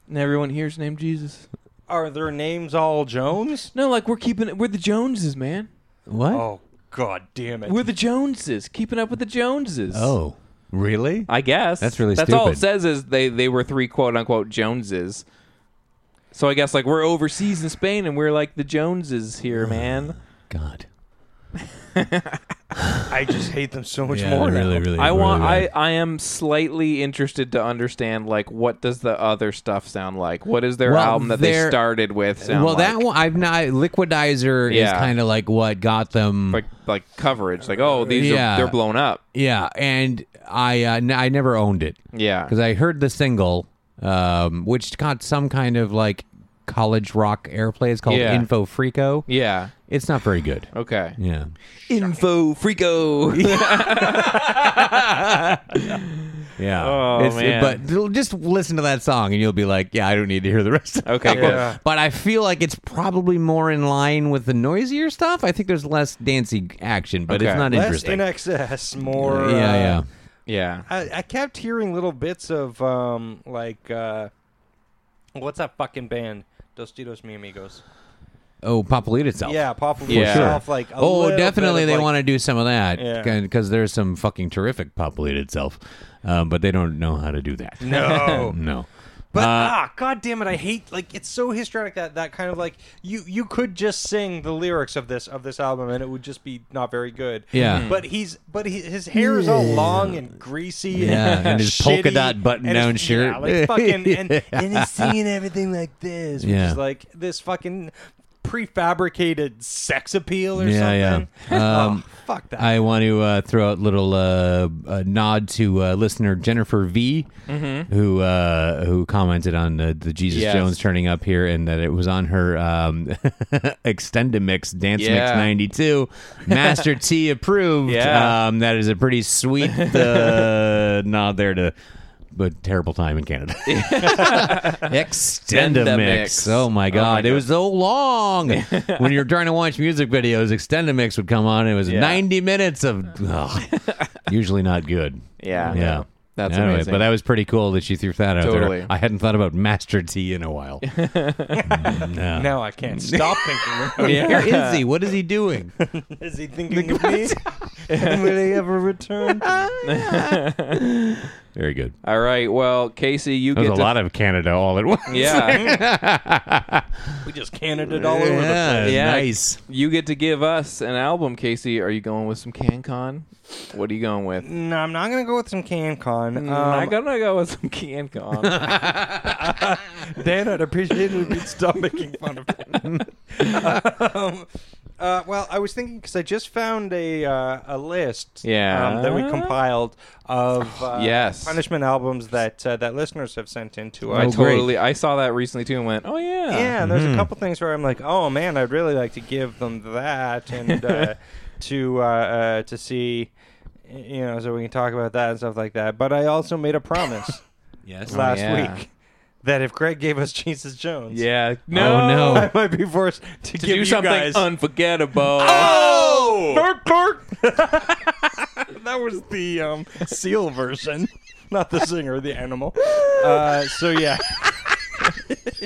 S2: And everyone here's named Jesus.
S3: Are their names all Jones?
S2: No, like we're keeping it. We're the Joneses, man.
S4: What? Oh.
S3: Oh god damn it.
S2: We're the Joneses, keeping up with the Joneses.
S4: Oh, Really?
S2: I guess
S4: That's really
S2: that's all it
S4: stupid.
S2: says is they they were three quote unquote Joneses. So I guess like we're overseas in Spain and we're like the Joneses here, man.
S4: God.
S3: I just hate them so much
S4: Yeah,
S3: more. now.
S4: really, really.
S2: I want
S4: really
S2: I I am slightly interested to understand like what does the other stuff sound like? What is their
S4: Well,
S2: album that they
S4: they're-
S2: started with sound
S4: well, that
S2: like?
S4: one I've not. Liquidizer is
S2: Yeah.
S4: kind of like what got them.
S2: like like coverage like oh these
S4: Yeah.
S2: are they're blown up.
S4: yeah, and I uh, n- I never owned it
S2: Yeah.
S4: because I heard the single, um, which got some kind of like college rock airplay. It's called
S2: Yeah.
S4: Info Freako.
S2: Yeah.
S4: It's not
S2: <laughs>
S4: very good.
S2: Okay.
S4: Yeah.
S2: Info freako.
S4: Yeah.
S2: Oh,
S4: it-
S2: man.
S4: but l- just listen to that song and you'll be like, yeah, I don't need to hear the <laughs> rest of
S2: Okay,
S4: the album.
S2: good.
S4: But I feel like it's probably more in line with the noisier stuff. I think there's less dancey action, but it's
S2: Okay.
S4: not
S3: Less
S4: interesting.
S3: in excess, more.
S4: yeah,
S3: uh,
S4: yeah.
S2: yeah.
S3: I, I kept hearing little bits of um, like, uh, what's that fucking band? Dos Titos Mi Amigos.
S4: Oh, Popolita itself.
S3: Yeah, Pop
S2: For
S3: yeah.
S2: sure.
S3: Off, like a
S4: oh, definitely they want to do some of that
S3: Yeah.
S4: because there's some fucking terrific Popolita itself, um, but they don't know how to do that.
S3: No.
S4: <laughs> no. Uh,
S3: But ah, god damn it, I hate like it's so histrionic that that kind of like you you could just sing the lyrics of this of this album and it would just be not very good.
S4: Yeah.
S3: But he's but he, his hair is all long and greasy.
S4: Yeah,
S3: and,
S4: and his polka
S3: shitty,
S4: dot button-down
S3: and his-
S4: shirt.
S3: Yeah, like fucking
S4: <laughs>
S3: and, and he's singing everything like this, which
S4: Yeah.
S3: is like this fucking prefabricated sex appeal or
S4: Yeah, yeah.
S3: something. <laughs>
S4: Um,
S3: oh, fuck that.
S4: I want to uh, throw out little uh, a nod to uh, listener Jennifer V, who uh, who commented on the, the Jesus
S2: Yes.
S4: Jones turning up here, and that it was on her um, <laughs> Extendamix Dance Mix
S2: Yeah.
S4: '92, Master T approved.
S2: Yeah.
S4: Um, that is a pretty sweet uh, nod there to. But terrible time in Canada. <laughs> Extendamix.
S2: Extendamix.
S4: Oh my
S2: Oh my
S4: god, it
S2: God.
S4: was so long.
S2: <laughs>
S4: when you're trying to watch music videos, Extendamix would come on. It was 90 minutes of
S2: <laughs>
S4: ugh, usually not good.
S2: Yeah.
S4: yeah.
S2: That's
S4: Anyway,
S2: amazing.
S4: But that was pretty cool that she threw that out
S2: Totally.
S4: there. I hadn't thought about Master T in
S2: <laughs>
S4: a while.
S3: now I can't stop thinking. of him.
S4: Where is he? What is he doing?
S3: Is he thinking of
S4: <laughs>
S3: me? Will he ever return?
S4: Very good.
S2: All right. Well, Casey, you
S4: There's
S2: get
S4: a
S2: to-
S4: lot of Canada all at <laughs> once.
S2: <laughs>
S3: <laughs>
S2: Yeah.
S3: We just canned it all over the place.
S4: Yeah,
S2: Yeah.
S4: nice.
S2: You get to give us an album, Casey. Are you going with some CanCon? What are you going with?
S3: No, I'm not gonna go with some CanCon.
S4: Mm,
S3: Um,
S2: I'm gonna Mm, go with some <laughs>
S4: Uh,
S2: CanCon.
S3: Dan, I'd appreciate it if you'd stop making fun of me. <laughs> um, uh, well, I was thinking because I just found a uh, a list
S2: Yeah.
S3: um, that we compiled of uh,
S2: Yes.
S3: punishment albums that uh, that listeners have sent in to
S2: I
S4: Oh,
S3: us.
S2: totally. I saw that recently too, and went, "Oh yeah,
S3: Oh, Yeah, Mm-hmm. and there's a couple things where I'm like, oh man, I'd really like to give them <laughs> that, and uh, to uh, uh, to see, you know, so we can talk about that and stuff like that. But I also made a <laughs> promise
S4: Yes.
S3: last
S2: Oh, yeah.
S3: week that if Greg gave us Jesus Jones,
S2: yeah." No,
S4: Oh, no.
S2: <laughs>
S3: <laughs> I might be forced to,
S2: to
S3: give
S2: do
S3: you
S2: something
S3: guys.
S2: unforgettable.
S4: <laughs> Ah!
S3: oh, Dark, dark. <laughs> that was the um, seal version, <laughs> not the singer, the animal. Uh, so yeah.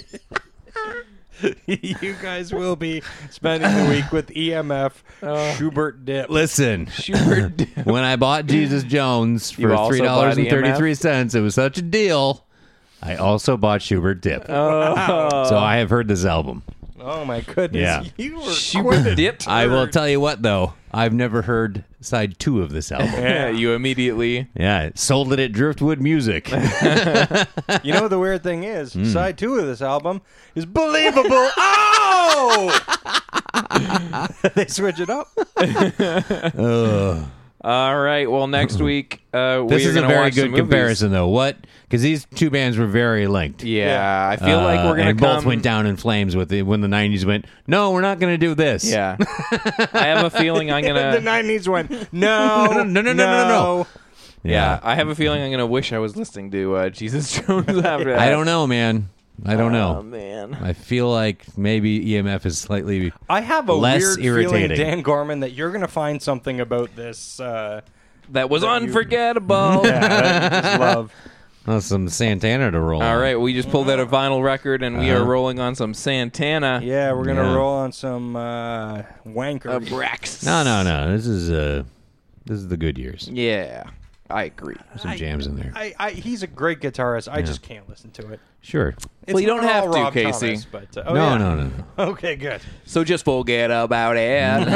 S3: <laughs> you guys will be spending the week with EMF
S2: Oh.
S3: Schubert Dip.
S2: <laughs>
S4: Listen, <laughs>
S3: Schubert Dip.
S4: when I bought Jesus Jones
S2: You
S4: for
S2: also
S4: three
S2: bought E
S4: dollars and
S2: EMF?
S4: thirty three cents, it was such a deal. I also bought Schubert Dip,
S2: Oh.
S4: so I have heard this album.
S3: Oh my goodness.
S4: Yeah.
S3: You were <laughs>
S2: Schubert dipped.
S4: I will tell you what, though, I've never heard side two of this
S2: <laughs>
S4: album.
S2: Yeah, you immediately.
S4: yeah, it sold it at
S2: <laughs>
S4: Driftwood Music.
S3: You know the weird thing is, side two of this album is believable. <laughs>
S2: <laughs>
S3: oh, <laughs> they switch it up.
S2: All right. Well,
S4: <laughs>
S2: next week uh, we
S4: this
S2: are
S4: is a
S2: gonna
S4: very
S2: watch some
S4: good
S2: movies.
S4: comparison, though. What? Because these two bands were very linked.
S2: Yeah, I feel like
S4: Uh,
S2: we're gonna
S4: and
S2: come.
S4: both went down in flames with it when the '90s went. No, we're not going to do this. <laughs>
S2: Yeah, I have a feeling I'm
S3: <laughs> the
S2: gonna.
S3: nineties went. No,
S4: <laughs> No, no, no, no, no, no.
S2: Yeah, I have a feeling I'm gonna wish I was listening to uh, Jesus <laughs> Jones
S4: <laughs>
S2: after that.
S4: I don't know, man. I don't know.
S2: Oh man.
S4: I feel like maybe EMF is slightly.
S3: I have a
S4: Less
S3: weird
S4: irritating.
S3: feeling, Dan Gorman, that you're going to find something about this.
S4: <laughs>
S3: Uh,
S2: That was
S3: That you- <laughs>
S2: unforgettable.
S3: that you just love.
S4: Oh, some Santana to roll.
S2: All
S4: on.
S2: right, we just pulled out a vinyl record and we
S4: Uh-huh.
S2: are rolling on some Santana.
S3: Yeah, we're going to
S4: Yeah.
S3: roll on some uh, wanker.
S2: Brax.
S4: No, no, no. This is uh, this is the good years.
S2: Yeah, I agree.
S4: Some jams in there.
S3: I, I, he's a great guitarist. I just can't listen to it.
S4: sure.
S3: It's
S2: Well, you don't
S3: not all
S2: have to,
S3: Rob
S2: Casey.
S3: Thomas, but, uh, oh,
S4: no,
S3: yeah.
S4: no, no, no.
S3: <laughs> Okay, good.
S2: So just forget about
S4: <laughs>
S2: it.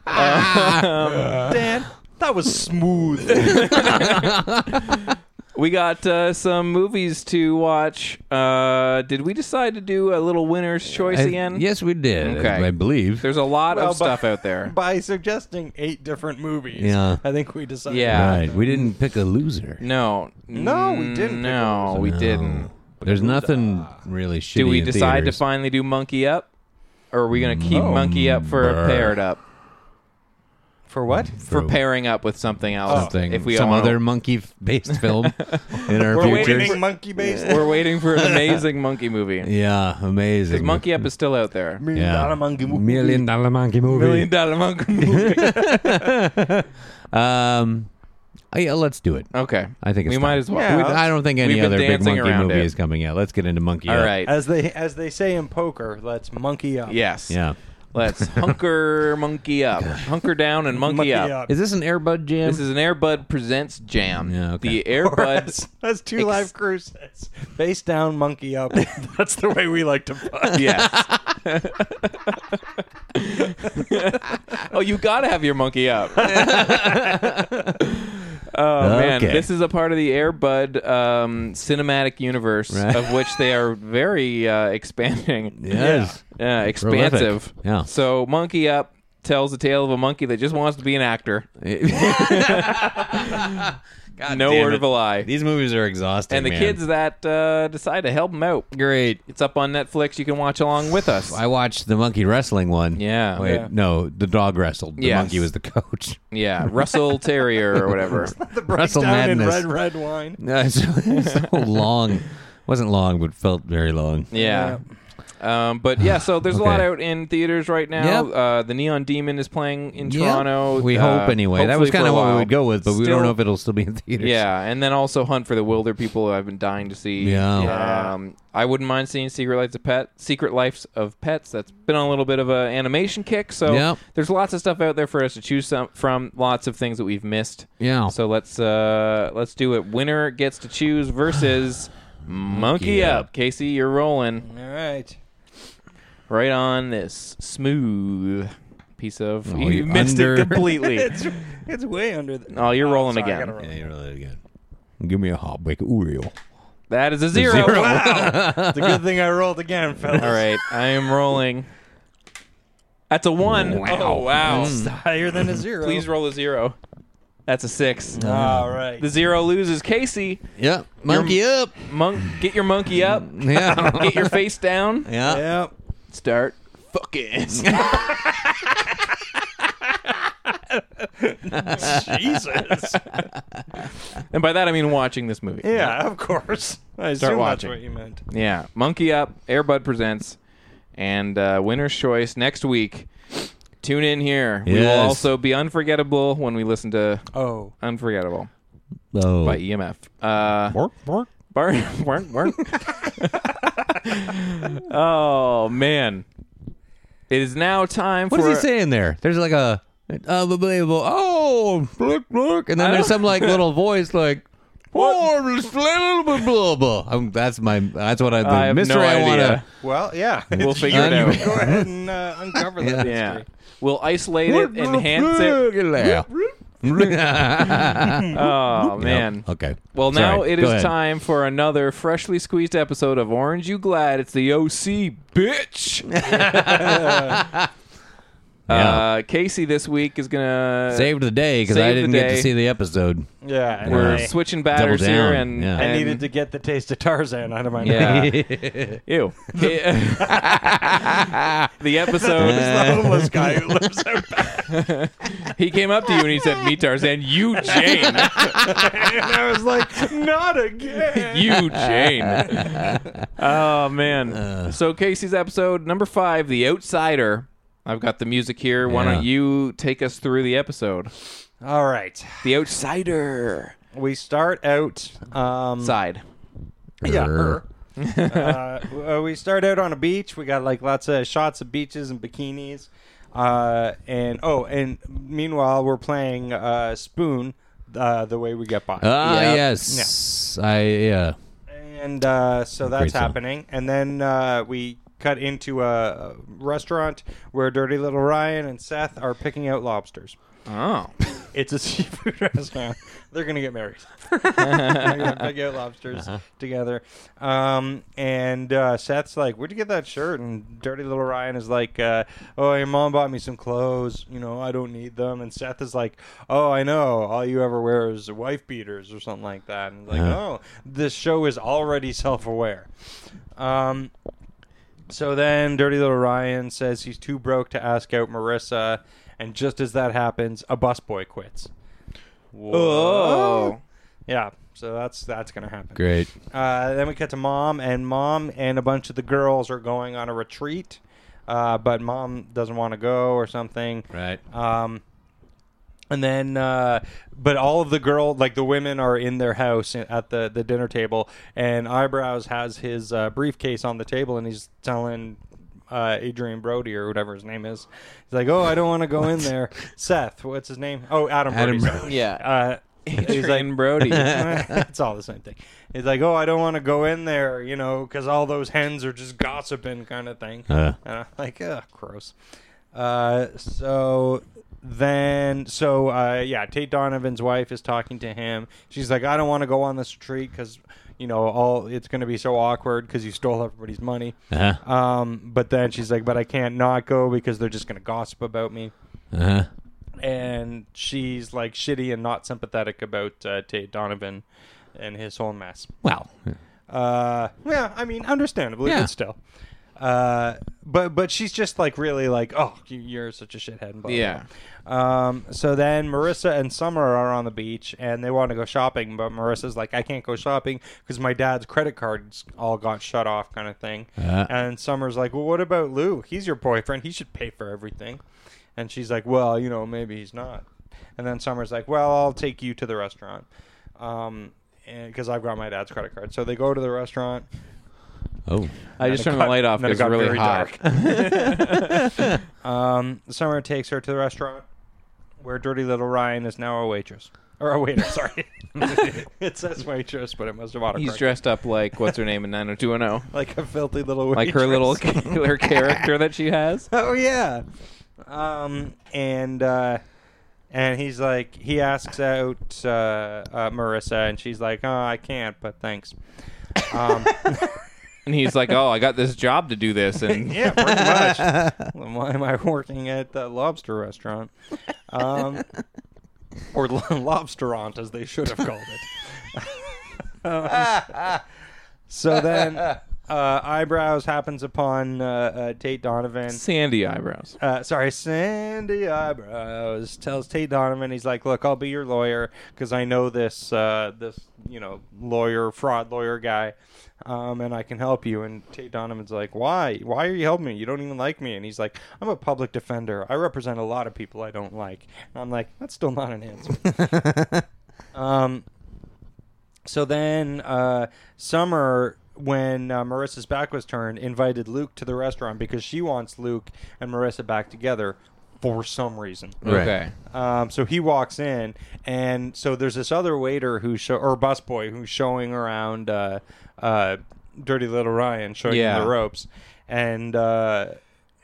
S2: <laughs> Um,
S3: Dan, that was smooth. <laughs>
S2: we got uh, some movies to watch. Uh, did we decide to do a little winner's choice
S4: I-
S2: again?
S4: Uh, yes, we did.
S2: Okay.
S4: I, I believe.
S2: There's a lot
S3: Well,
S2: of
S3: but-
S2: stuff out there.
S3: By suggesting eight different movies,
S4: Yeah.
S3: I think we decided.
S2: Yeah.
S4: Right. We didn't pick a loser.
S2: No.
S3: No, we didn't pick
S2: No, we didn't. uh,
S4: There's nothing really shitty.
S2: Do we
S4: in
S2: decide
S4: theaters.
S2: to finally do Monkey Up? Or are we going to keep Monkey Up for
S4: Brr.
S2: paired up?
S3: For what?
S2: For pairing up with something else.
S4: something,
S2: If we
S4: some
S2: all-
S4: other monkey-based
S2: <laughs>
S4: film in our
S3: We're
S4: future?
S3: waiting monkey based.
S2: We're waiting for
S4: <laughs>
S2: an amazing monkey movie.
S4: Yeah, amazing.
S2: Monkey Up is still out
S4: <laughs>
S2: there.
S4: yeah.
S3: Dollar Monkey Movie.
S4: million dollar monkey movie.
S2: Million dollar monkey
S4: <laughs>
S2: movie.
S4: Um, oh, yeah, let's do it.
S2: okay.
S4: I think it's
S2: we might
S4: time.
S2: as well.
S3: Yeah.
S4: We- I don't think any
S2: We've been
S4: other big
S2: dancing
S4: monkey
S2: around
S4: movie
S2: it.
S4: is coming out. Let's get into monkey.
S2: All
S4: Up.
S2: right.
S3: As they as they say in poker, let's monkey up.
S2: yes.
S4: Yeah. <laughs>
S2: Let's hunker monkey up. Hunker down and monkey,
S3: Monkey
S2: up.
S3: up.
S4: Is <laughs> this an Airbud
S2: <laughs>
S4: jam?
S2: This is an Airbud Presents Jam.
S4: Yeah, okay.
S2: The Airbud.
S3: That's, that's two live crew sets. Face down, monkey
S2: <laughs>
S3: up. <laughs> that's the way we like to fuck.
S2: yes. <laughs> oh, you got to have your monkey
S4: <laughs>
S2: up. Oh man,
S4: Okay.
S2: this is a part of the Airbud um, cinematic universe,
S4: Right.
S2: of which they are very uh, expanding.
S4: <laughs> yes.
S2: Yeah, expansive.
S4: Prolific. Yeah.
S2: So Monkey Up tells the tale of a monkey that just wants to be an actor. no
S4: damn
S2: word
S4: it.
S2: of a lie.
S4: These movies are exhausting.
S2: And the
S4: man.
S2: kids that uh, decide to help him out.
S4: Great.
S2: It's up on Netflix. You can watch along with us.
S4: I watched the monkey wrestling one.
S2: Yeah.
S4: Wait,
S2: Yeah.
S4: no, the dog wrestled. The
S2: Yes.
S4: monkey was the coach.
S2: Yeah, Russell Terrier or
S4: <laughs>
S2: whatever.
S3: The
S4: Russell
S3: breakdown in red
S4: Madness.
S3: red wine.
S4: No, it's it's so
S2: <laughs>
S4: long. Wasn't long, but felt very long.
S2: Yeah. Um, but yeah, so there's a lot
S4: Okay.
S2: out in theaters right now.
S4: Yep.
S2: Uh, the Neon Demon is playing in
S4: Yeah.
S2: Toronto.
S4: We
S2: uh,
S4: hope anyway. That
S2: hopefully
S4: was
S2: for
S4: kind
S2: a
S4: of what we
S2: while.
S4: would go with, but we
S2: Still-
S4: don't know if it'll still be in theaters.
S2: Yeah, and then also Hunt for the Wilder People, who I've been dying to see.
S4: Yeah.
S2: Um, I wouldn't mind seeing Secret Lives of Pet, Secret Lives of Pets. That's been on a little bit of an animation kick. So
S4: Yep.
S2: there's lots of stuff out there for us to choose some, from. Lots of things that we've missed.
S4: Yeah.
S2: So let's uh, let's do it. Winner gets to choose
S4: <sighs>
S2: versus Monkey
S4: Up.
S2: Up. Casey, you're rolling
S3: All right.
S2: right on this smooth piece of.
S4: Oh,
S2: you,
S4: you
S2: missed
S4: under-
S2: it <laughs> completely.
S3: It's it's way under. The,
S2: Oh, you're rolling
S3: sorry, I
S2: again.
S3: gotta roll.
S4: <laughs> Yeah, you're really good. Give me a hot break Oreo.
S2: that is a zero.
S3: It's a good thing I
S2: <laughs>
S3: rolled again, fellas.
S2: All right, I am rolling. That's a one. Wow. Oh wow!
S3: Higher than a
S2: <clears throat>
S3: zero.
S2: Please roll a zero. That's a six. Uh,
S3: All right.
S2: The zero loses. Casey,
S4: Yeah, monkey up.
S2: monk, get your monkey up.
S4: Yeah,
S2: Get your face down.
S4: Mm. yeah.
S3: Yep.
S2: Start fucking.
S3: <laughs> Jesus.
S2: and by that I mean watching this movie.
S3: Yeah, of course.
S2: Start
S3: I assume that's
S2: watching.
S3: what you meant.
S2: Yeah. Monkey up. Airbud presents, and uh, winner's choice next week. Tune in here. We will
S4: Yes.
S2: also be unforgettable when we listen to
S3: Oh.
S2: Unforgettable
S4: Oh.
S2: by EMF. Uh, <laughs>
S4: Bork, bork.
S2: Burn, burn, burn. oh man, it is now time
S4: What
S2: for.
S4: is he saying there? There's like a unbelievable. Oh, look, look, and then there's some like little voice like. Oh, blah, blah, blah, blah. Um, that's my. That's what I. The
S2: I have
S4: mystery
S2: no
S4: I want
S2: idea.
S4: to.
S3: Well, yeah.
S2: <laughs> We'll figure it
S4: un-
S2: out.
S3: Go ahead and uh, uncover that. mystery.
S2: <laughs> Yeah, we'll isolate it, enhance it.
S4: <laughs>
S2: Oh man.
S4: Okay.
S2: Well, now
S4: Sorry.
S2: it
S4: Go
S2: is
S4: ahead.
S2: time for another freshly squeezed episode of Orange You Glad. It's the OC, bitch.
S4: Yeah.
S2: Uh, Casey this week is gonna
S4: Saved the day because
S2: Saved
S4: I
S2: the
S4: didn't get
S2: day.
S4: to see the episode.
S9: Yeah, and
S2: We're
S9: I,
S2: switching batters
S4: Double
S2: here,
S4: down,
S2: and,
S4: yeah.
S9: I
S4: I
S2: and-
S9: needed to get the taste of Tarzan out of my mouth.
S2: <laughs>
S3: <laughs>
S2: Yeah.
S4: <laughs>
S2: Ew. <laughs> the episode.
S4: <laughs>
S9: The homeless guy
S2: <laughs>
S9: who lives out
S2: He came up to you and he said, "Me Tarzan, you
S4: <laughs>
S2: Jane,
S9: And I was like, not again.
S2: you Jane."
S4: <laughs>
S2: Oh
S4: Uh.
S2: man. So Casey's episode number five, The Outsider. I've got the music here. Why don't
S4: Yeah.
S2: you take us through the episode?
S3: <laughs> All right.
S2: The Outsider
S3: We start out. Um,
S2: side.
S3: Yeah.
S4: Err.
S3: er. uh, w- uh, we start out on a beach. We got like lots of shots of beaches and bikinis. Uh, and oh, and meanwhile, we're playing uh, Spoon. Uh, the way we get by.
S4: Ah,
S2: Yeah.
S4: yes. I yeah.
S3: and uh, so that's
S4: Great song.
S3: happening. And then uh, we cut into a restaurant where Dirty Little Ryan and Seth are picking out lobsters.
S2: Oh.
S3: It's a seafood <laughs> restaurant. They're gonna get married. <laughs> They're gonna pick out lobsters together. Um, and uh, Seth's like, "Where'd you get that shirt?" And Dirty Little Ryan is like, uh, "Oh, your mom bought me some clothes. You know, I don't need them." And Seth is like, "Oh, I know. All you ever wear is wife beaters or something like that." And like, "Oh, this show is already self-aware." Um, so then Dirty Little Ryan says he's too broke to ask out Marissa, and just as that happens, a busboy quits.
S2: Oh.
S3: Yeah, so that's that's gonna happen.
S4: Great.
S3: Uh, then we cut to mom, and mom and a bunch of the girls are going on a retreat, uh, but mom doesn't want to go or something.
S4: Right.
S3: Um, and then, uh, but all of the girl, like the women, are in their house in- at the the dinner table, and eyebrows has his uh, briefcase on the table, and he's telling. Uh, Adrian Brody or whatever his name is. He's like, oh, I don't want to go in there. Seth, what's his name? Oh, Adam
S4: Adam
S3: Brody. sorry.
S2: Yeah.
S3: Uh, <laughs>
S2: He's like Brody. <laughs>
S3: it's all the same thing. He's like, oh, I don't want to go in there, you know, because all those hens are just gossiping, kind of thing.
S4: Uh.
S3: And I'm like, ugh, gross. Uh, so then, so uh, yeah, Tate Donovan's wife is talking to him. She's like, I don't want to go on this retreat because, you know, all it's going to be so awkward because you stole everybody's money.
S4: Uh-huh.
S2: Uh,
S3: Um, but then she's like, but I can't not go because they're just going to gossip about me
S2: uh,
S4: Uh-huh.
S3: and she's like shitty and not sympathetic about uh, Tate Donovan and his whole mess.
S4: Well.
S3: Uh, yeah, I mean, understandably,
S4: Yeah.
S3: but still. Uh, but but she's just like really like, oh, you- you're such a shithead. And blah, blah,
S2: Yeah.
S3: blah. Um. So then Marissa and Summer are on the beach and they want to go shopping, but Marissa's like, I can't go shopping because my dad's credit cards all got shut off, kind of thing. And Summer's like, well, what about Lou? He's your boyfriend. He should pay for everything. And she's like, well, you know, maybe he's not. And then Summer's like, well, I'll take you to the restaurant. Um. Because I've got my dad's credit card, so they go to the restaurant.
S4: Oh.
S2: I just
S3: Then
S2: turned the
S3: it got-
S2: light off
S3: then it
S2: because it's
S3: got
S2: really
S3: very
S2: hot.
S3: Um, Summer takes her to the restaurant where Dirty Little Ryan is now a waitress. Or a
S2: <laughs>
S3: waiter, sorry. it says waitress, but it must have
S2: <laughs>
S3: autocorrected.
S2: He's dressed up like what's her name in
S3: <laughs>
S2: 90210.
S3: like a filthy little waitress.
S2: Like her little <laughs>
S3: <laughs>
S2: her character that she has.
S3: Oh yeah. Um, and uh, and he's like he asks out uh, uh, Marissa, and she's like, "Oh, I can't, but thanks." Um,
S2: And he's like, "Oh, I got this job to do this." And
S3: <laughs> yeah, pretty much. <laughs> Why am I working at the lobster restaurant? Um, or lo- lobsterant, as they should have called it. <laughs> Um, so then, uh, eyebrows happens upon uh, uh, Tate Donovan.
S2: sandy eyebrows.
S3: Uh, sorry, Sandy Eyebrows tells Tate Donovan, he's like, "Look, I'll be your lawyer because I know this, uh, this, you know, lawyer, fraud lawyer guy, um, and I can help you." And Tate Donovan's like, "Why? Why are you helping me? You don't even like me." And he's like, "I'm a public defender. I represent a lot of people I don't like." And I'm like, "That's still not an answer." <laughs> um, so then uh, Summer when uh, Marissa's back was turned, invited Luke to the restaurant because she wants Luke and Marissa back together for some reason.
S2: Okay.
S3: Um, so he walks in, and so there's this other waiter who show or busboy who's showing around uh, uh, Dirty Little Ryan, showing
S2: Yeah.
S3: him the ropes, and uh,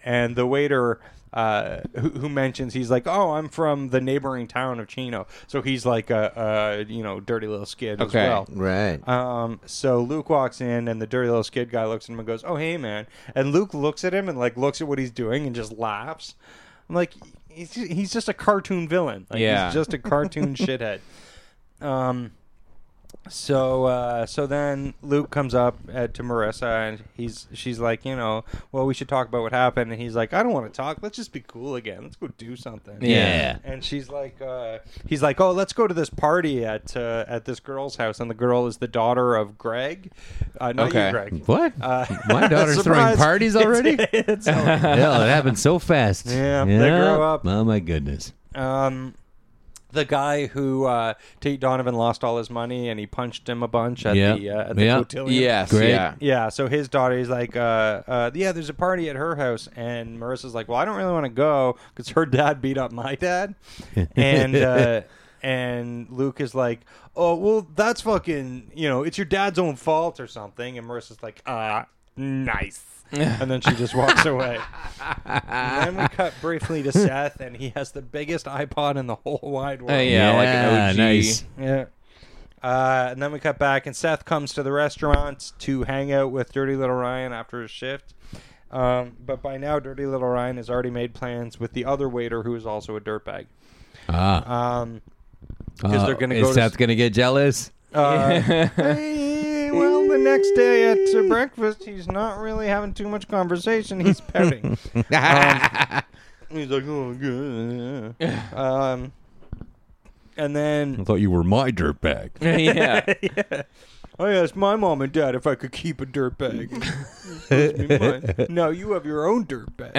S3: and the waiter. Uh, who, who mentions he's like, oh, I'm from the neighboring town of Chino, so he's like a, a you know dirty little skid
S2: Okay.
S3: as well.
S10: Right.
S3: Um, so Luke walks in, and the dirty little skid guy looks at him and goes, "Oh, hey, man!" And Luke looks at him and like looks at what he's doing and just laughs. I'm like, he's just, he's just a cartoon villain. Like,
S2: Yeah.
S3: he's just
S2: <laughs>
S3: a cartoon shithead. Um, so uh, so then Luke comes up uh, to Marissa, and he's she's like, you know, well, we should talk about what happened. And he's like, I don't want to talk. Let's just be cool again. Let's go do something.
S2: Yeah.
S3: And she's like, uh, he's like, oh, let's go to this party at uh, at this girl's house, and the girl is the daughter of Greg. Uh, not
S2: Okay.
S3: you, Greg. <laughs>
S4: What? My daughter's throwing
S3: Uh, surprise. <laughs>
S4: parties already?
S3: It's- it's-
S4: Hell, it happened so fast.
S3: Yeah, they grow up.
S4: Oh my goodness.
S3: um, the guy who uh, Tate Donovan lost all his money, and he punched him a bunch at
S4: Yeah.
S3: the uh, at the
S4: Yeah.
S3: cotillion.
S2: Yes.
S4: Great.
S3: <laughs>
S2: Yeah.
S3: Yeah, so his daughter is like, uh, uh, yeah, there's a party at her house, and Marissa's like, well, I don't really want to go because her dad beat up my dad, and uh, and Luke is like, oh, well, that's fucking, you know, it's your dad's own fault or something, and Marissa's like, ah, nice. and then she just walks away. and then we cut briefly to Seth, and he has the biggest iPod in the whole wide world.
S2: Uh, yeah, like an
S4: Yeah,
S2: OG.
S4: nice.
S3: Yeah. Uh, and then we cut back, and Seth comes to the restaurant to hang out with Dirty Little Ryan after his shift. Um, but by now, Dirty Little Ryan has already made plans with the other waiter, who is also a dirtbag. Ah. Um, because they're going to
S4: Uh, is
S3: go. to-
S4: Seth gonna get jealous?
S3: uh, hey, well, the next day at uh, breakfast, he's not really having too much conversation. He's pouting. Um, he's like, oh, good. Um, and then
S4: I thought you were my dirtbag.
S2: <laughs> yeah.
S3: I asked my mom and dad if I could keep a dirt
S2: <laughs>
S3: bag. Supposed to be mine. now you have your own dirt
S2: <laughs>
S3: bag.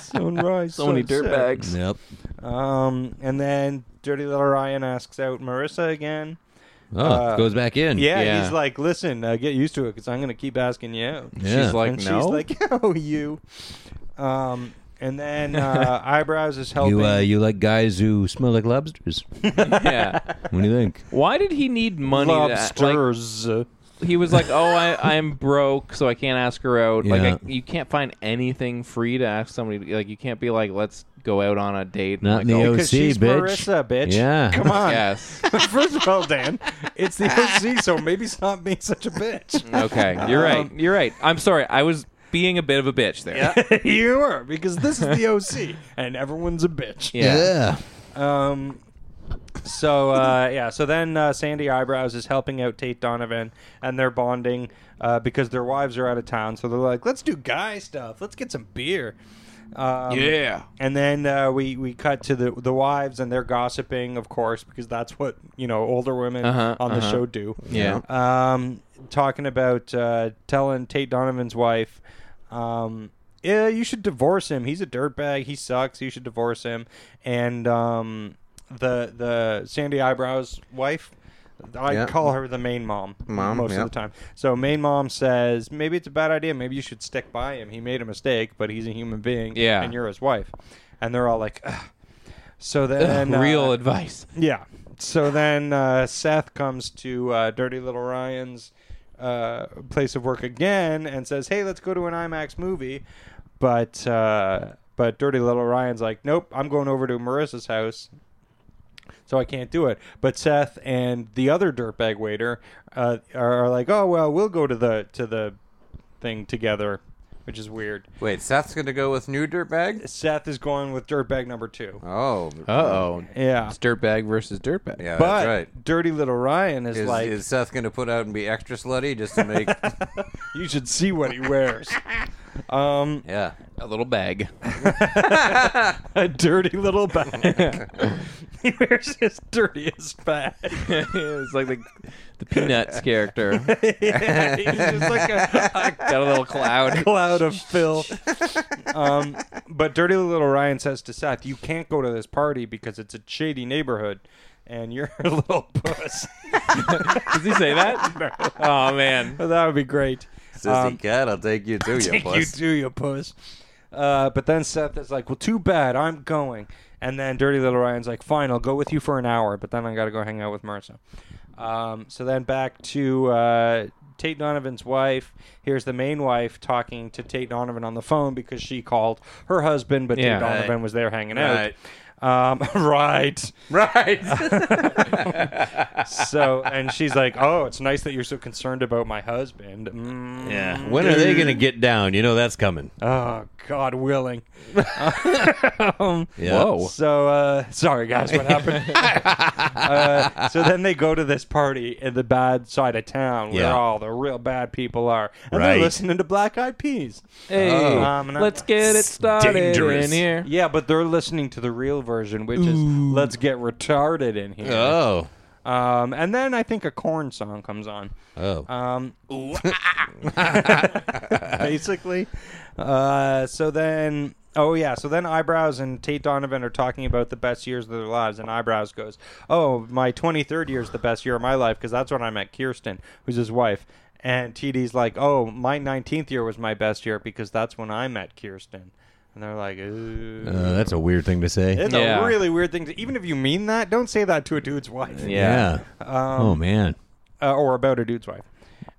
S3: Sunrise,
S2: So many
S3: sunset.
S2: dirt bags.
S4: Yep.
S3: Um, and then Dirty Little Ryan asks out Marissa again.
S4: Oh,
S3: Uh,
S4: goes back in.
S3: Yeah,
S2: Mm, Yeah.
S3: he's like, "Listen, uh, get used to it, because I'm going to keep asking you out."
S4: Yeah.
S2: She's like,
S3: and
S2: no.
S3: she's like, <laughs> "Oh, you." Um, and
S2: <laughs>
S3: then uh, eyebrows is helping.
S4: You uh, you like guys who smell like lobsters?
S3: <laughs>
S2: yeah.
S4: What do you think?
S2: Why did he need money? to- like,
S3: lobsters.
S2: he was like, "Oh, I, I'm broke, so I can't ask her out."
S4: Yeah.
S2: Like, I, you can't find anything free to ask somebody. Like, you can't be like, "Let's go out on a date."
S4: Not
S2: like,
S4: in the
S2: oh,
S4: OC,
S3: because she's
S4: bitch.
S3: Marissa, bitch.
S4: Yeah.
S3: Come
S4: <laughs>
S3: on.
S2: Yes.
S3: <laughs> First of all, Dan, it's the OC, so maybe stop being such a bitch.
S2: <laughs> Okay. You're right. You're right. I'm sorry. I was being a bit of a bitch there. Um, Yeah.
S3: <laughs> you are, because this is the OC, and everyone's a bitch. Um, so uh, yeah, so then uh, Sandy Eyebrows is helping out Tate Donovan, and they're bonding uh, because their wives are out of town. So they're like, "Let's do guy stuff. Let's get some beer." Um,
S2: Yeah.
S3: And then uh, we we cut to the the wives, and they're gossiping, of course, because that's what you know older women
S2: Uh-huh,
S3: on the
S2: uh-huh.
S3: show do.
S2: Yeah.
S3: Um, talking about uh, telling Tate Donovan's wife, um, yeah, you should divorce him. He's a dirtbag. He sucks. You should divorce him. And um, the the Sandy Eyebrows wife. I
S10: Yeah.
S3: call her the main mom,
S10: Mom,
S3: most
S10: yeah.
S3: of the time. So main mom says maybe it's a bad idea. Maybe you should stick by him. He made a mistake, but he's a human being.
S2: Yeah.
S3: and you're his wife. And they're all like, Ugh. so then uh,
S2: Real advice.
S3: yeah. So then uh, Seth comes to uh, Dirty Little Ryan's uh, place of work again and says, "Hey, let's go to an IMAX movie," but uh, but Dirty Little Ryan's like, "Nope, I'm going over to Marissa's house." So I can't do it. But Seth and the other dirtbag waiter uh, are like, "Oh well, we'll go to the to the thing together," which is weird.
S10: Wait, Seth's gonna go with new dirtbag.
S3: Seth is going with dirtbag number two.
S10: Oh,
S2: Uh oh.
S3: Yeah,
S2: It's dirtbag versus dirtbag.
S10: yeah,
S3: but
S10: that's right.
S3: Dirty Little Ryan is,
S10: Is,
S3: like,
S10: is Seth gonna put out and be extra slutty just to
S3: <laughs>
S10: make?
S3: You should see what
S10: <laughs>
S3: he wears. Um,
S10: yeah,
S2: A little <laughs> bag.
S3: a dirty
S10: <laughs>
S3: little bag. he wears his dirtiest bag.
S2: it's like the, the <laughs> Peanuts character.
S3: yeah, he's just like a,
S2: Got a little <laughs>
S3: a
S2: cloud.
S3: cloud of filth. Um, but dirty little Ryan says to Seth, "You can't go to this party because it's a shady neighborhood." and you're <laughs> a little puss. <laughs>
S2: Does he say that? oh man.
S3: that would be great.
S10: Sissy cat, I'll take you too, you
S3: Um, Take
S10: puss.
S3: you to your puss. Uh, but then Seth is like, "Well, too bad. I'm going." And then Dirty Little Ryan's like, "Fine, I'll go with you for an hour, but then I got to go hang out with Marissa." Um, so then back to uh, Tate Donovan's wife. Here's the main wife talking to Tate Donovan on the phone because she called her husband, but
S2: Yeah.
S3: Tate Donovan
S10: Right.
S3: was there hanging
S10: Right.
S3: out. Um, <laughs> right.
S10: Right.
S3: So, and she's like, "Oh, it's nice that you're so concerned about my husband."
S4: <laughs>
S3: Mm.
S11: Yeah. When are they going to get down? You know that's coming.
S3: Oh, God willing.
S11: Yeah.
S2: Whoa.
S3: So uh, sorry guys,
S11: <laughs>
S3: what happened? uh, so then they go to this party in the bad side of town where
S11: Yeah.
S3: all the real bad people are, and they're
S11: Right.
S3: listening to Black Eyed Peas.
S2: Hey,
S4: Oh.
S3: Um, and I-
S2: let's get it started
S11: dangerous.
S2: in here.
S3: Yeah, but they're listening to the real version, which is "Let's Get Retarded in Here."
S11: Oh.
S3: Um, and then I think a corn song comes on.
S11: Oh.
S3: Um, <laughs> basically. Uh, so then, oh yeah, so then Eyebrows and Tate Donovan are talking about the best years of their lives, and Eyebrows goes, "Oh, my 23rd year is the best year of my life because that's when I met Kirsten, who's his wife." And TD's like, "Oh, my 19th year was my best year because that's when I met Kirsten." And they're like, Ooh.
S11: Uh, that's a weird thing to say.
S3: it's
S2: Yeah.
S3: a really weird thing. To, even if you mean that, don't say that to a dude's wife
S11: Yeah.
S3: Um,
S11: oh man.
S3: uh, or about a dude's wife.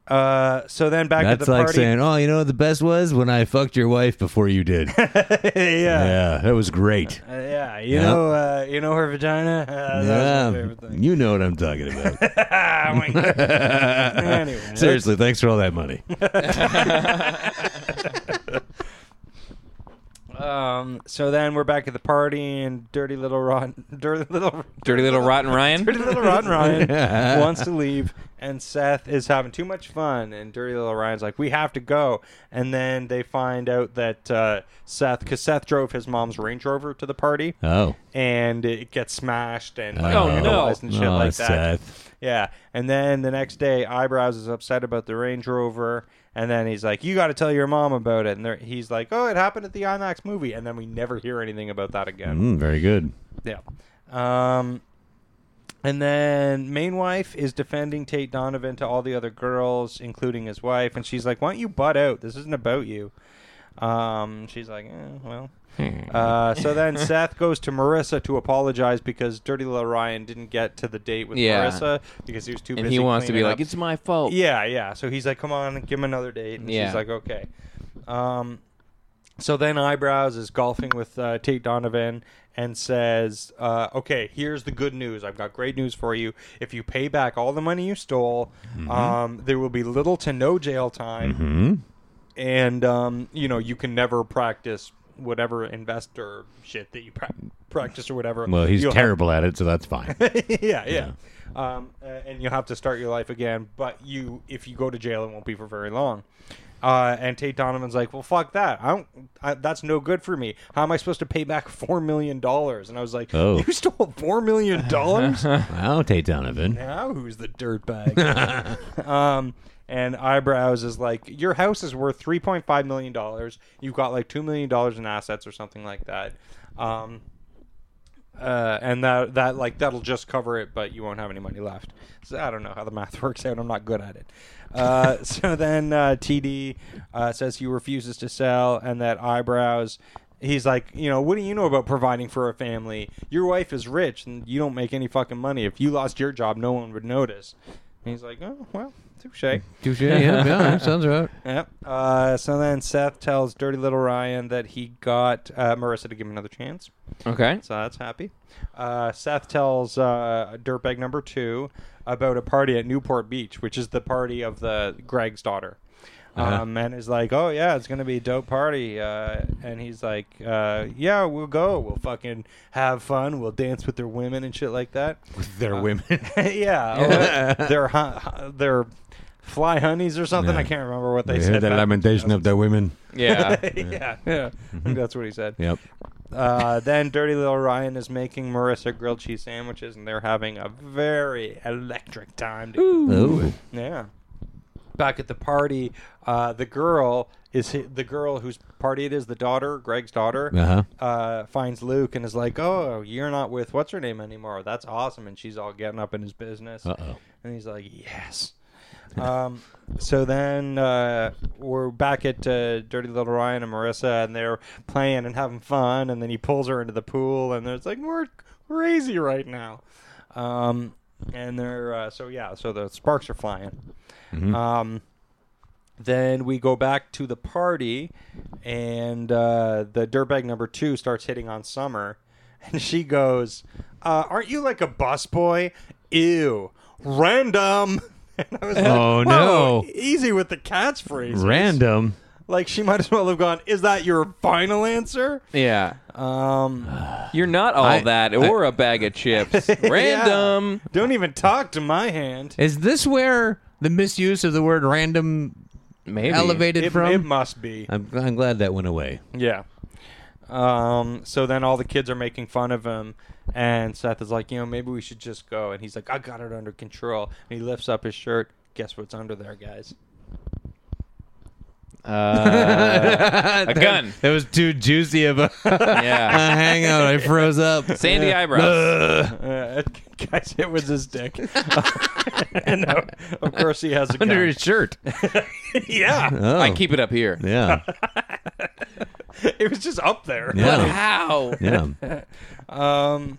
S3: Uh, so then back at
S11: That's
S3: the
S11: like
S3: party,
S11: saying, "Oh, you know what the best was when I fucked your wife before you did." yeah.
S3: <laughs> yeah,
S11: that was great.
S3: Uh, yeah, you
S11: Yeah.
S3: know, uh, you know her vagina. <laughs> Uh,
S11: <laughs>
S3: That's my
S11: yeah,
S3: favorite thing.
S11: you know what I'm talking
S3: <laughs>
S11: about.
S3: Ah, wink. anyway,
S11: Seriously, thanks for all that
S3: <laughs>
S11: money.
S3: Um, so then we're back at the party, and dirty little Ron, <laughs> dirty little,
S2: Dirty little rotten
S3: dirty
S2: Ryan.
S11: <laughs>
S3: little Ron Ryan wants to leave, and Seth is having too much fun, and dirty little Ryan's like, "We have to go." And then they find out that uh, Seth, because Seth drove his mom's Range Rover to the party,
S11: Oh,
S3: and it gets smashed and like,
S2: Oh, no.
S3: vandalized and shit
S11: Oh,
S3: like that.
S11: Seth.
S3: Yeah, and then the next day, eyebrows is upset about the Range Rover, and then he's like, "You got to tell your mom about it." And they're- he's like, "Oh, it happened at the IMAX movie," and then we never hear anything about that again.
S11: Mm, very good.
S3: Yeah. Um, and then main wife is defending Tate Donovan to all the other girls, including his wife, and she's like, "Why don't you butt out? This isn't about you." Um, she's like, eh, "Well."
S2: Hmm.
S3: Uh,
S2: <laughs>
S3: so then Seth goes to Marissa to apologize because Dirty Little Ryan didn't get to the date with
S2: Yeah.
S3: Marissa because he was too busy.
S2: And he wants to be
S3: cleaning
S2: like,
S3: up.
S2: it's my fault.
S3: Yeah, yeah. So he's like, "Come on, give him another date." And
S2: Yeah.
S3: she's like, "Okay." Um, so then eyebrows is golfing with uh, Tate Donovan and says, uh, "Okay, here's the good news. I've got great news for you. If you pay back all the money you stole,
S11: Mm-hmm.
S3: um, there will be little to no jail time, and um, you know you can never practice." Whatever investor shit that you pra- practice or whatever.
S11: Well, he's
S3: You'll have-
S11: terrible at it, so that's fine.
S3: <laughs> yeah, yeah. Um, uh, and you'll have to start your life again. But you, if you go to jail, it won't be for very long. Uh, and Tate Donovan's like, "Well, fuck that. I don't. I, that's no good for me. How am I supposed to pay back <laughs> four million dollars?" And I was like,
S11: Oh.
S3: "You stole four million dollars?
S11: wow, Tate Donovan.
S3: now who's the dirtbag?" um, and eyebrows is like, "Your house is worth three point five million dollars. You've got like two million dollars in assets or something like that." Um, uh, and that that like that'll just cover it, but you won't have any money left. So I don't know how the math <laughs> works out. I'm not good at it. Uh, <laughs> so then uh, TD uh, says he refuses to sell, and that eyebrows. He's like, you know, what do you know about providing for a family? Your wife is rich, and you don't make any fucking money. If you lost your job, no one would notice. And he's like, oh well, touche.
S4: Mm-hmm.
S11: Touche. Yeah, yeah, that sounds right.
S3: Yep. Uh, so then Seth tells Dirty Little Ryan that he got uh, Marissa to give him another chance. <laughs>
S2: Okay.
S3: So that's happy. Uh, Seth tells uh, Dirtbag number two about a party at Newport Beach, which is the party of the Greg's daughter.
S11: Uh-huh.
S3: Um, and is like, oh yeah, it's gonna be a dope party. Uh, and he's like, uh, yeah, we'll go. We'll fucking have fun. We'll dance with their women and shit like that. <laughs>
S11: They're women. <laughs>
S3: yeah, oh, they're hu- they're fly honeys or something.
S11: Yeah.
S3: I can't remember what they
S11: You
S3: said.
S11: hear the
S3: back-
S11: lamentation of the women?
S2: Yeah.
S3: <laughs> yeah, yeah. I think that's what he said.
S11: Yep.
S3: Uh, then Dirty Little Ryan is making Marissa grilled cheese sandwiches, and they're having a very electric time. to-
S11: Ooh.
S3: Yeah. back at the party, uh, the girl is hi- the girl whose party it is. The daughter, Greg's daughter, <laughs>
S11: Uh-huh.
S3: uh, finds Luke and is like, "Oh, you're not with what's her name anymore. That's awesome." And she's all getting up in his business.
S11: Uh-oh.
S3: And he's like, "Yes." um, so then uh, we're back at uh, Dirty Little Ryan and Marissa, and they're playing and having fun. And then he pulls her into the pool, and it's like we're crazy right now. Um, and they're uh, so yeah, so the sparks are flying. Um, then we go back to the party, and uh, the dirtbag number two starts hitting on Summer, <laughs> and she goes, uh, "Aren't you like a busboy? Ew, random." <laughs> And I was like,
S11: Oh,
S3: "Whoa,
S11: no.
S3: Easy with the catchphrase.
S11: Random.
S3: Like she might as well have gone. Is that your final answer?
S2: Yeah.
S3: Um,
S2: You're not all
S4: I-
S2: that
S4: I-
S2: or a bag of
S3: <laughs>
S2: chips. Random.
S3: Yeah. Don't even talk to my hand.
S4: Is this where the misuse of the word random
S2: Maybe.
S4: elevated
S3: It,
S4: from?
S3: it must be.
S4: I'm, I'm glad that went away.
S3: Yeah. Um, so then all the kids are making fun of him, and Seth is like, you know, maybe we should just go. And he's like, I got it under control. And he lifts up his shirt. Guess what's under there, guys? <laughs>
S2: Uh, A gun.
S4: That was too juicy of a <laughs>
S2: Yeah.
S3: <laughs>
S4: hangout. I froze up.
S2: Sandy eyebrows.
S3: Uh, guys, it was his dick. <laughs> and uh, of course, he has a
S4: <laughs> Under
S3: gun.
S4: his shirt.
S3: yeah,
S4: Oh,
S2: I keep it up here.
S4: yeah,
S3: it was just up there.
S2: But
S4: yeah, <laughs>
S2: how?
S4: yeah.
S3: Um,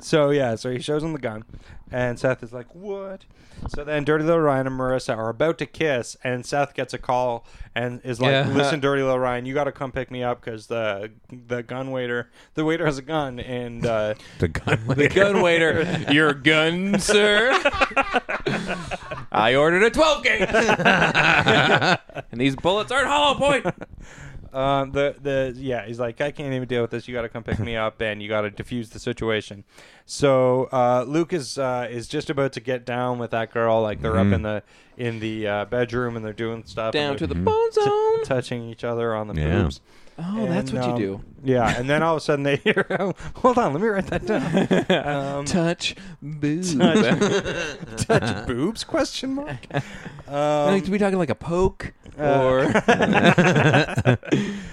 S3: so yeah, so he shows him the gun, and Seth is like, "What?" So then Dirty Little Ryan and Marissa are about to kiss, and Seth gets a call and is like,
S4: Yeah.
S3: "Listen, Dirty Little Ryan, you got to come pick me up because the the gun waiter, the waiter has a gun, and uh,
S4: The gun.
S2: <laughs> The gun
S3: <laughs>
S2: waiter. Your gun, sir. I ordered a 12
S3: <laughs>
S2: gauge. <laughs> and these bullets aren't hollow point.
S3: um, the the yeah, he's like, I can't even deal with this. You got to come pick me up, and you got to diffuse the situation. So uh, Luke is uh, is just about to get down with that girl, like they're up in the in the uh, bedroom and they're doing stuff
S2: Down
S3: and
S2: to
S3: they're-
S2: the bone
S3: t-
S2: zone.
S3: touching each other on the
S4: Yeah.
S3: boobs.
S2: Oh, that's
S3: And,
S2: what you
S3: um,
S2: do.
S3: Yeah, and then all of a sudden they hear, <laughs> hold on, let me write that down.
S2: <laughs>
S3: Um,
S2: Touch boob.
S3: <laughs>
S2: <laughs>
S3: Touch boobs? Question mark. Um,
S2: like, are we talking like a poke
S3: Uh, <laughs>
S2: or <laughs>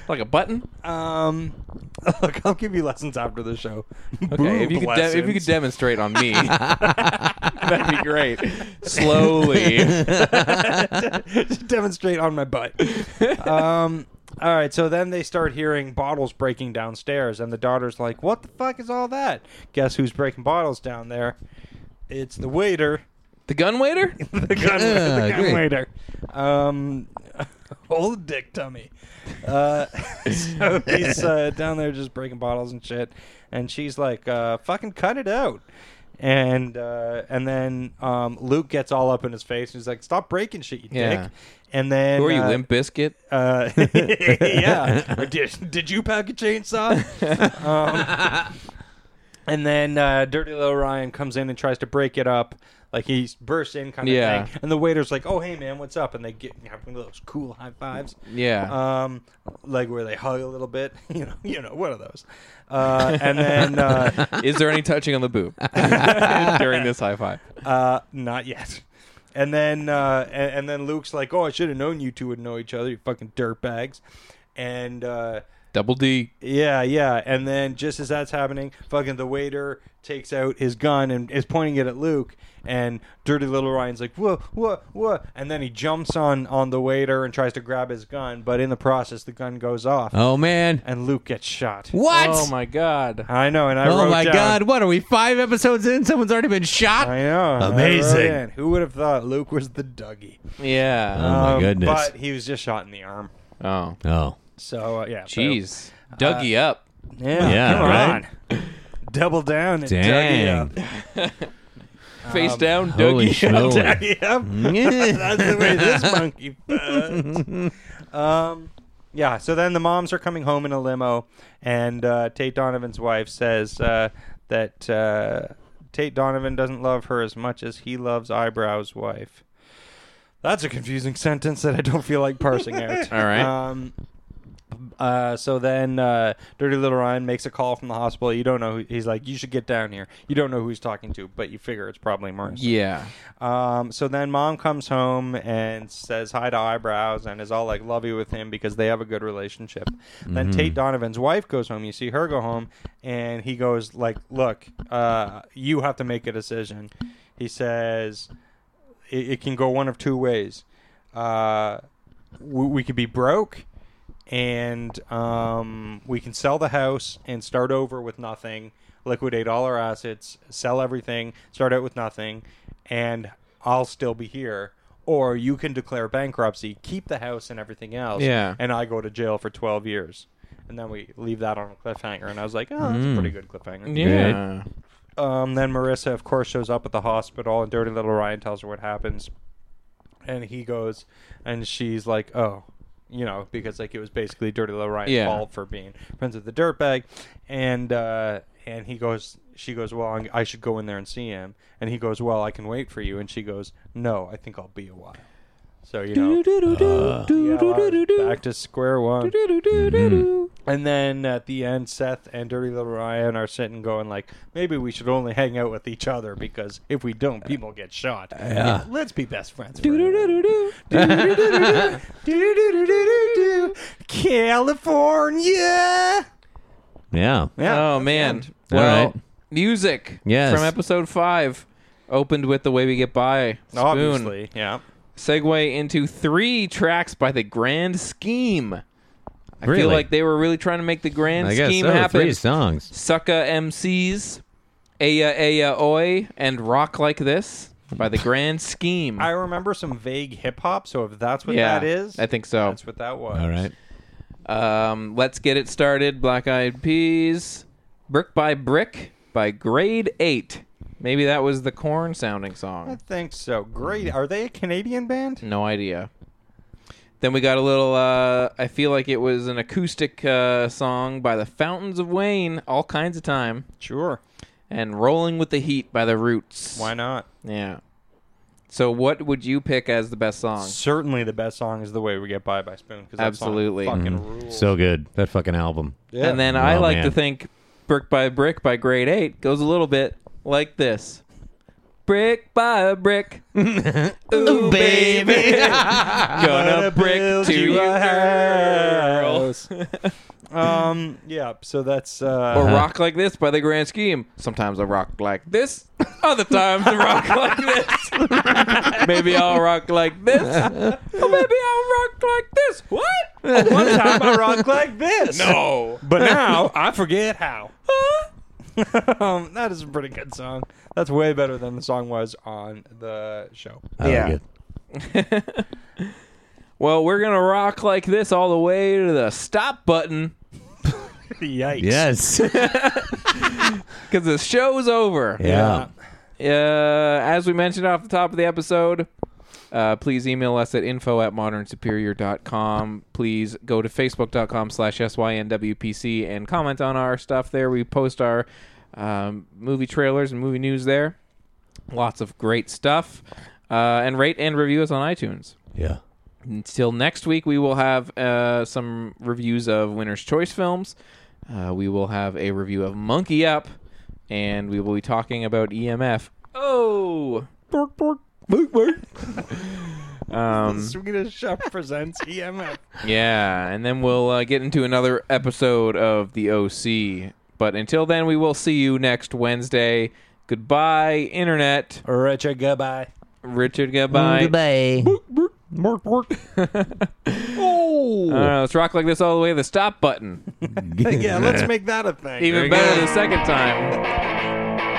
S2: like a button?
S3: Um, <laughs> look, I'll give you lessons after the show.
S2: Okay, if you could de- if you could demonstrate on
S3: <laughs>
S2: me, that'd be great. Slowly,
S3: could demonstrate on my butt. um, all right, so then they start hearing bottles breaking downstairs, and the daughter's like, "What the fuck is all that?" Guess who's breaking bottles down there? It's the waiter.
S2: the gun
S3: <laughs>
S2: waiter.
S3: the gun,
S4: Yeah,
S3: the gun
S4: great.
S3: waiter. Um, <laughs> old dick tummy. Uh, <laughs> so he's uh, down there just breaking bottles and shit, and she's like, uh, "Fucking cut it out." And uh, and then um, Luke gets all up in his face and he's like, "Stop breaking shit, you
S2: Yeah.
S3: dick." And then
S2: Who are you,
S3: uh,
S2: Limp Biscuit?
S3: uh, <laughs>
S2: <laughs>
S3: yeah. Or Did, did you pack a chainsaw?
S2: <laughs>
S3: um, and then uh, Dirty Little Ryan comes in and tries to break it up. Like he bursts in, kind of
S2: Yeah.
S3: thing. And the waiter's like, oh, hey, man, what's up? And they get have one of those cool high fives.
S2: Yeah.
S3: Um, like where they hug a little bit. <laughs> You know, you know, one of those. Uh, and then. Uh,
S2: Is there any touching on the
S3: <laughs>
S2: boob during this high five?
S3: Uh, not yet. And then uh, a- and, then Luke's like, "Oh, I should have known you two would know each other, you fucking dirtbags." And uh,
S2: Double D.
S3: yeah, yeah. And then just as that's happening, fucking the waiter takes out his gun and is pointing it at Luke. And dirty little Ryan's like, "Whoa, whoa, whoa!" And then he jumps on on the waiter and tries to grab his gun, but in the process, the gun goes off,
S4: Oh man.
S3: and Luke gets shot.
S4: What?
S2: Oh my god.
S3: I know, and I
S4: Oh
S3: wrote
S4: my
S3: down-
S4: God! What are we? Five episodes in, someone's already been shot.
S3: I know, I wrote
S4: Amazing.
S3: in, Who would have thought Luke was the Dougie?
S2: Yeah.
S4: oh my
S3: Um,
S4: goodness!
S3: But he was just shot in the arm.
S2: oh.
S4: oh,
S3: So uh, yeah. so-
S2: Jeez.
S3: uh,
S2: Dougie up.
S3: yeah.
S4: Yeah,
S3: Come
S4: right?
S3: on. Double down. And
S4: dang!
S3: Dougie up. uh,
S2: Face
S3: um,
S2: down,
S4: Holy
S2: Dougie.
S3: <laughs>
S4: schmoly.
S3: Yep. That's the way this monkey. fucks. um. Yeah. So then the moms are coming home in a limo, and uh, Tate Donovan's wife says uh, that uh, Tate Donovan doesn't love her as much as he loves Eyebrows' wife. That's a confusing sentence that I don't feel like parsing out.
S2: All right.
S3: Um, Uh, so then uh, Dirty Little Ryan makes a call from the hospital. You don't know. Who, he's like, you should get down here. You don't know who he's talking to, but you figure it's probably Marcy.
S2: Yeah.
S3: Um, so then mom comes home and says hi to Eyebrows and is all like lovey with him because they have a good relationship. Then
S9: Mhm.
S3: Tate Donovan's wife goes home. You see her go home, and he goes like, "Look, uh, you have to make a decision." He says, "It, it can go one of two ways. Uh, we, we could be broke." And um, we can sell the house and start over with nothing, liquidate all our assets, sell everything, start out with nothing, and I'll still be here. Or you can declare bankruptcy, keep the house and everything else,
S2: Yeah.
S3: and I go to jail for 12 years. And then we leave that on a cliffhanger. And I was like, oh, that's a
S2: Mm.
S3: pretty good cliffhanger.
S2: Yeah.
S3: Um, then Marissa, of course, shows up at the hospital, and Dirty Little Ryan tells her what happens. And he goes, and she's like, oh, you know, because like it was basically Dirty Little Ryan's
S2: Yeah.
S3: fault for being friends with the dirtbag. And, uh, and he goes, she goes, well, I'm- I should go in there and see him. And he goes, well, I can wait for you. And she goes, no, I think I'll be a while. So, you know, uh, yeah, back to square one. Mm-hmm. And then at the end, Seth and Dirty Little Ryan are sitting going like, maybe we should only hang out with each other because if we don't, people get shot.
S9: Yeah.
S3: Let's be best friends. California.
S11: Yeah.
S3: Yeah.
S2: Oh man.
S11: All
S2: Well,
S11: right.
S2: music.
S11: Yes.
S2: From episode five, opened with "The Way We Get By." Spoon.
S3: Obviously, yeah.
S2: Segue into three tracks by the Grand Scheme. I
S11: Really?
S2: feel like they were really trying to make the Grand
S11: I guess
S2: Scheme
S11: so.
S2: happen.
S11: Three songs.
S2: Sucka MCs, Aya Aya Oi, and Rock Like This by
S11: <laughs>
S2: the Grand Scheme.
S3: I remember some vague hip hop, so if that's what
S2: yeah,
S3: that is,
S2: I think so.
S3: that's what that was.
S11: All right.
S2: Um, Let's Get It Started, Black Eyed Peas, Brick by Brick by Grade 8. Maybe that was the corn sounding
S3: I
S2: song.
S3: think so. Great. Are they a Canadian band?
S2: No idea. Then we got a little, uh, I feel like it was an acoustic uh, song by the Fountains of Wayne, All Kinds of Time,
S3: Sure.
S2: and Rolling with the Heat by the Roots.
S3: Why not?
S2: Yeah. So what would you pick as the best song?
S3: Certainly, the best song is "The Way We Get By" by Spoon because
S2: Absolutely. Mm-hmm.
S3: fucking rules.
S11: So good. That fucking album.
S3: Yeah.
S2: And then I
S11: Oh,
S2: like to
S11: man.
S2: think Brick by Brick by Grade 8 goes a little bit like this. Brick by <laughs> brick. Ooh, <laughs> baby. Gonna brick to you. girl.
S3: <laughs> um, yeah. So that's uh,
S2: Or Rock Like This by The Grand Scheme. Sometimes I rock like this. <laughs> Other times I rock like this. <laughs> Maybe I'll rock like this. Or maybe I'll rock like this. <laughs> What?
S3: <laughs> one time I rock like this.
S2: No.
S3: but now I
S2: <laughs>
S3: forget how. <laughs> um, that is a pretty good song. That's way better than the song was on the show.
S2: Oh.
S11: I yeah. Like it.
S2: Well, we're going to rock like this all the way to the stop button
S3: Yikes!
S11: Yes. <laughs> yeah.
S2: because the show's over. Uh, as we mentioned off the top of the episode, uh, please email us at info at modernsuperior.com. Please go to facebook.com slash synwpc and comment on our stuff there. We post our um, movie trailers and movie news there. Lots of great stuff. Uh, and rate and review us on iTunes.
S11: Yeah.
S2: Until next week, we will have uh, some reviews of Winner's Choice films. Uh, we will have a review of Monkey Up, and we will be talking about EMF. Oh! Bork, bork, bork, bork. um,
S3: Swedish Chef presents E EMF.
S2: yeah, and then we'll uh, get into another episode of The OC. But until then, we will see you next Wednesday. Goodbye, Internet.
S3: Richard, goodbye.
S2: Richard, goodbye.
S11: Goodbye.
S2: I don't know, let's rock like this all the way to the stop button.
S3: Yeah, let's make that a thing.
S2: Even better the second time.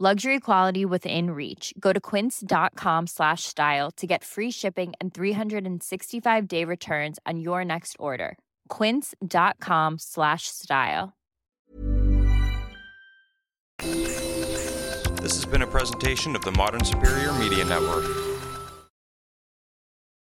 S1: Luxury quality within reach. Go to quince.com slash style to get free shipping and 365 day returns on your next order. Quince.com slash style.
S3: This has been a presentation of the Modern Superior Media Network.